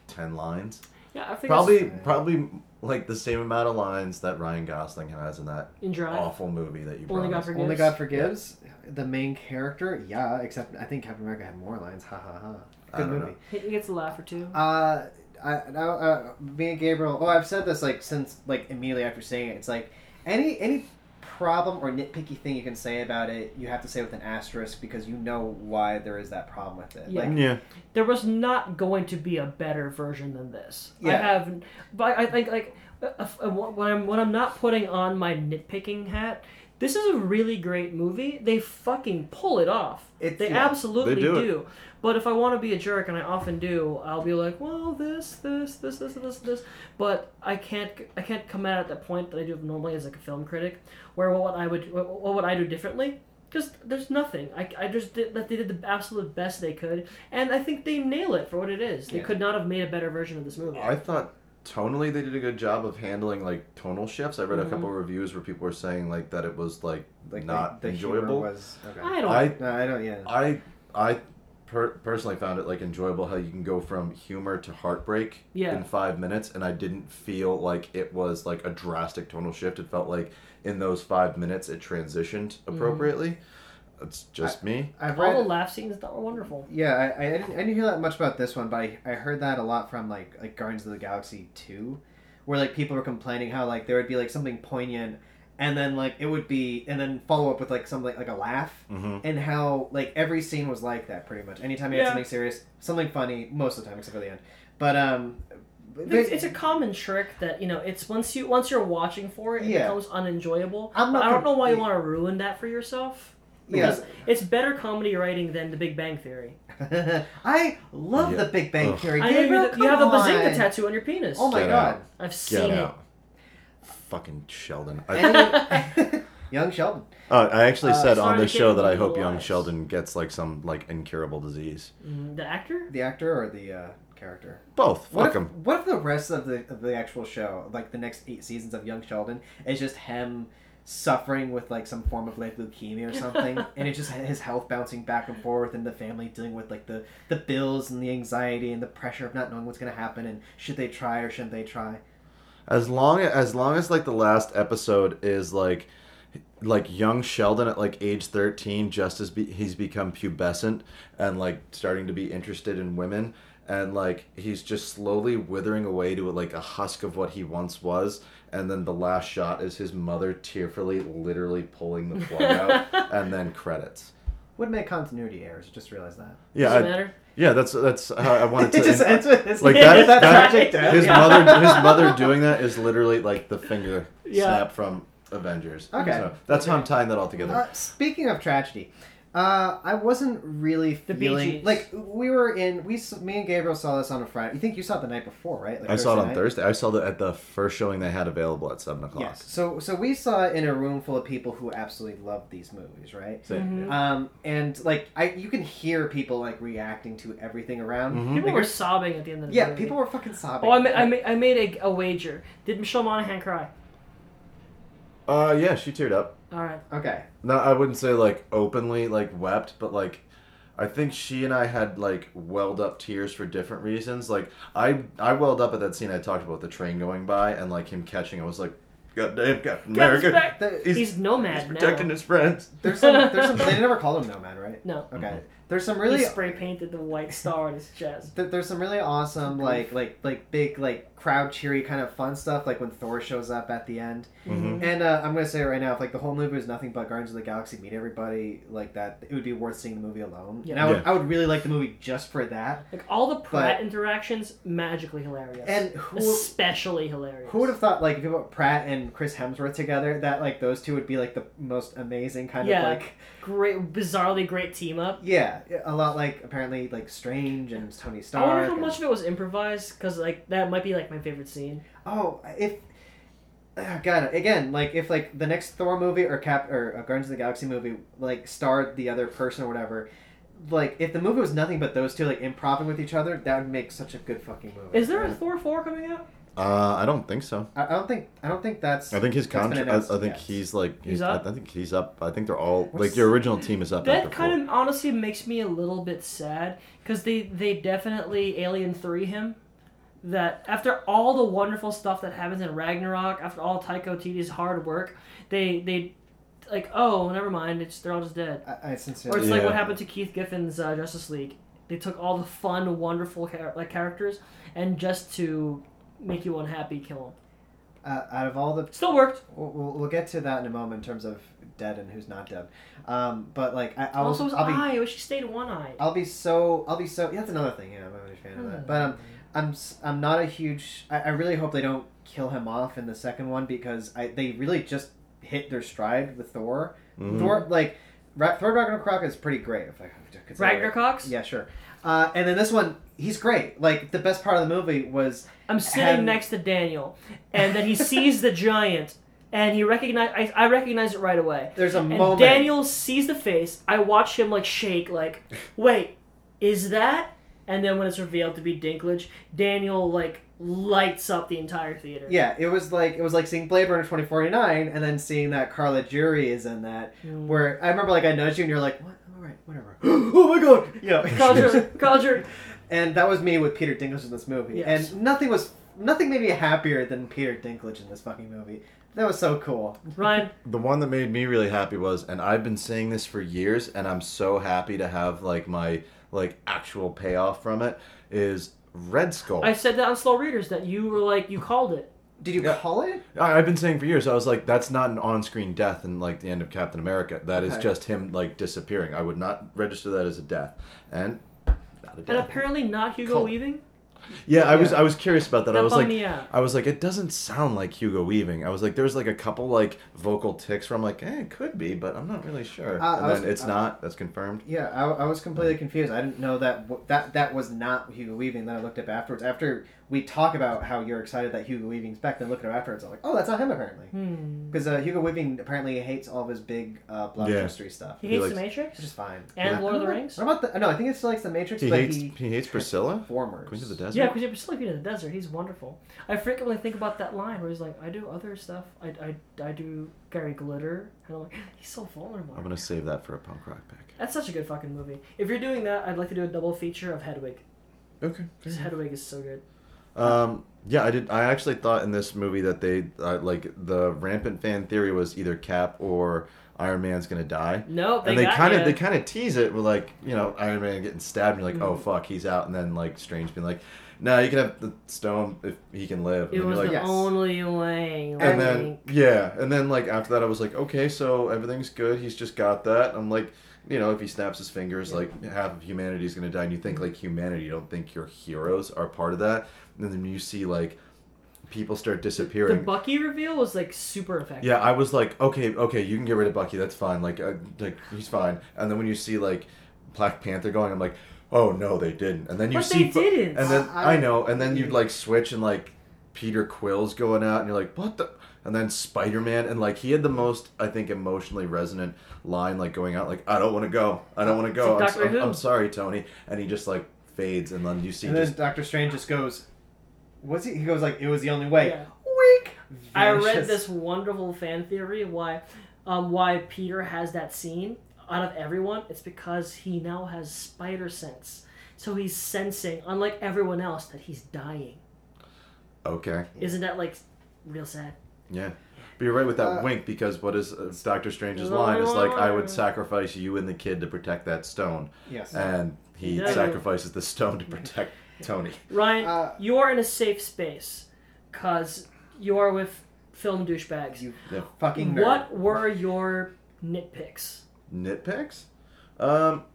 C: ten lines.
B: Yeah, I think
C: probably
B: it's-
C: probably like the same amount of lines that Ryan Gosling has in that
B: In Drive?
C: awful movie that you brought.
B: Only God
C: up.
B: Forgives.
H: Only God forgives. The main character, yeah. Except I think Captain America had more lines. Ha ha ha.
C: I
H: Good
C: don't
H: movie.
B: He he gets a laugh or two.
H: Uh, I, I, uh, me and Gabriel. Oh, I've said this like since like immediately after saying it. It's like any any problem or nitpicky thing you can say about it, you have to say with an asterisk because you know why there is that problem with it.
B: Yeah.
H: Like,
C: Yeah.
B: there was not going to be a better version than this. I
H: Yeah.
B: have, but I think like uh, uh, when I'm when I'm not putting on my nitpicking hat, this is a really great movie. They fucking pull it off.
H: It's-
B: they
H: yeah.
B: absolutely
C: They do it.
B: But if I want to be a jerk, and I often do, I'll be like, well, this, this, this, this, this, this. But I can't, I can't come out at that point that I do normally as like a film critic, where what I would, what, what would I do differently? Just there's nothing. I, I just did that they did the absolute best they could, and I think they nail it for what it is. They
H: Yeah. Oh,
B: could not have made a better version of this movie.
C: I thought tonally they did a good job of handling like tonal shifts. I read
B: Mm-hmm.
C: a couple of reviews where people were saying like that it was like,
H: like
C: not
H: the, the humor
C: enjoyable.
H: was. Okay.
B: I don't.
C: I
H: no, I don't. Yeah.
C: I I per- personally found it like enjoyable how you can go from humor to heartbreak
B: Yeah.
C: in five minutes, and I didn't feel like it was like a drastic tonal shift. It felt like in those five minutes it transitioned
B: Mm-hmm.
C: appropriately. It's just me.
H: I've read.
B: all the laugh scenes that were wonderful.
H: Yeah, I, I, didn't, I didn't hear that much about this one, but I, I heard that a lot from like like Guardians of the Galaxy two, where like people were complaining how like there would be like something poignant, and then like it would be and then follow up with like something like a laugh,
C: Mhm.
H: and how like every scene was like that pretty much. Anytime you
B: Yeah.
H: had something serious, something funny most of the time except for the end. But um,
B: It's, it's a common trick that you know. It's once you once you're watching for it, it
H: Yeah.
B: becomes unenjoyable.
H: I'm not
B: But I don't know why you
H: complete-
B: want to ruin that for yourself.
H: Yeah.
B: Because it's better comedy writing than The Big Bang Theory.
H: [LAUGHS] I love
C: Yeah.
H: the Big Bang
C: Ugh.
H: Theory.
B: I know you,
H: Gabriel,
B: you have a
H: come
B: bazinga
H: on.
B: tattoo on your penis.
H: Oh my
C: Get
H: god.
C: out.
B: I've seen
C: Get
B: it.
C: out. Fucking Sheldon. I,
B: [LAUGHS]
H: Any- [LAUGHS] Young Sheldon.
C: uh, I actually
H: Uh,
C: said on
B: sorry,
C: the show that I hope
B: Cable
C: young
B: Lives.
C: Sheldon gets like some like incurable disease.
B: Mm, The actor?
H: The actor or the uh, character?
C: Both.
H: What
C: Fuck
H: if,
C: him.
H: what if the rest of the of the actual show, like the next eight seasons of Young Sheldon, is just him suffering with like some form of like leukemia or something,
C: [LAUGHS]
H: and it's just his health bouncing back and forth, and the family dealing with like the the bills and the anxiety and the pressure of not knowing what's gonna happen, and should they try or shouldn't they try?
C: As long as long as like the last episode is like like young Sheldon at like age 13 just as be, he's become pubescent and like starting to be interested in women and like he's just slowly withering away to like a husk of what he once was and then the last shot is his mother tearfully literally pulling the plug out and then credits.
H: Would make continuity errors. Just realized that.
C: Yeah,
B: Doesn't
C: I-
B: matter.
C: yeah, that's that's how I wanted
H: [LAUGHS] It
C: to
H: just
C: end-
H: ends with
C: [LAUGHS]
H: this [LAUGHS]
C: like
H: with
C: that,
H: that
C: that-
H: tragic death.
C: his mother his mother doing that is literally like the finger
B: Yeah.
C: snap from Avengers.
H: Okay.
C: So that's how I'm tying that all together.
H: Uh, speaking of tragedy, uh, I wasn't really
B: The Bee
H: feeling
B: Gees.
H: like we were in. We s- me and Gabriel saw this on a Friday. You think you saw it the night before, right? Like
C: I saw it on
H: night?
C: Thursday. I saw that at the first showing they had available at seven o'clock.
H: Yes. So so we saw it in a room full of people who absolutely loved these movies, right?
C: So-
B: Mm-hmm.
H: Um, and like I, you can hear people like reacting to everything around.
C: Mm-hmm.
B: People
H: Like,
B: were sobbing at the end of the
H: Mm, yeah,
B: movie.
H: people were fucking sobbing.
B: Oh, I, ma- I, ma- I made a, a wager. Did Michelle Monaghan cry?
C: Uh, yeah, she teared up.
B: All right.
H: okay.
C: No, I wouldn't say like openly like wept, but like I think she and I had like welled up tears for different reasons. Like I I welled up at that scene I talked about the train going by and like him catching. I was like, God damn, Captain America.
B: back.
H: The-
C: [LAUGHS]
B: He's, nomad
C: he's protecting
B: now.
C: his friends.
H: There's some. There's some. They never called him Nomad, right?
B: No.
C: Mm-hmm.
H: Okay. There's some
B: He
H: really.
B: spray painted the white star on his chest.
H: Th- there's some really awesome like like like big like crowd cheery kind of fun stuff like when Thor shows up at the end.
B: Mm-hmm.
H: And uh, I'm gonna say it right now, if like the whole movie was nothing but Guardians of the Galaxy meet everybody like that, it would be worth seeing the movie alone.
B: Yeah.
H: And I would,
C: Yeah.
H: I would really like the movie just for that.
B: Like all the Pratt
H: But-
B: interactions, magically hilarious.
H: And who
B: especially hilarious.
H: who would have thought like if you put Pratt and Chris Hemsworth together that like those two would be like the most amazing kind
B: Yeah.
H: of like
B: great, bizarrely great team up.
H: yeah a lot like apparently like Strange and Tony
B: I
H: Stark.
B: wonder how
H: and-
B: much of it was improvised because like that might be like my favorite scene.
H: Oh, if Ah, God again, like if like the next Thor movie or Cap or uh, Guardians of the Galaxy movie like starred the other person or whatever, like if the movie was nothing but those two like improvising with each other, that would make such a good fucking movie.
B: Is there a Thor four coming out?
C: Uh, I don't think so.
H: I, I don't think I don't think that's.
C: I think his
H: that's been
C: contract.
H: announced
C: I, I think
H: yet.
C: he's like.
B: He's
C: He's
B: up?
C: I, I think he's up. I think they're all
H: What's-
C: like your original team is up. after
B: That
C: four.
B: kind of honestly makes me a little bit sad because they they definitely Alien three him. that after all the wonderful stuff that happens in Ragnarok, after all Taiko Titi's hard work, they they like oh never mind, it's they're all just dead.
H: I, I
B: Or
H: sincerely.
B: it's like
C: Yeah.
B: what happened to Keith Giffen's uh, Justice League. They took all the fun, wonderful char- like characters, and just to make you unhappy, kill them.
H: Uh, out of all the
B: Still worked.
H: We'll- We'll, we'll get to that in a moment in terms of dead and who's not dead. Um, but like I, I'll,
B: also, his
H: I'll be
B: eye. I wish he stayed one eye.
H: I'll be so I'll be so. Yeah, that's another thing. Yeah, I'm not a huge fan of that. But um,
B: Hmm.
H: I'm s- I'm not a huge. I, I really hope they don't kill him off in the second one because I they really just hit their stride with Thor. Thor like Ra- Thor Ragnarok is pretty great. If I consider it.
B: Ragnarok?
H: Yeah, sure. Uh, and then this one, he's great. Like the best part of the movie was
B: I'm sitting
H: Had-
B: next to Daniel, and then he sees the giant, and he recognize I, I recognize it right away.
H: there's a
B: And
H: moment.
B: Daniel sees the face. I watch him like shake, like, wait, is that? And then when it's revealed to be Dinklage, Daniel like lights up the entire theater.
H: Yeah, it was like it was like seeing Blade Runner twenty forty nine, and then seeing that Carla Jury is in that. Where I remember, like, I nudged you, and you're like, "What? All right, whatever." [GASPS] oh my god! Yeah.
B: [LAUGHS] Culture,
H: [LAUGHS]
B: culture.
H: and that was me with Peter Dinklage in this movie,
B: Yes.
H: and nothing was nothing made me happier than Peter Dinklage in this fucking movie. That was so cool.
B: Ryan,
C: The one that made me really happy was, and I've been saying this for years, and I'm so happy to have like my like actual payoff from it is Red Skull.
B: I said that on Slow Readers that you were like you called it.
H: Did you call it?
C: I, I've been saying for years. I was like, that's not an on-screen death in like the end of Captain America. That is
H: Okay.
C: just him like disappearing. I would not register that as a death. And not a
B: And
C: death.
B: apparently not Hugo
C: Call-
B: Weaving.
C: Yeah, I was I was curious about that.
B: That
C: I was
B: bummed
C: like,
B: me out.
C: I was like, it doesn't sound like Hugo Weaving. I was like, there's like a couple like vocal ticks where I'm like, eh, it could be, but I'm not really sure.
H: Uh, I
C: and
H: was-
C: then it's
H: uh,
C: not. That's confirmed.
H: Yeah, I, I was completely confused. I didn't know that w- that that was not Hugo Weaving. Then I looked up afterwards. After we talk about how you're excited that Hugo Weaving's back, then look it up afterwards. I'm like, oh, that's not him apparently. Because uh, Hugo Weaving apparently hates all of his big uh, blockbuster stuff,
B: He
C: He
B: hates
C: likes-
B: the
H: which
B: Matrix
H: is fine.
B: and
C: Yeah.
B: Lord of the
H: What-
B: Rings.
H: What about the? No, I think it still likes the Matrix,
C: He
H: but
C: hates
H: he
C: he, hates Priscilla,
H: Transformers.
C: Queen of the Desert.
B: Yeah, because you're still in the desert. He's wonderful. I frequently think about that line where he's like, "I do other stuff. I, I, I do Gary Glitter," and I'm like, "He's so vulnerable."
C: I'm gonna save that for a punk rock pick.
B: That's such a good fucking movie. If you're doing that, I'd like to do a double feature of Hedwig.
C: Okay.
B: Because Hedwig is so uh, good.
C: Um, yeah, I did. I actually thought in this movie that they uh, like the rampant fan theory was either Cap or Iron Man's gonna die.
B: Nope, they
C: and they
B: got
C: kind
B: ya.
C: of they kind of tease it with like you know Iron Man getting stabbed and you're like oh
B: Mm-hmm.
C: fuck he's out and then like Strange being like no you can have the stone if he can live
B: It
C: and
B: was
C: you're
B: the
C: like
H: yes.
B: only way. Like,
C: and then yeah and then like after that I was like okay so everything's good he's just got that I'm like you know if he snaps his fingers like half of humanity's gonna die and you think like humanity you don't think your heroes are part of that and then you see like people start
B: the
C: disappearing
B: Bucky reveal was like super effective.
C: yeah, I was like, okay, okay, you can get rid of Bucky. That's fine. Like, uh, like he's fine. And then when you see like Black Panther going, I'm like, oh no, they didn't. And then you
B: But
C: see,
B: they
C: fu-
B: didn't.
C: And then
H: I-
C: I, know. And then you like switch and like Peter Quill's going out, and you're like, what the. And then Spider Man, and like he had the most, I think, emotionally resonant line, like going out, like I don't want to go, I don't want to go,
B: It's like
C: I'm, s-
B: Doctor
C: I'm-
B: Who.
C: I'm sorry, Tony, and he just like fades, and then you see
H: And
C: just
H: then Doctor Strange just goes, "What's he?" He goes like, "It was the only way."
B: Yeah.
H: Wink.
B: I read
H: [LAUGHS] Vanishes.
B: this wonderful fan theory why, um, why Peter has that scene out of everyone. It's because he now has spider sense, so he's sensing, unlike everyone else, that he's dying.
C: okay,
B: Isn't that like real sad?
C: Yeah. But you're right with that
H: Uh,
C: wink because what is uh, Doctor Strange's
B: No,
C: line is
B: no,
C: like,
B: no,
C: I
B: no.
C: would sacrifice you and the kid to protect that stone.
H: Yes.
C: And he
B: Yeah.
C: sacrifices the stone to
B: [LAUGHS]
C: protect Tony.
B: Ryan,
H: Uh,
B: you are in a safe space, cause you are with film douchebags.
H: You
C: Yeah.
H: fucking nerd.
B: What were your nitpicks?
C: Nitpicks? Um,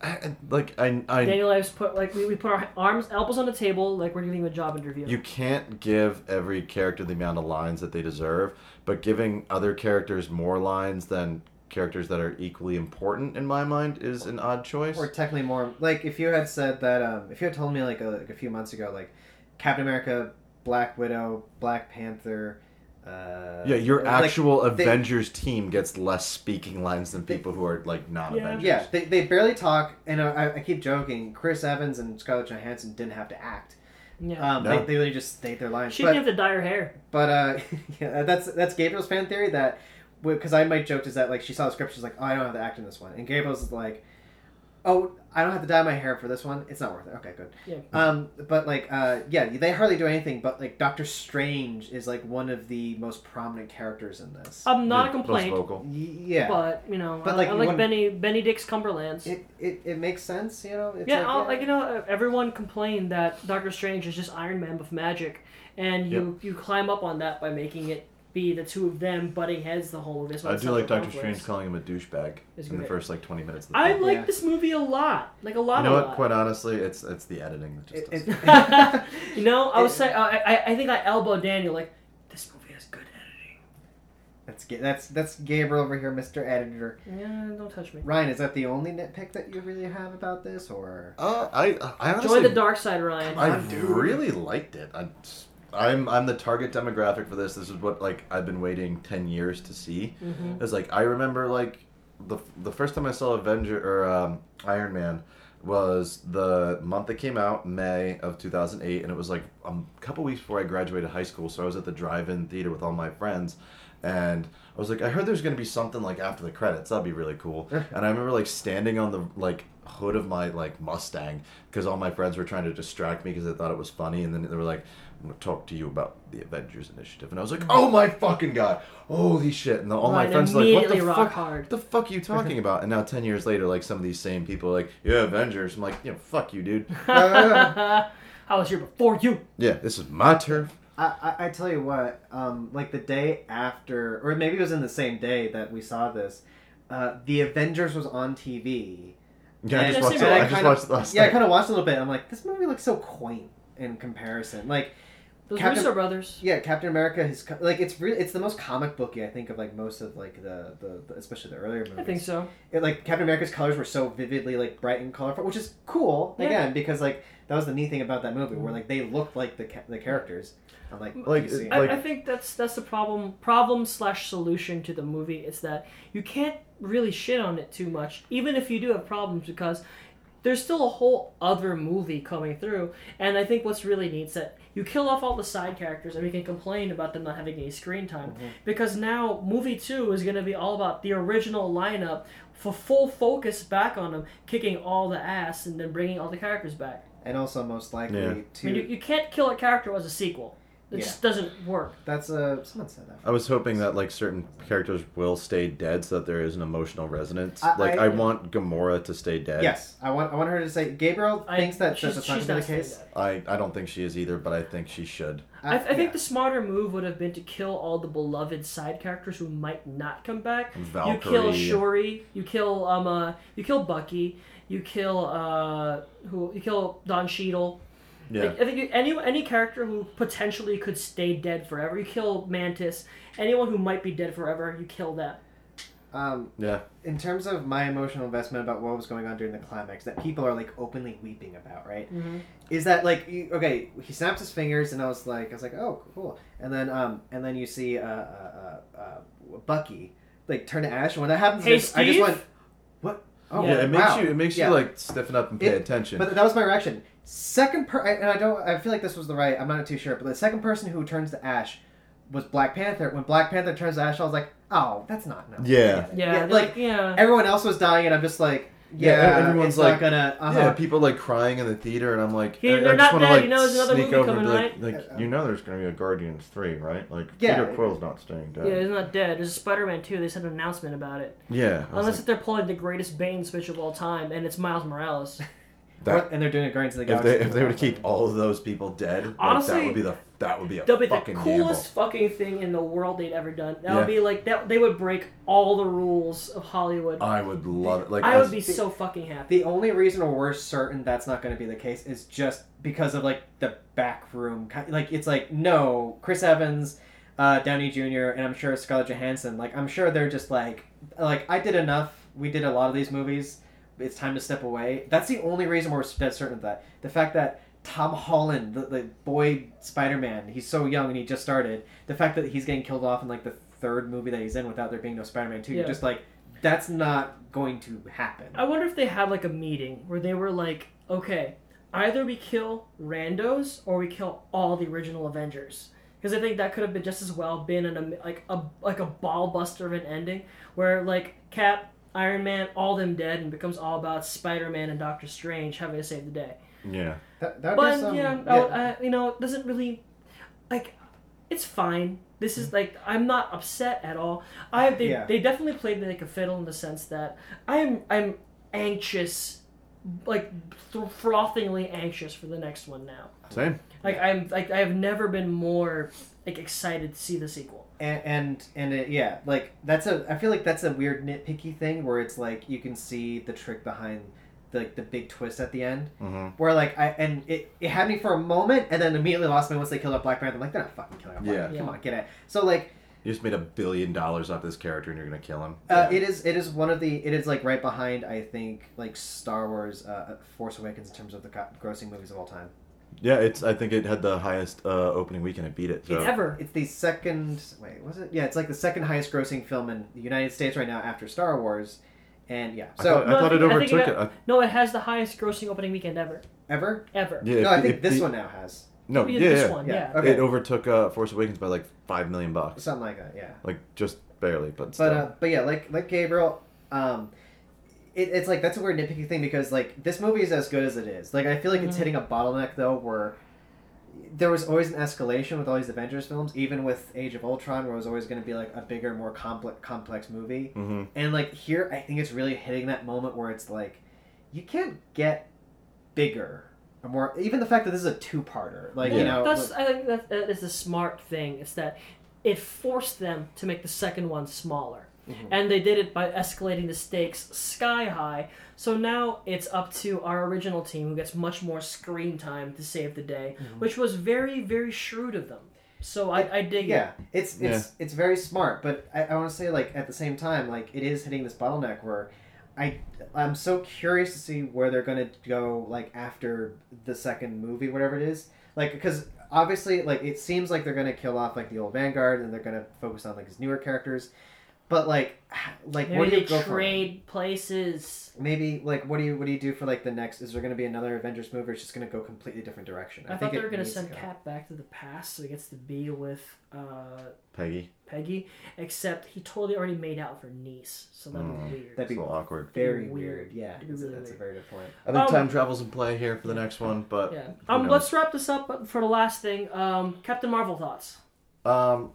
C: I, I- like, I. I
B: Daniel and I just put like we, we put our arms elbows on the table like we're giving a job interview.
C: You can't give every character the amount of lines that they deserve, but giving other characters more lines than characters that are equally important, in my mind, is an odd choice.
H: Or technically more like if you had said that um, if you had told me like a, like a few months ago like Captain America, Black Widow, Black Panther. Uh,
C: Yeah, your
H: like,
C: actual
H: they-
C: Avengers team gets less speaking lines than people who are like not
B: Yeah.
C: Avengers.
H: Yeah, they, they barely talk, and I, I keep joking. Chris Evans and Scarlett Johansson didn't have to act.
B: yeah.
H: Um,
C: No.
H: they, they literally just state their lines.
B: she
H: Uh, but-
B: didn't have to dye her hair.
H: But uh, [LAUGHS] yeah, that's that's Gabriel's fan theory that because I my joke is that like she saw the script, she's like, oh, I don't have to act in this one, and Gabriel's is like, oh, I don't have to dye my hair for this one. It's not worth it. Okay, good.
B: Yeah.
H: Um, but like, uh, yeah, they hardly do anything. But like, Doctor Strange is like one of the most prominent characters in this.
B: I'm not
C: Yeah,
B: a
C: most
B: complaint,
C: vocal.
H: Y- yeah,
B: but you know,
H: But,
B: I
H: like,
B: I like
H: one-
B: Benny Benny Dix Cumberland's.
H: it, it it makes sense, you know. It's
B: yeah, I'll,
H: like,
B: like you know, uh, everyone complained that Doctor Strange is just Iron Man with magic, and you you climb up on that by making it be the two of them butting heads the whole of this.
C: I do like Doctor Strange
B: Conflicts.
C: calling him a douchebag
B: It's
C: in the
B: great.
C: first like 20 minutes of the
B: I
C: film.
B: like
H: Yeah.
B: this movie a lot, like a lot.
C: You know
B: a
C: what?
B: lot.
H: [LAUGHS]
C: Quite honestly, it's it's the editing that just
H: It,
C: does it.
H: [LAUGHS]
B: [LAUGHS]
H: it,
B: you know, I was saying, uh, I I- I think I elbowed Daniel like this movie has good editing.
H: that's Ga- that's that's Gabriel over here, Mister Editor.
B: Yeah, don't touch me.
H: Ryan, is that the only nitpick that you really have about this, or
C: Uh, I I honestly
B: Join the dark side, Ryan.
C: I
H: on, dude.
C: really liked it. I, I'm I'm the target demographic for this. This is what like I've been waiting 10 years to see.
B: Mm-hmm.
C: It's like I remember like the the first time I saw Avenger or um, Iron Man was the month that came out, May of 2008, and it was like um, a couple weeks before I graduated high school. So I was at the drive-in theater with all my friends, and I was like, I heard there's gonna be something like after the credits. That'd be really cool. and I remember like standing on the like hood of my like Mustang because all my friends were trying to distract me because they thought it was funny, and then they were like. I'm gonna talk to you about the Avengers Initiative, and I was
B: Mm.
C: like, "Oh my fucking god, holy shit!" And all my
B: Ryan,
C: friends were like, "What the
B: immediately rock
C: fuck?
B: hard.
C: the fuck are you talking about? And now ten years later, like some of these same people, are like yeah, Avengers. I'm like, you know, fuck you, dude.
B: [LAUGHS] I was here before you.
C: yeah, this is my turf.
H: I, I, I tell you what, um, like the day after, or maybe it was in the same day that we saw this, uh, the Avengers was on TV.
C: Yeah, I just
H: And-
B: Yes,
C: watched.
B: it
C: It,
B: is.
H: and
C: I
H: kind
C: just
H: of-
C: watched it last
H: Yeah, I
C: night.
H: kind of watched a little bit. I'm like, this movie looks so quaint in comparison. Like,
B: Those
H: Captain-
B: Russo brothers.
H: yeah, Captain America is co- like it's really it's the most comic booky I think of like most of like the the, the especially the earlier movies.
B: I think so.
H: it, like Captain America's colors were so vividly like bright and colorful, which is cool
B: Yeah.
H: again because like that was the neat thing about that movie where like they looked like the ca- the characters. I'm like,
C: Like,
H: you see.
C: I- Like-
B: I, I think that's that's the problem problem slash solution to the movie is that you can't really shit on it too much, even if you do have problems because there's still a whole other movie coming through. And I think what's really neat is that you kill off all the side characters and we can complain about them not having any screen time because now movie two is going to be all about the original lineup for full focus back on them, kicking all the ass and then bringing all the characters back.
H: and also most likely
C: Yeah.
B: I mean, you,
H: to
B: you can't kill a character as a sequel. It
H: Yeah.
B: just doesn't work.
H: that's a someone said that.
C: I was hoping that like certain characters will stay dead so that there is an emotional resonance.
H: I-
C: like
H: I-
C: I, want Gamora to stay dead.
H: Yes, I want I want her to say Gabriel
B: I-
H: thinks that
B: she's-
H: that's not
B: she's
H: gonna be
B: not
H: the case.
B: saying
C: I, I don't think she is either, but I think she should.
B: I, I
H: Uh, yeah.
B: think the smarter move would have been to kill all the beloved side characters who might not come back. You kill
C: Valkyrie.
B: Shuri. You kill um uh, you kill Bucky. You kill uh who you kill Don Cheadle.
C: Yeah.
B: Like, I think you, any any character who potentially could stay dead forever. You kill Mantis. Anyone who might be dead forever, you kill them.
H: um,
C: yeah.
H: in terms of my emotional investment about what was going on during the climax that people are like openly weeping about, right?
B: Mm-hmm.
H: Is that like you, okay? He snaps his fingers, and I was like, I was like, oh, cool. And then um, and then you see uh, uh, uh, uh Bucky like turn to ash. And when that happens,
B: Hey,
H: I just- I just
B: Steve?
H: went, what? Oh,
C: Yeah, it makes
H: wow.
C: you it makes
H: Yeah.
C: you like stiffen up and pay
H: It-
C: attention.
H: But that was my reaction. Second per, I- and I don't. I feel like this was the right. I'm not too sure, but the second person who turns to ash was Black Panther. When Black Panther turns to ash, I was like, oh, that's not. No.
C: Yeah.
B: Yeah.
H: Yeah,
B: they're
H: like-
B: like yeah.
H: Everyone else was dying, and I'm just like, yeah,
C: Yeah, everyone's
H: it's not
C: like-
H: gonna. Uh-huh.
C: Yeah, people like crying in the theater, and I'm like,
B: Yeah,
C: I, I
B: they're
C: just
B: not
C: want to
B: bad.
C: like
B: You know, there's another
C: sneak
B: movie
C: over
B: coming,
C: to like,
B: right?
C: like you know, there's gonna be a Guardians three, right? Like
H: Yeah.
C: Peter Quill's not staying dead.
B: yeah, it's not dead. There's a Spider-Man too. They sent an announcement about it.
C: Yeah, I was
B: Unless
C: like,
B: if they're pulling the greatest Bane switch of all time, and it's Miles Morales.
C: that-
H: Or- and they're doing it Guardians of the
C: if
H: Galaxy.
C: they if they were to keep all of those people dead,
B: Honestly,
C: like, that would be the that would be a
B: That'd be
C: fucking
B: the coolest fucking thing in the world they'd ever done. That would
C: Yeah.
B: be like that. They would break all the rules of Hollywood.
C: gamble. I would love it. Oh, Like
B: I would
C: as-
B: be so fucking happy.
H: the only reason we're certain that's not going to be the case is just because of like the back room. ki- Like it's like no, Chris Evans, uh, Downey Jr., and I'm sure Scarlett Johansson. Like I'm sure they're just like like I did enough. We did a lot of these movies. It's time to step away. That's the only reason we're dead certain of that. The fact that Tom Holland, the, the boy Spider-Man, he's so young and he just started. The fact that he's getting killed off in like the third movie that he's in without there being no Spider-Man two.
B: Yeah.
H: You're just like that's not going to happen.
B: I wonder if they had like a meeting where they were like, okay, either we kill randos or we kill all the original Avengers. Because I think that could have been just as well been an am- like a like a ball buster of an ending where like Cap Iron Man, all them dead, and becomes all about Spider Man and Doctor Strange having to save the day.
C: Yeah.
H: That, that
B: but
H: is, um,
B: you know, I would- I- you know, it doesn't really like. It's fine. This is like I'm not upset at all. I they,
H: Mm. Yeah.
B: they definitely played me like a fiddle in the sense that I'm I'm anxious, like th- frothingly anxious for the next one now.
C: Same.
B: Like I'm like I have never been more like excited to see the sequel.
H: and and, and it, yeah, like that's a. I feel like that's a weird nitpicky thing where it's like you can see the trick behind the, like the big twist at the end.
C: Mm-hmm.
H: Where like I and it, it had me for a moment and then immediately lost me once they killed up Black Panther. I'm like they're not fucking killing up Black
C: Yeah.
H: Panther. Come
B: Yeah.
H: on, get it. So like
C: You just made a billion dollars off this character and you're gonna kill him.
H: uh, it is it is one of the it is like right behind I think like Star Wars uh, Force Awakens in terms of the co- grossing movies of all time.
C: yeah, it's. I think it had the highest uh, opening weekend. It beat it. So.
B: Ever.
H: It's the second. Wait, was it? Yeah, it's like the second highest grossing film in the United States right now after Star Wars, and yeah.
C: I
H: So
C: thought, uh, I
B: No, I
C: thought it
B: think- I think
C: overtook
B: it-
C: it. I,
B: No, it has the highest grossing opening weekend ever.
H: ever?
B: Ever.
C: yeah,
H: no,
C: it-
H: I think
C: it
H: this
C: beat-
H: one now has
C: No,
B: Even
C: yeah,
B: this
C: yeah.
B: one,
H: Yeah,
B: yeah.
H: okay.
C: It overtook uh, Force Awakens by like five million bucks,
H: something like that. Yeah.
C: like just barely, but still.
H: But uh, but yeah, like like Gabriel, um, it, it's like that's a weird nitpicky thing because like this movie is as good as it is. Like I feel like it's hitting a bottleneck though, where there was always an escalation with all these Avengers films, even with Age of Ultron, where it was always going to be like a bigger, more complex complex movie.
C: mm-hmm.
H: And like here, I think it's really hitting that moment where it's like, you can't get bigger or more. Even the fact that this is a two parter, like you
C: Yeah.
H: know,
B: That's I think that, that is a smart thing. It's that it forced them to make the second one smaller,
H: Mm-hmm.
B: and they did it by escalating the stakes sky high. So now it's up to our original team, who gets much more screen time to save the day,
H: Mm-hmm.
B: which was very very shrewd of them. So I, I dig
H: yeah it's it's
C: Yeah.
H: it's very smart but i, I want to say like at the same time like it is hitting this bottleneck where i i'm so curious to see where they're gonna go like after the second movie whatever it is like because obviously like it seems like they're gonna kill off like the old vanguard and they're gonna focus on like his newer characters but like [SIGHS] h- like
B: it. Maybe
H: what do you
B: they
H: go
B: trade places.
H: for maybe like what do you what do you do for like the next is there gonna be another avengers movie or it's just gonna go completely different direction
B: I, thought they
H: it
B: were gonna
H: needs to
B: send
H: go-
B: Cap back to the past, so he gets to be with. Uh,
C: Peggy,
B: Peggy, except he totally already made out with her niece, so that would
C: Mm.
B: be weird.
H: That'd
C: it's a
H: be
C: little awkward.
H: very
B: Weird.
H: weird, yeah
B: It'd be
H: that's, a-
B: really
H: that's a
B: weird.
H: very good point
C: I think
B: Um,
C: time travel's in play here for the next one, but
B: Yeah.
C: who
B: Um.
C: knows?
B: Let's wrap this up but for the last thing. Um. Captain Marvel thoughts.
C: Um,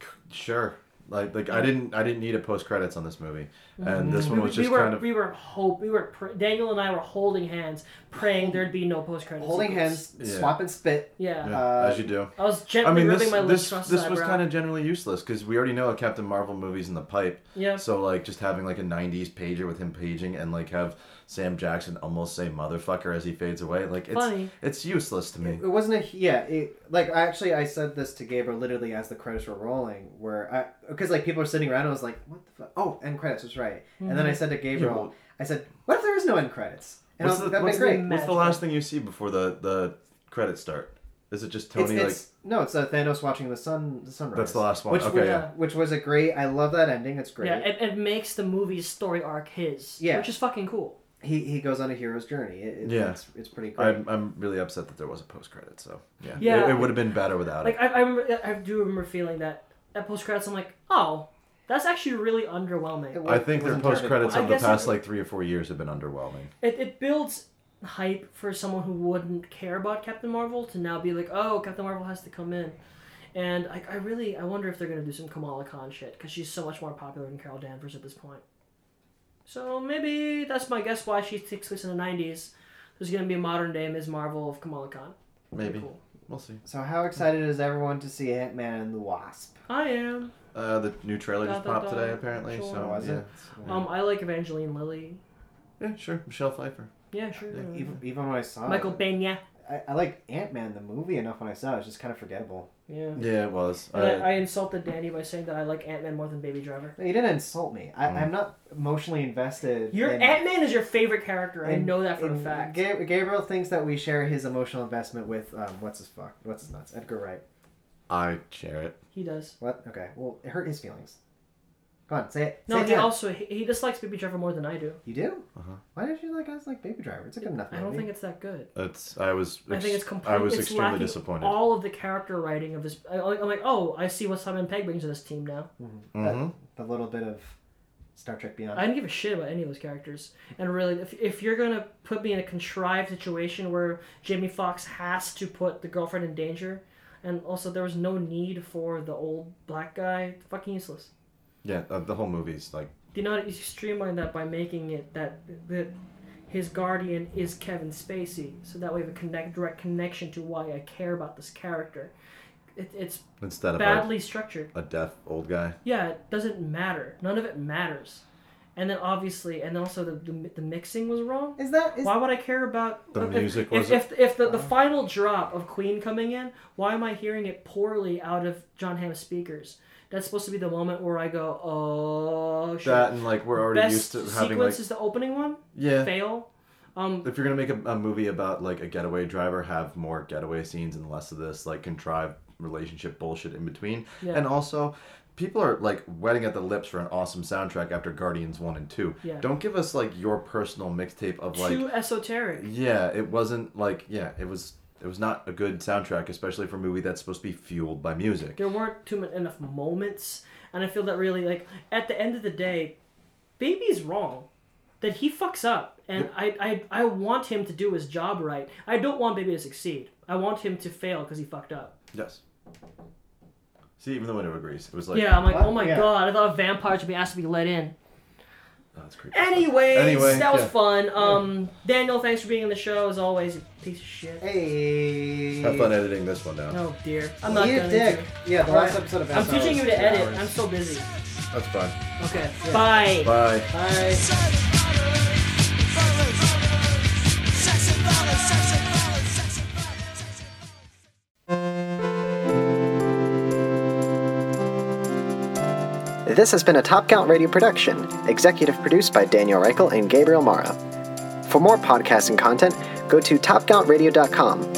C: c- sure. Like, like I didn't, I didn't need a post credits on this movie, and this one
B: Mm-hmm. We,
C: was just
B: we were
C: kind of
B: we were hope we were pr- Daniel and I were holding hands, praying there'd be no post credits.
H: holding hands
C: Yeah.
H: swap and spit
B: Yeah.
C: yeah,
H: uh,
C: as you do.
B: I was gently
C: I mean,
B: rubbing
C: this
B: my lips
C: this,
B: across
C: this
B: the
C: was
B: eyebrow.
C: kind of generally useless because we already know a Captain Marvel movie's in the pipe.
B: Yeah.
C: So like, just having like a '90s pager with him paging and like have Sam Jackson almost say "motherfucker" as he fades away. Like, it's
B: Funny.
C: it's useless to me.
H: It wasn't a yeah. It, like I actually I said this to Gabriel literally as the credits were rolling, where I because like people were sitting around. and I was like, what the fuck? Oh, end credits was right. And then
B: Mm-hmm.
H: I said to Gabriel,
C: well-
H: I said, what if there is no end credits? And I
C: What's
H: was
C: the,
H: like, that'd
C: what's,
H: be great.
C: the, what's the
B: Magic.
C: last thing you see before the the credits start? Is it just
H: It's,
C: Tony? like,
H: it's- no, it's uh, Thanos watching the sun the sunrise.
C: That's the last one.
H: Which
C: Okay,
H: was,
C: yeah.
H: which was a great. I love that ending. It's great.
B: yeah. It, it makes the movie's story arc his.
H: Yeah.
B: Which is fucking cool.
H: he he goes on a hero's journey. It, it-
C: Yeah.
H: it's, it's pretty great.
C: I'm, I'm really upset that there was a post credit. So yeah,
B: uh, Yeah.
C: it, would have been better without
B: Like
C: it.
B: I I, remember, I do remember feeling that at post credits I'm like oh that's actually really underwhelming.
H: It wa-
C: I think their
H: wasn't terrible.
C: post credits
B: I
C: over the
B: guess
C: past
B: it-
C: like three or four years have been underwhelming.
B: it, it builds hype for someone who wouldn't care about Captain Marvel to now be like, oh, Captain Marvel has to come in. And I, I really, I wonder if they're going to do some Kamala Khan shit because she's so much more popular than Carol Danvers at this point. So maybe that's my guess why she takes place in the 90s. There's going to be a modern day Ms. Marvel of Kamala Khan. Pretty
C: Maybe
B: cool.
C: we'll see.
H: So how excited is everyone to see Ant Man and the Wasp?
B: I am.
C: Uh, the new trailer just
B: Da, da,
C: popped
B: da.
C: today, apparently.
B: Sure. Oh,
C: So
H: Was
C: Oh, yeah,
H: it?
C: it's- yeah.
B: Um, I like Evangeline Lilly.
C: yeah, sure. Michelle Pfeiffer.
B: Yeah, sure.
H: Even, even when I saw it,
B: Michael Pena.
H: I, I liked Ant Man the movie enough when I saw it. It's just kind of forgettable.
B: Yeah.
C: Yeah, it was.
B: And
C: Uh,
B: I, I insulted Danny by saying that I like Ant Man more than Baby Driver.
H: You didn't insult me. I,
C: Mm.
H: I'm not emotionally invested.
B: Your
H: in-
B: Ant Man is your favorite character. I
H: in-
B: know that for a
H: in-
B: fact.
H: Ga- Gabriel thinks that we share his emotional investment with um, what's his fuck, what's his nuts, Edgar Wright.
C: I share it.
B: He does.
H: What? Okay. Well, it hurt his feelings. Go on, say it.
B: No,
H: say it
B: he
H: again.
B: also he, he dislikes Baby Driver more than I do.
H: You do?
C: Uh-huh.
H: Why did you like us like Baby Driver? It's a good enough
B: I
H: movie.
B: don't think it's that good.
C: It's. I was.
B: I think
C: ex-
B: it's complete.
C: I was
B: it's
C: extremely
B: lacking
C: disappointed.
B: All of the character writing of this, I, I'm like, oh, I see what Simon Pegg brings to this team now.
C: Mhm.
H: a little bit of
A: Star Trek Beyond.
B: I didn't give a shit about any of those characters. And really, if, if you're gonna put me in a contrived situation where Jamie Fox has to put the girlfriend in danger, and also there was no need for the old black guy, fucking useless.
C: Yeah, uh, the whole movie's like
B: Do you know how to streamline that by making it that that his guardian is Kevin Spacey, so that way we have a connect, direct connection to why I care about this character. It, it's
C: instead of
B: badly
C: like,
B: structured.
C: a deaf old guy.
B: Yeah, it doesn't matter. None of it matters. And then obviously, and then also the, the, the mixing was wrong.
A: Is that is,
B: Why would I care about
C: The
B: if-
C: music
B: If,
C: was-
B: if, if, the, the final drop of Queen coming in, why am I hearing it poorly out of John Hamm's speakers? That's supposed to be the moment where I go, oh shit.
C: That and like we're already
B: Best
C: used to
B: sequence
C: having like
B: is the opening one.
C: Yeah.
B: Fail. Um,
C: if you're gonna make a, a movie about like a getaway driver, have more getaway scenes and less of this like contrived relationship bullshit in between.
B: Yeah.
C: And also, people are like wetting at the lips for an awesome soundtrack after Guardians One and Two.
B: Yeah.
C: Don't give us like your personal mixtape of like
B: too esoteric.
C: yeah, it wasn't like yeah, it was it was not a good soundtrack, especially for a movie that's supposed to be fueled by music.
B: There weren't too many, enough moments, and I feel that really like at the end of the day, Baby's wrong, that he fucks up, and I, I I want him to do his job right. I don't want Baby to succeed. I want him to fail because he fucked up.
C: Yes. See, even the window agrees. It was like
B: yeah, I'm like,
A: what?
B: oh my
A: Yeah.
B: god, I thought a vampire should be asked to be let in.
C: oh, that's creepy.
B: Anyways,
C: Anyway,
B: that was
C: yeah.
B: fun. Um, Daniel, thanks for being on the show as always. You piece of shit.
A: Hey.
C: Have fun editing this one now.
B: Oh dear, I'm not
A: you
B: gonna.
A: dick.
B: do it.
A: Yeah, the last
B: Alright.
A: episode of
B: I'm
A: SR
B: teaching you
A: was
B: to
A: two
B: edit.
A: hours.
B: I'm so busy.
C: That's fine.
B: Okay, bye.
C: Bye.
A: Bye.
K: This has been a Top Count Radio production, executive produced by Daniel Reichel and Gabriel Mara. For more podcasting content, go to topcountradio.com.